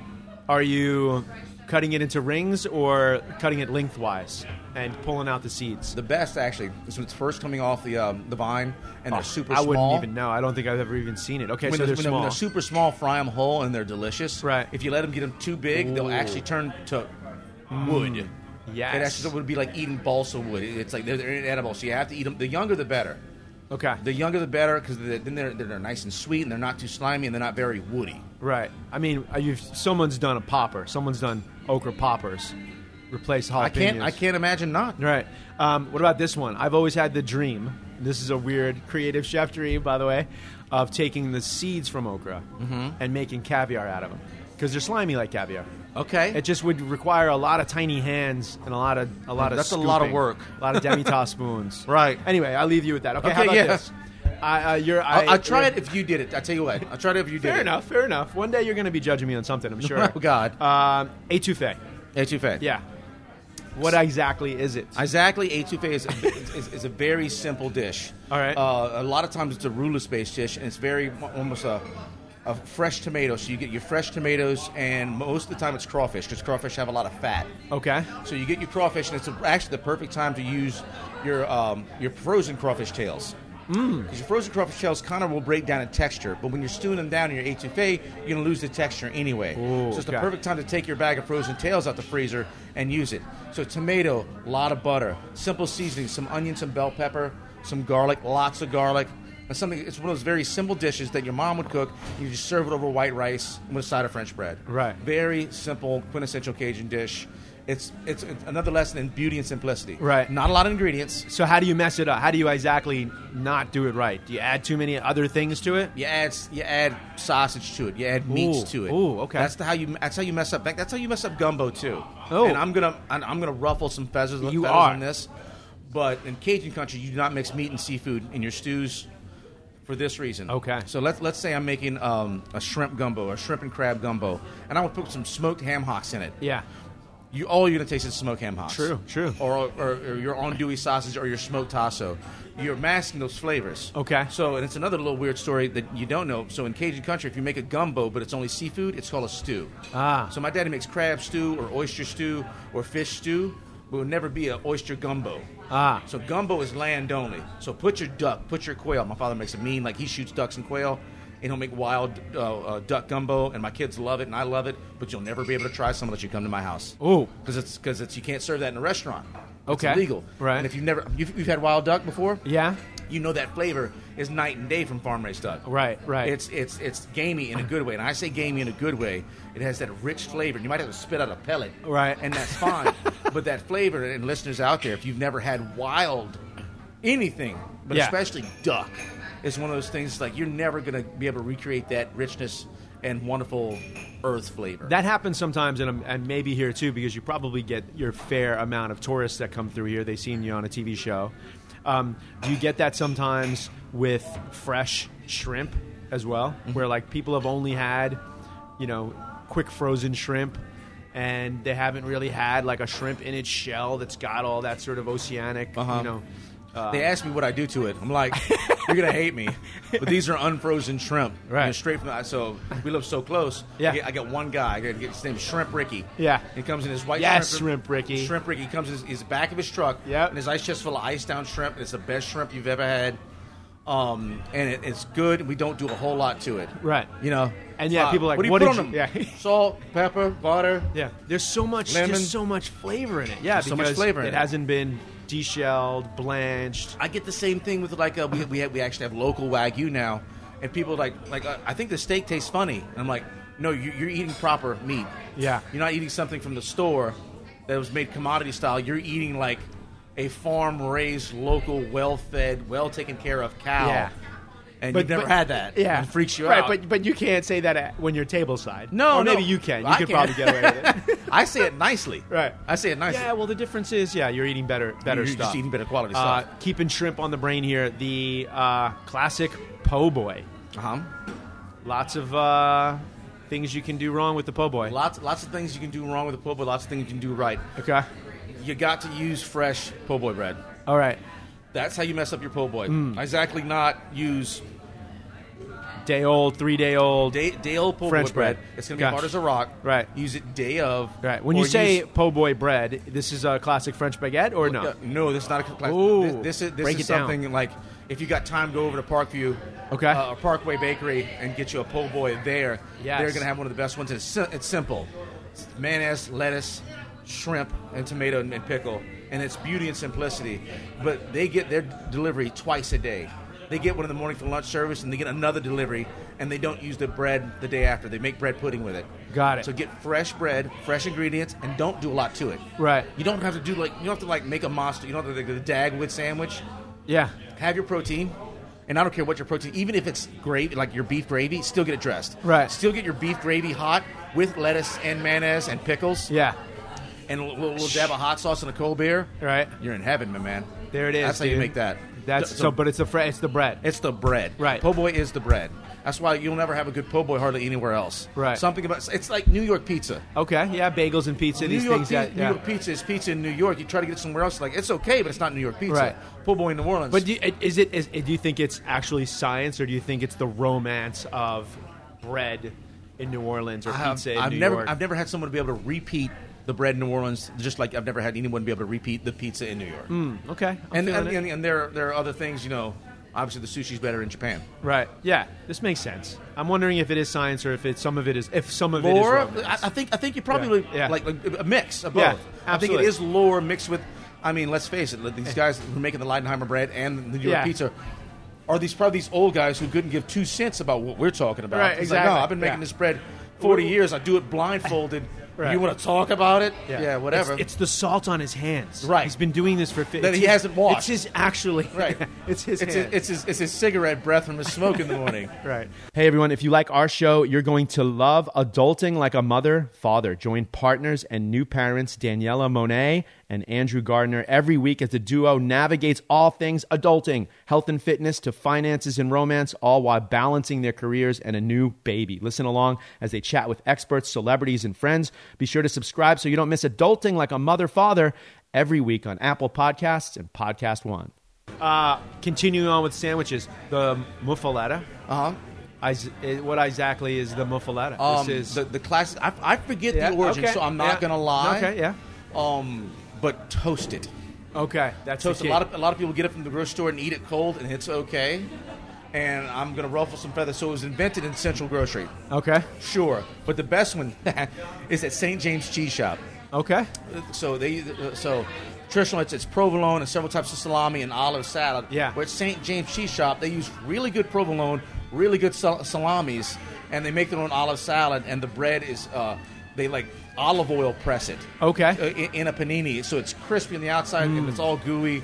[SPEAKER 2] are you cutting it into rings or cutting it lengthwise and pulling out the seeds?
[SPEAKER 4] the best actually is when it's first coming off the um, the vine and they're super
[SPEAKER 2] Oh, Ah, I
[SPEAKER 4] small.
[SPEAKER 2] wouldn't even know. I don't think I've ever even seen it. Okay,
[SPEAKER 4] when,
[SPEAKER 2] so they're
[SPEAKER 4] they're, when, they're,
[SPEAKER 2] small.
[SPEAKER 4] when they're super small, fry them whole, and they're delicious.
[SPEAKER 2] Right.
[SPEAKER 4] If you let them get them too big, they'll actually turn to wood.
[SPEAKER 2] Mm. Yes.
[SPEAKER 4] It actually would be like eating balsa wood. It's like they're, they're inedible, so you have to eat them. The younger, the better.
[SPEAKER 2] okay,
[SPEAKER 4] The younger, the better, because then they're, they're nice and sweet, and they're not too slimy, and they're not very woody.
[SPEAKER 2] right. I mean, are you someone's done a popper. Someone's done okra poppers. Replace jalapenos.
[SPEAKER 4] I can't. I can't imagine not.
[SPEAKER 2] Right. Um, what about this one? I've always had the dream. This is a weird creative chef dream, by the way, of taking the seeds from okra
[SPEAKER 4] Mm-hmm.
[SPEAKER 2] and making caviar out of them because they're slimy like caviar.
[SPEAKER 4] Okay.
[SPEAKER 2] It just would require a lot of tiny hands and a lot of a lot of
[SPEAKER 4] That's a lot of
[SPEAKER 2] scooping,
[SPEAKER 4] work.
[SPEAKER 2] a lot of demi-tasse spoons.
[SPEAKER 4] Right.
[SPEAKER 2] Anyway, I'll leave you with that. Okay. how
[SPEAKER 4] Okay,
[SPEAKER 2] about
[SPEAKER 4] yeah.
[SPEAKER 2] this? I, uh, you're, I,
[SPEAKER 4] I'll, I'll try
[SPEAKER 2] yeah.
[SPEAKER 4] it if you did it. I tell you what. I'll try it if you did
[SPEAKER 2] Fair
[SPEAKER 4] it.
[SPEAKER 2] enough. Fair enough. One day you're going to be judging me on something. I'm sure.
[SPEAKER 4] Oh, God.
[SPEAKER 2] Um, etouffee.
[SPEAKER 4] Etouffee.
[SPEAKER 2] Yeah. What exactly is it?
[SPEAKER 4] Exactly, etouffee is a, is, is a very simple dish.
[SPEAKER 2] All right.
[SPEAKER 4] Uh, a lot of times it's a roulette-based dish, and it's very almost a, a fresh tomato. So you get your fresh tomatoes, and most of the time it's crawfish because crawfish have a lot of fat.
[SPEAKER 2] okay.
[SPEAKER 4] So you get your crawfish, and it's actually the perfect time to use your um, your frozen crawfish tails.
[SPEAKER 2] Mm.
[SPEAKER 4] Because your frozen crawfish tails kind of will break down in texture, but when you're stewing them down in your etouffee, you're going to lose the texture anyway.
[SPEAKER 2] Ooh,
[SPEAKER 4] so it's the
[SPEAKER 2] okay.
[SPEAKER 4] perfect time to take your bag of frozen tails out the freezer and use it. So tomato, a lot of butter, simple seasoning, some onion, some bell pepper, some garlic, lots of garlic. And something, it's one of those very simple dishes that your mom would cook. You just serve it over white rice with a side of French bread.
[SPEAKER 2] Right.
[SPEAKER 4] Very simple, quintessential Cajun dish. It's, it's it's another lesson in beauty and simplicity.
[SPEAKER 2] Right.
[SPEAKER 4] Not a lot of ingredients.
[SPEAKER 2] So how do you mess it up? How do you exactly not do it right? Do you add too many other things to it?
[SPEAKER 4] You add you add sausage to it. You add meats
[SPEAKER 2] Ooh,
[SPEAKER 4] to it.
[SPEAKER 2] ooh, okay.
[SPEAKER 4] That's the, how you that's how you mess up. Like, That's how you mess up gumbo too.
[SPEAKER 2] Oh.
[SPEAKER 4] and I'm gonna and I'm gonna ruffle some feathers,
[SPEAKER 2] You
[SPEAKER 4] feathers
[SPEAKER 2] are.
[SPEAKER 4] on this. But in Cajun country, you do not mix meat and seafood in your stews for this reason.
[SPEAKER 2] Okay.
[SPEAKER 4] So let's let's say I'm making um, a shrimp gumbo, a shrimp and crab gumbo, and I would put some smoked ham hocks in it.
[SPEAKER 2] Yeah.
[SPEAKER 4] You all you're gonna taste is smoked ham hocks.
[SPEAKER 2] True, true.
[SPEAKER 4] Or or, or your andouille sausage or your smoked tasso. You're masking those flavors.
[SPEAKER 2] Okay.
[SPEAKER 4] So and it's another little weird story that you don't know. So in Cajun country, if you make a gumbo but it's only seafood, it's called a stew.
[SPEAKER 2] Ah.
[SPEAKER 4] So my daddy makes crab stew or oyster stew or fish stew, but it would never be an oyster gumbo.
[SPEAKER 2] Ah.
[SPEAKER 4] So gumbo is land only. So put your duck, put your quail. My father makes a mean like he shoots ducks and quail, and he'll make wild uh, uh, duck gumbo, and my kids love it, and I love it. But you'll never be able to try some unless you come to my house.
[SPEAKER 2] Ooh.
[SPEAKER 4] because it's because it's you can't serve that in a restaurant.
[SPEAKER 2] Okay.
[SPEAKER 4] it's illegal.
[SPEAKER 2] Right.
[SPEAKER 4] And if you've never you've, you've had wild duck before,
[SPEAKER 2] Yeah.
[SPEAKER 4] you know that flavor is night and day from farm raised duck.
[SPEAKER 2] Right, right.
[SPEAKER 4] It's it's it's gamey in a good way, and I say gamey in a good way. It has that rich flavor. You might have to spit out a pellet,
[SPEAKER 2] Right.
[SPEAKER 4] And that's fine. but that flavor, and listeners out there, if you've never had wild anything, but
[SPEAKER 2] Yeah.
[SPEAKER 4] especially duck, is one of those things like you're never going to be able to recreate that richness and wonderful earth flavor.
[SPEAKER 2] That happens sometimes, and, and maybe here too, because you probably get your fair amount of tourists that come through here. They've seen you on a TV show. Um, you get that sometimes with fresh shrimp as well, where like people have only had, you know, quick frozen shrimp, and they haven't really had like a shrimp in its shell that's got all that sort of oceanic,
[SPEAKER 4] Uh-huh.
[SPEAKER 2] you know. Uh,
[SPEAKER 4] They asked me what I do to it. I'm like, you're gonna hate me, but these are unfrozen shrimp,
[SPEAKER 2] Right.
[SPEAKER 4] They're straight from the so we live so close.
[SPEAKER 2] Yeah.
[SPEAKER 4] I get, I got one guy. I got his name is Shrimp Ricky.
[SPEAKER 2] Yeah.
[SPEAKER 4] he comes in his white.
[SPEAKER 2] Yes, Shrimp Ricky.
[SPEAKER 4] Shrimp Ricky comes in his, his back of his truck.
[SPEAKER 2] Yep.
[SPEAKER 4] and his ice chest full of ice down shrimp. And it's the best shrimp you've ever had. Um, and it, it's good. We don't do a whole lot to it,
[SPEAKER 2] Right.
[SPEAKER 4] You know, Uh,
[SPEAKER 2] And yeah, people are like,
[SPEAKER 4] what do you
[SPEAKER 2] "What
[SPEAKER 4] put
[SPEAKER 2] did
[SPEAKER 4] on
[SPEAKER 2] you-"
[SPEAKER 4] them?
[SPEAKER 2] Yeah.
[SPEAKER 4] salt, pepper, butter.
[SPEAKER 2] Yeah, there's so much,
[SPEAKER 4] Lemon.
[SPEAKER 2] there's so much flavor in it. Yeah,
[SPEAKER 4] There's so much
[SPEAKER 2] because
[SPEAKER 4] flavor in
[SPEAKER 2] It,
[SPEAKER 4] it.
[SPEAKER 2] hasn't been deshelled, blanched.
[SPEAKER 4] I get the same thing with like uh we we, have, we actually have local wagyu now, and people like like uh, I think the steak tastes funny. And I'm like, no, you, you're eating proper meat.
[SPEAKER 2] Yeah.
[SPEAKER 4] you're not eating something from the store that was made commodity style. You're eating like a farm raised, local, well fed, well taken care of cow.
[SPEAKER 2] Yeah.
[SPEAKER 4] and you've never had that.
[SPEAKER 2] Yeah,
[SPEAKER 4] and it freaks you
[SPEAKER 2] right,
[SPEAKER 4] out.
[SPEAKER 2] But but you can't say that at, when you're tableside.
[SPEAKER 4] no,
[SPEAKER 2] or
[SPEAKER 4] no.
[SPEAKER 2] maybe you can. You
[SPEAKER 4] I
[SPEAKER 2] could
[SPEAKER 4] can.
[SPEAKER 2] probably get away with it.
[SPEAKER 4] I say it nicely.
[SPEAKER 2] Right.
[SPEAKER 4] I say it nicely.
[SPEAKER 2] Yeah, well, the difference is, yeah, you're eating better, better
[SPEAKER 4] You're just
[SPEAKER 2] stuff.
[SPEAKER 4] eating better quality
[SPEAKER 2] Uh,
[SPEAKER 4] stuff.
[SPEAKER 2] keeping shrimp on the brain here. The uh, classic po' boy.
[SPEAKER 4] Uh-huh.
[SPEAKER 2] Lots of uh, things you can do wrong with the po' boy.
[SPEAKER 4] Lots, lots of things you can do wrong with a po' boy. Lots of things you can do right.
[SPEAKER 2] Okay.
[SPEAKER 4] You got to use fresh po' boy bread.
[SPEAKER 2] All right.
[SPEAKER 4] That's how you mess up your po' boy.
[SPEAKER 2] Mm.
[SPEAKER 4] Exactly. Not use
[SPEAKER 2] Day old, three day old.
[SPEAKER 4] day, day old po'
[SPEAKER 2] French
[SPEAKER 4] boy bread.
[SPEAKER 2] bread.
[SPEAKER 4] It's gonna be
[SPEAKER 2] Gotcha.
[SPEAKER 4] hard as a rock.
[SPEAKER 2] Right.
[SPEAKER 4] Use it day of.
[SPEAKER 2] Right. When you
[SPEAKER 4] or
[SPEAKER 2] say
[SPEAKER 4] use-
[SPEAKER 2] po' boy bread, this is a classic French baguette or no?
[SPEAKER 4] Yeah, no, this is not a class.
[SPEAKER 2] Ooh.
[SPEAKER 4] This, this is this
[SPEAKER 2] Break
[SPEAKER 4] is
[SPEAKER 2] it down.
[SPEAKER 4] something like if you got time, go over to Parkview,
[SPEAKER 2] Okay.
[SPEAKER 4] uh, or Parkway Bakery, and get you a po' boy there.
[SPEAKER 2] Yes.
[SPEAKER 4] they're gonna have one of the best ones. It's, si- it's simple: It's mayonnaise, lettuce, shrimp, and tomato and pickle, and it's beauty and simplicity. But they get their delivery twice a day. They get one in the morning for lunch service, and they get another delivery, and they don't use the bread the day after. They make bread pudding with it.
[SPEAKER 2] Got it.
[SPEAKER 4] So get fresh bread, fresh ingredients, and don't do a lot to it.
[SPEAKER 2] Right.
[SPEAKER 4] You don't have to do like you don't have to like make a monster. You don't have to do the Dagwood sandwich.
[SPEAKER 2] Yeah.
[SPEAKER 4] Have your protein, and I don't care what your protein, even if it's gravy, like your beef gravy, still get it dressed.
[SPEAKER 2] Right.
[SPEAKER 4] Still get your beef gravy hot with lettuce and mayonnaise and pickles.
[SPEAKER 2] Yeah.
[SPEAKER 4] And we'll, we'll, we'll dab a hot sauce and a cold beer.
[SPEAKER 2] Right.
[SPEAKER 4] You're in heaven, my man.
[SPEAKER 2] There it is.
[SPEAKER 4] That's how you
[SPEAKER 2] dude.
[SPEAKER 4] make that.
[SPEAKER 2] That's
[SPEAKER 4] Th-
[SPEAKER 2] so, but it's the fr- it's the bread.
[SPEAKER 4] it's the bread.
[SPEAKER 2] Right.
[SPEAKER 4] Po' boy is the bread. That's why you'll never have a good po' boy hardly anywhere else.
[SPEAKER 2] Right.
[SPEAKER 4] Something about it's like New York pizza.
[SPEAKER 2] okay. Yeah. Bagels and pizza.
[SPEAKER 4] New
[SPEAKER 2] these
[SPEAKER 4] York,
[SPEAKER 2] things.
[SPEAKER 4] pi-
[SPEAKER 2] that,
[SPEAKER 4] New
[SPEAKER 2] yeah.
[SPEAKER 4] York pizza is pizza in New York. You try to get it somewhere else, like it's okay, but it's not New York pizza.
[SPEAKER 2] Right.
[SPEAKER 4] Po' boy in New Orleans.
[SPEAKER 2] But do you, is it? Is, do you think it's actually science, or do you think it's the romance of bread in New Orleans or
[SPEAKER 4] I've,
[SPEAKER 2] pizza in
[SPEAKER 4] I've
[SPEAKER 2] New
[SPEAKER 4] never,
[SPEAKER 2] York?
[SPEAKER 4] I've never had someone be able to repeat the bread in New Orleans, just like I've never had anyone be able to repeat the pizza in New York.
[SPEAKER 2] Hmm. okay, I'm feeling
[SPEAKER 4] and, and,
[SPEAKER 2] it.
[SPEAKER 4] and and there there are other things, you know. Obviously, the sushi's better in Japan.
[SPEAKER 2] right, yeah, this makes sense. I'm wondering if it is science or if it's some of it is if some of
[SPEAKER 4] Lore,
[SPEAKER 2] it is
[SPEAKER 4] I,
[SPEAKER 2] romance.
[SPEAKER 4] I think I think you probably
[SPEAKER 2] Yeah, yeah.
[SPEAKER 4] Like, like a mix of both.
[SPEAKER 2] Yeah,
[SPEAKER 4] I think it
[SPEAKER 2] absolutely.
[SPEAKER 4] is lore mixed with. I mean, let's face it. These guys who are making the Leidenheimer bread and the New York
[SPEAKER 2] Yeah.
[SPEAKER 4] pizza are these probably these old guys who couldn't give two cents about what we're talking about.
[SPEAKER 2] Right,
[SPEAKER 4] It's like, no,
[SPEAKER 2] exactly.
[SPEAKER 4] I've been making
[SPEAKER 2] Yeah.
[SPEAKER 4] this bread forty years. I do it blindfolded.
[SPEAKER 2] Right.
[SPEAKER 4] You want to talk about it? Yeah, whatever.
[SPEAKER 2] It's, it's the salt on his hands.
[SPEAKER 4] Right.
[SPEAKER 2] he's been doing this for. Fi-
[SPEAKER 4] That
[SPEAKER 2] it's
[SPEAKER 4] he
[SPEAKER 2] his-
[SPEAKER 4] hasn't washed.
[SPEAKER 2] It's his actually.
[SPEAKER 4] Right.
[SPEAKER 2] it's his.
[SPEAKER 4] It's,
[SPEAKER 2] hand.
[SPEAKER 4] a, it's, his, it's his cigarette breath from his smoke in the morning.
[SPEAKER 2] Right. Hey, everyone. If you like our show, you're going to love Adulting Like a Mother, Father. Join partners and new parents Daniela Monet and Andrew Gardner every week as the duo navigates all things adulting, health and fitness to finances and romance, all while balancing their careers and a new baby. Listen along as they chat with experts, celebrities, and friends. Be sure to subscribe so you don't miss Adulting Like a Mother, Father every week on Apple Podcasts and Podcast One. Uh, continuing on with sandwiches, the muffaletta.
[SPEAKER 4] Uh-huh.
[SPEAKER 2] Is- is- what exactly is the muffaletta?
[SPEAKER 4] Um,
[SPEAKER 2] this is
[SPEAKER 4] the, the classic. I, I forget
[SPEAKER 2] Yeah,
[SPEAKER 4] the origin,
[SPEAKER 2] okay,
[SPEAKER 4] so I'm not
[SPEAKER 2] yeah.
[SPEAKER 4] gonna lie.
[SPEAKER 2] Okay, yeah.
[SPEAKER 4] Um, but toast it.
[SPEAKER 2] okay. That's
[SPEAKER 4] Toast.
[SPEAKER 2] the
[SPEAKER 4] A
[SPEAKER 2] key.
[SPEAKER 4] lot of a lot of people get it from the grocery store and eat it cold, and it's okay. And I'm gonna ruffle some feathers. So it was invented in Central Grocery,
[SPEAKER 2] okay,
[SPEAKER 4] sure. But the best one is at St. James Cheese Shop.
[SPEAKER 2] okay,
[SPEAKER 4] So they uh, so traditional it's, it's provolone and several types of salami and olive salad.
[SPEAKER 2] Yeah.
[SPEAKER 4] But at St. James Cheese Shop, they use really good provolone, really good sal- salamis, and they make their own olive salad. And the bread is uh, they like olive oil press it.
[SPEAKER 2] Okay. Mm.
[SPEAKER 4] Uh, in, in a panini, so it's crispy on the outside and it's all gooey.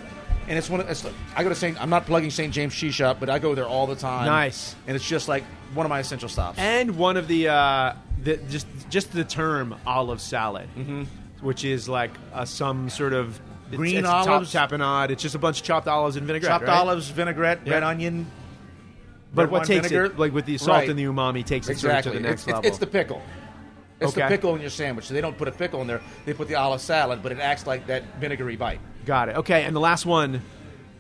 [SPEAKER 4] And it's one of it's, I go to St. I'm not plugging St. James Cheese Shop, but I go there all the time.
[SPEAKER 2] Nice.
[SPEAKER 4] And it's just like one of my essential stops.
[SPEAKER 2] and one of the, uh, the just just the term olive salad, which is like uh, some sort of it's-
[SPEAKER 4] Mm-hmm. Green
[SPEAKER 2] it's
[SPEAKER 4] olives?
[SPEAKER 2] top tapenade. It's just a bunch of chopped olives and vinaigrette.
[SPEAKER 4] Chopped
[SPEAKER 2] right?
[SPEAKER 4] olives, vinaigrette, red
[SPEAKER 2] Yeah.
[SPEAKER 4] onion,
[SPEAKER 2] but
[SPEAKER 4] red
[SPEAKER 2] what
[SPEAKER 4] wine
[SPEAKER 2] takes
[SPEAKER 4] vinegar.
[SPEAKER 2] it like with the salt
[SPEAKER 4] Right.
[SPEAKER 2] and the umami takes it sort of
[SPEAKER 4] Exactly.
[SPEAKER 2] to the next
[SPEAKER 4] it's, it's-
[SPEAKER 2] level.
[SPEAKER 4] it's the pickle. It's the
[SPEAKER 2] Okay.
[SPEAKER 4] pickle in your sandwich. So they don't put a pickle in there. They put the olive salad, but it acts like that vinegary bite.
[SPEAKER 2] Got it. Okay, and the last one,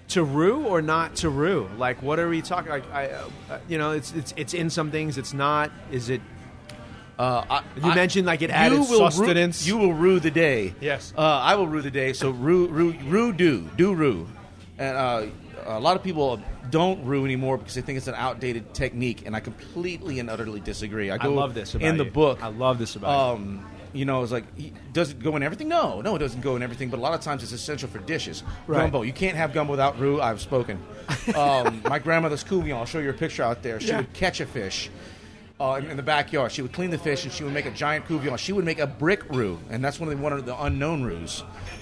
[SPEAKER 2] to rue or not to rue? Like, what are we talking? Like, I, uh, uh, you know, it's it's it's in some things. It's not. Is it?
[SPEAKER 4] Uh, I,
[SPEAKER 2] You mentioned, like, it added
[SPEAKER 4] rue-
[SPEAKER 2] sustenance.
[SPEAKER 4] you will rue the day.
[SPEAKER 2] Yes.
[SPEAKER 4] Uh, I will rue the day. So rue, rue, rue, do, do rue, and uh, a lot of people don't rue anymore because they think it's an outdated technique, and I completely and utterly disagree. I,
[SPEAKER 2] I
[SPEAKER 4] go
[SPEAKER 2] love this about
[SPEAKER 4] in the
[SPEAKER 2] you.
[SPEAKER 4] book.
[SPEAKER 2] I love this about you.
[SPEAKER 4] um, you know, it's like, y- does it go in everything? No, no, it doesn't go in everything. But a lot of times, it's essential for dishes.
[SPEAKER 2] Right.
[SPEAKER 4] Gumbo, you can't have gumbo without roux. I've spoken. Um, my grandmother's couvillon. I'll show you a picture out there. She
[SPEAKER 2] Yeah.
[SPEAKER 4] would catch a fish. Uh, in, in the backyard, she would clean the fish and she would make a giant couvillon. She would make a brick roux, and that's one of the, one of the unknown roux.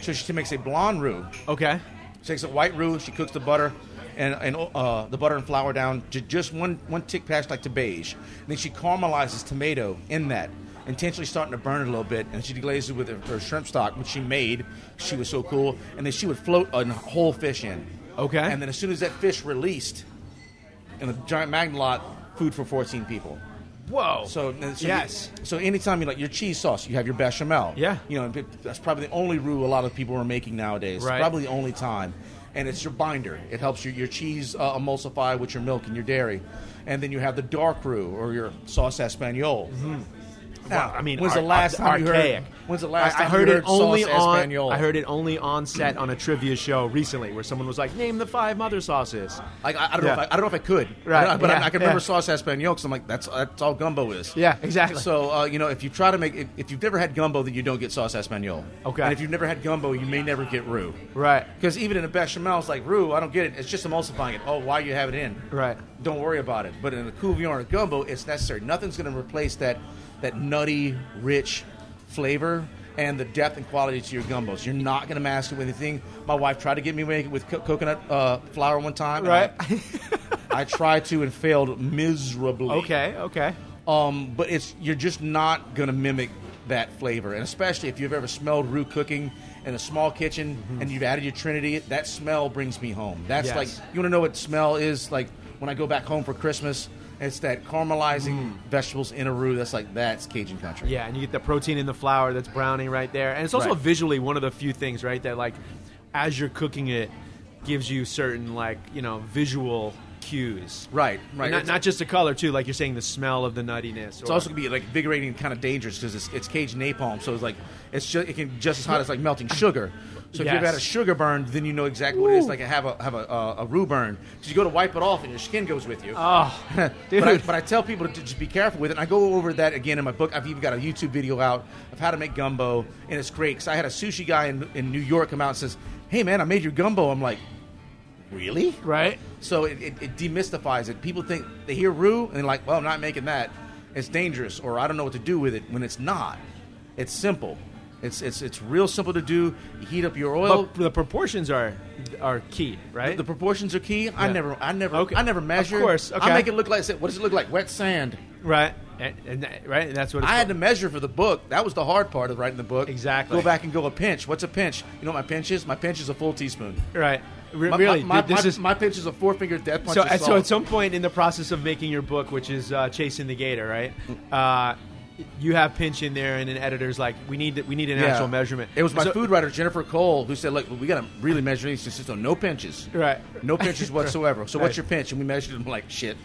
[SPEAKER 4] So she makes a blonde roux.
[SPEAKER 2] Okay.
[SPEAKER 4] She takes a white roux, she cooks the butter, and, and uh, the butter and flour down to just one, one tick past like to beige. And then she caramelizes tomato in that, intentionally starting to burn it a little bit. And she glazed it with her, her shrimp stock, which she made. She was so cool. And then she would float a whole fish in.
[SPEAKER 2] Okay.
[SPEAKER 4] And then as soon as that fish released in a giant magnet lot, food for 14 people.
[SPEAKER 2] Whoa.
[SPEAKER 4] So, so
[SPEAKER 2] yes.
[SPEAKER 4] you- so anytime you like your cheese sauce, you have your bechamel.
[SPEAKER 2] Yeah.
[SPEAKER 4] You know, but that's probably the only rule a lot of people are making nowadays. It's
[SPEAKER 2] Right.
[SPEAKER 4] Probably the only time. And it's your binder. It helps your, your cheese uh, emulsify with your milk and your dairy. And then you have the dark roux or your sauce espagnole. Now,
[SPEAKER 2] Mm-hmm. I mean,
[SPEAKER 4] when's
[SPEAKER 2] ar-
[SPEAKER 4] the last
[SPEAKER 2] ar-
[SPEAKER 4] time you
[SPEAKER 2] archaic.
[SPEAKER 4] heard? When's the last
[SPEAKER 2] I,
[SPEAKER 4] time
[SPEAKER 2] I heard
[SPEAKER 4] you
[SPEAKER 2] it
[SPEAKER 4] heard
[SPEAKER 2] only
[SPEAKER 4] sauce
[SPEAKER 2] on?
[SPEAKER 4] espagnole?
[SPEAKER 2] I heard it only on set on a trivia show recently, where someone was like, "Name the five mother sauces."
[SPEAKER 4] Like, I, I don't know.
[SPEAKER 2] Yeah.
[SPEAKER 4] If I, I don't know if I could.
[SPEAKER 2] Right,
[SPEAKER 4] I don't- but I-
[SPEAKER 2] yeah,
[SPEAKER 4] I, can
[SPEAKER 2] yeah.
[SPEAKER 4] remember sauce espagnole because I'm like, that's that's all gumbo is.
[SPEAKER 2] Yeah, exactly.
[SPEAKER 4] So uh, you know, if you try to make, if, if you've never had gumbo, then you don't get sauce espagnole.
[SPEAKER 2] Okay.
[SPEAKER 4] And if you've never had gumbo, you may never get roux.
[SPEAKER 2] Right.
[SPEAKER 4] Because even in a bechamel, it's like roux. I don't get it. It's just emulsifying it. Oh, why you have it in?
[SPEAKER 2] Right.
[SPEAKER 4] Don't worry about it. But in a couvillon or a gumbo, it's necessary. Nothing's going to replace that that nutty, rich flavor and the depth and quality to your gumbos. You're not going to mask it with anything. My wife tried to get me to make it with co- coconut uh, flour one time. and I-
[SPEAKER 2] Right.
[SPEAKER 4] I tried to and failed miserably.
[SPEAKER 2] okay. Okay.
[SPEAKER 4] Um, but it's you're just not gonna mimic that flavor, and especially if you've ever smelled roux cooking in a small kitchen and you've added your Trinity, that smell brings me home. That's
[SPEAKER 2] Mm-hmm. Yes.
[SPEAKER 4] like you want to know what smell is like when I go back home for Christmas. It's that caramelizing vegetables in a roux. That's like that's Cajun country.
[SPEAKER 2] Mm. Yeah, and you get the protein in the flour that's browning right there. And it's also
[SPEAKER 4] Right.
[SPEAKER 2] visually one of the few things, right, that like as you're cooking it gives you certain like, you know, visual cues.
[SPEAKER 4] Right,
[SPEAKER 2] And
[SPEAKER 4] right.
[SPEAKER 2] Not,
[SPEAKER 4] It's-
[SPEAKER 2] not just the color too, like you're saying the smell of the nuttiness.
[SPEAKER 4] It's also gonna be like invigorating and kind of dangerous because it's, it's Cajun napalm, so it's like it's just it can just as hot as like melting sugar. So if you've
[SPEAKER 2] Yes.
[SPEAKER 4] had a sugar burn, then you know exactly what it is. Like I have a have a, uh, a roux burn. So you go to wipe it off, and your skin goes with you.
[SPEAKER 2] Oh, dude.
[SPEAKER 4] But I, but I tell people to just be careful with it. And I go over that again in my book. I've even got a YouTube video out of how to make gumbo, and it's great because I had a sushi guy in, in New York come out and says, "Hey man, I made your gumbo." I'm like, "Really?"
[SPEAKER 2] right?
[SPEAKER 4] So it, it, it demystifies it. People think they hear roux and they're like, well, I'm not making that. It's dangerous, or I don't know what to do with it. When it's not, it's simple. It's it's it's real simple to do. You heat up your oil.
[SPEAKER 2] But the proportions are are key, right?
[SPEAKER 4] the proportions are key. I
[SPEAKER 2] Yeah.
[SPEAKER 4] never, I never,
[SPEAKER 2] Okay.
[SPEAKER 4] I never measure.
[SPEAKER 2] Of course, okay.
[SPEAKER 4] I make it look like. What does it look like? Wet sand.
[SPEAKER 2] right. And, and that- right? And that's what it's
[SPEAKER 4] I had to measure for the book. That was the hard part of writing the book.
[SPEAKER 2] Exactly.
[SPEAKER 4] Go back and go a pinch. What's a pinch? You know what my pinch is? My pinch is a full teaspoon.
[SPEAKER 2] Right. Re-
[SPEAKER 4] My-
[SPEAKER 2] really,
[SPEAKER 4] my, my,
[SPEAKER 2] dude, this
[SPEAKER 4] my-
[SPEAKER 2] is
[SPEAKER 4] my pinch is a four finger death punch.
[SPEAKER 2] so,
[SPEAKER 4] of
[SPEAKER 2] at- so
[SPEAKER 4] salt.
[SPEAKER 2] at some point in the process of making your book, which is uh, chasing the gator, right? Uh, you have pinch in there, and an editor's like, "We need we need an actual measurement."
[SPEAKER 4] It was my
[SPEAKER 2] So-
[SPEAKER 4] food writer Jennifer Cole who said, "Look, we got to really measure these. Just so no pinches,
[SPEAKER 2] Right.
[SPEAKER 4] No pinches whatsoever. So
[SPEAKER 2] Right.
[SPEAKER 4] what's your pinch?" And we measured them like shit.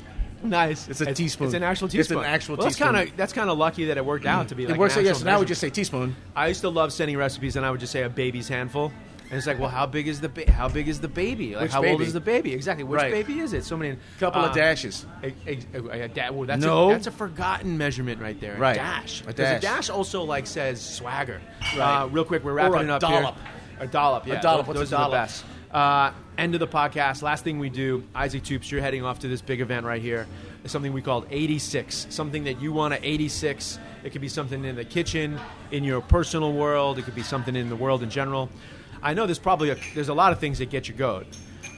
[SPEAKER 2] Nice.
[SPEAKER 4] It's a teaspoon.
[SPEAKER 2] It's an actual
[SPEAKER 4] It's an
[SPEAKER 2] teaspoon.
[SPEAKER 4] actual
[SPEAKER 2] well,
[SPEAKER 4] teaspoon.
[SPEAKER 2] That's kind of that's kind of lucky that it worked out to be like.
[SPEAKER 4] it works.
[SPEAKER 2] An
[SPEAKER 4] out,
[SPEAKER 2] actual
[SPEAKER 4] yes. now we
[SPEAKER 2] measurement.
[SPEAKER 4] just say teaspoon.
[SPEAKER 2] I used to love sending recipes, and I would just say a baby's handful. And it's like, well, how big is the ba- how big is the baby? Like,
[SPEAKER 4] Which
[SPEAKER 2] how old
[SPEAKER 4] baby?
[SPEAKER 2] is the baby? Exactly. Which
[SPEAKER 4] Right.
[SPEAKER 2] baby is it? So many.
[SPEAKER 4] Couple
[SPEAKER 2] uh,
[SPEAKER 4] of dashes.
[SPEAKER 2] A, a, a- a da- well, that's
[SPEAKER 4] No.
[SPEAKER 2] a, that's a forgotten measurement right there.
[SPEAKER 4] Right.
[SPEAKER 2] A dash.
[SPEAKER 4] A
[SPEAKER 2] 'Cause
[SPEAKER 4] dash.
[SPEAKER 2] A dash also like says swagger.
[SPEAKER 4] Right.
[SPEAKER 2] Uh, real quick, we're wrapping
[SPEAKER 4] a
[SPEAKER 2] it up
[SPEAKER 4] dollop.
[SPEAKER 2] here. A dollop. Yeah.
[SPEAKER 4] dollop.
[SPEAKER 2] Those,
[SPEAKER 4] What's
[SPEAKER 2] those
[SPEAKER 4] a
[SPEAKER 2] are the
[SPEAKER 4] dollop?
[SPEAKER 2] best. Uh, end of the podcast. Last thing we do, Isaac Toops, you're heading off to this big event right here. It's something we called 86. Something that you want to 86. It could be something in the kitchen, in your personal world. It could be something in the world in general. I know there's probably a, there's a lot of things that get you going.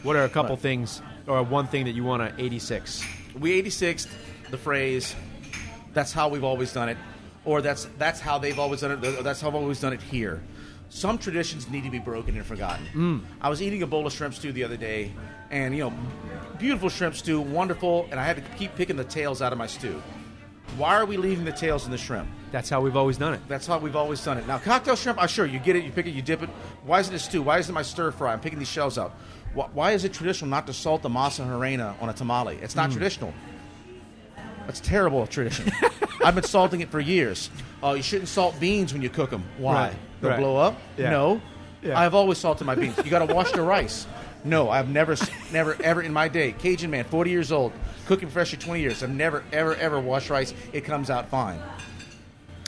[SPEAKER 2] What are a couple things or one thing that you want to 86?
[SPEAKER 4] We 86th the phrase. That's how we've always done it, or that's that's how they've always done it. Or that's how I've always done it here. Some traditions need to be broken and forgotten. I was eating a bowl of shrimp stew the other day, and you know, beautiful shrimp stew, wonderful, and I had to keep picking the tails out of my stew. Why are we leaving the tails in the shrimp?
[SPEAKER 2] That's how we've always done it.
[SPEAKER 4] That's how we've always done it. Now, cocktail shrimp, I sure you get it, you pick it, you dip it. Why isn't it stew? Why isn't my stir fry? I'm picking these shells out. Why, why is it traditional not to salt the masa harina on a tamale? It's
[SPEAKER 2] Hmm.
[SPEAKER 4] not traditional. That's terrible tradition. I've been salting it for years. Uh, you shouldn't salt beans when you cook them. Why?
[SPEAKER 2] Right.
[SPEAKER 4] They'll
[SPEAKER 2] Right.
[SPEAKER 4] blow up.
[SPEAKER 2] Yeah.
[SPEAKER 4] No.
[SPEAKER 2] Yeah.
[SPEAKER 4] I've always salted my beans. You got to wash the rice. No, I've never, s- never, ever in my day, Cajun man, 40 years old, cooking fresh for 20 years, I've never, ever, ever washed rice. It comes out fine.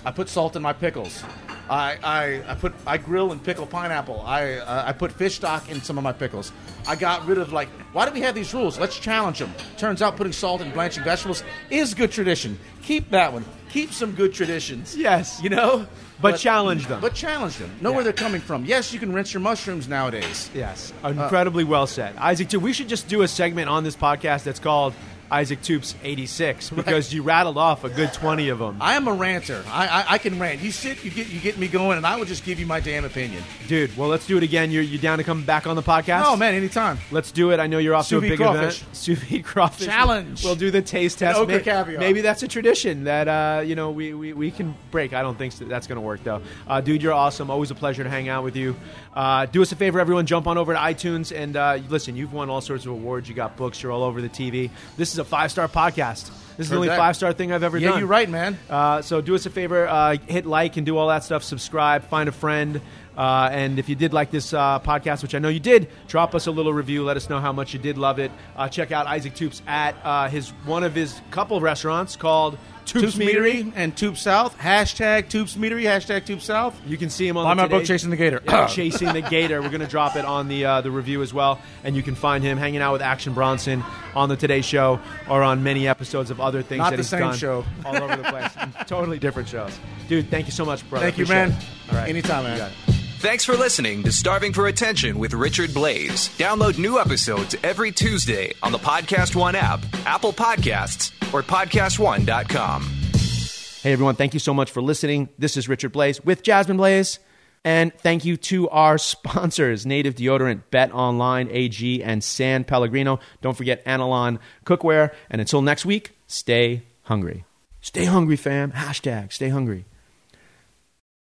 [SPEAKER 4] I put salt in my pickles. I, I, I put I grill and pickle pineapple. I uh, I put fish stock in some of my pickles. I got rid of like why do we have these rules? Let's challenge them. Turns out putting salt in blanching vegetables is good tradition. Keep that one. Keep some good traditions.
[SPEAKER 2] Yes.
[SPEAKER 4] you know,
[SPEAKER 2] But challenge them.
[SPEAKER 4] But challenge them. Know
[SPEAKER 2] Yeah.
[SPEAKER 4] where they're coming from. Yes, you can rinse your mushrooms nowadays.
[SPEAKER 2] Yes, incredibly well said, Isaac. Too. We should just do a segment on this podcast that's called Isaac Toops eighty six because you rattled off a good twenty of them,
[SPEAKER 4] I am a ranter. I, I, I can rant. You sit, you get you get me going, and I will just give you my damn opinion.
[SPEAKER 2] dude. Well, let's do it again. You're you down to come back on the podcast?
[SPEAKER 4] Oh man, anytime.
[SPEAKER 2] Let's do it. I know you're off
[SPEAKER 4] Sous
[SPEAKER 2] to a
[SPEAKER 4] vide
[SPEAKER 2] big
[SPEAKER 4] crawfish.
[SPEAKER 2] event. Sous vide crawfish
[SPEAKER 4] Challenge.
[SPEAKER 2] We'll do the taste test.
[SPEAKER 4] okra
[SPEAKER 2] May-
[SPEAKER 4] caviar.
[SPEAKER 2] Maybe that's a tradition that uh, you know we, we, we can break. I don't think so- that's going to work though. Uh, dude, you're awesome. Always a pleasure to hang out with you. Uh, do us a favor, everyone. Jump on over to iTunes and uh, listen. You've won all sorts of awards. You got books. You're all over the TV. This is a five star podcast. This is the
[SPEAKER 4] Heard
[SPEAKER 2] only
[SPEAKER 4] that.
[SPEAKER 2] five star thing I've ever
[SPEAKER 4] Yeah,
[SPEAKER 2] done.
[SPEAKER 4] you're right, man.
[SPEAKER 2] Uh, so do us a favor, uh, hit like and do all that stuff. Subscribe, find a friend, uh, and if you did like this uh, podcast, which I know you did, drop us a little review. Let us know how much you did love it. Uh, check out Isaac Toops at uh, his one of his couple of restaurants called Toops,
[SPEAKER 4] Toops
[SPEAKER 2] Meadery.
[SPEAKER 4] Meadery and Toops South. Hashtag Toops Meadery. Hashtag Toops South.
[SPEAKER 2] You can see him on
[SPEAKER 4] Buy
[SPEAKER 2] the
[SPEAKER 4] my book,
[SPEAKER 2] Today-
[SPEAKER 4] Chasing the Gator.
[SPEAKER 2] Yeah, Chasing the Gator. We're going to drop it on the uh, the review as well, and you can find him hanging out with Action Bronson on the Today Show or on many episodes of other things
[SPEAKER 4] Not
[SPEAKER 2] that
[SPEAKER 4] the
[SPEAKER 2] he's
[SPEAKER 4] same
[SPEAKER 2] done
[SPEAKER 4] show.
[SPEAKER 2] all over the place. totally different shows, dude. Thank you so much, brother.
[SPEAKER 4] Thank you,
[SPEAKER 2] Appreciate
[SPEAKER 4] man.
[SPEAKER 2] it. All right,
[SPEAKER 4] Anytime, man.
[SPEAKER 2] You got it.
[SPEAKER 1] Thanks for listening to Starving for Attention with Richard Blaze. Download new episodes every Tuesday on the Podcast One app, Apple Podcasts, or PodcastOne.com.
[SPEAKER 2] Hey, everyone, thank you so much for listening. This is Richard Blaze with Jasmine Blaze. And thank you to our sponsors, Native Deodorant, Bet Online, AG, and San Pellegrino. Don't forget Anilon Cookware. And until next week, stay hungry. Stay hungry, fam. Hashtag stay hungry.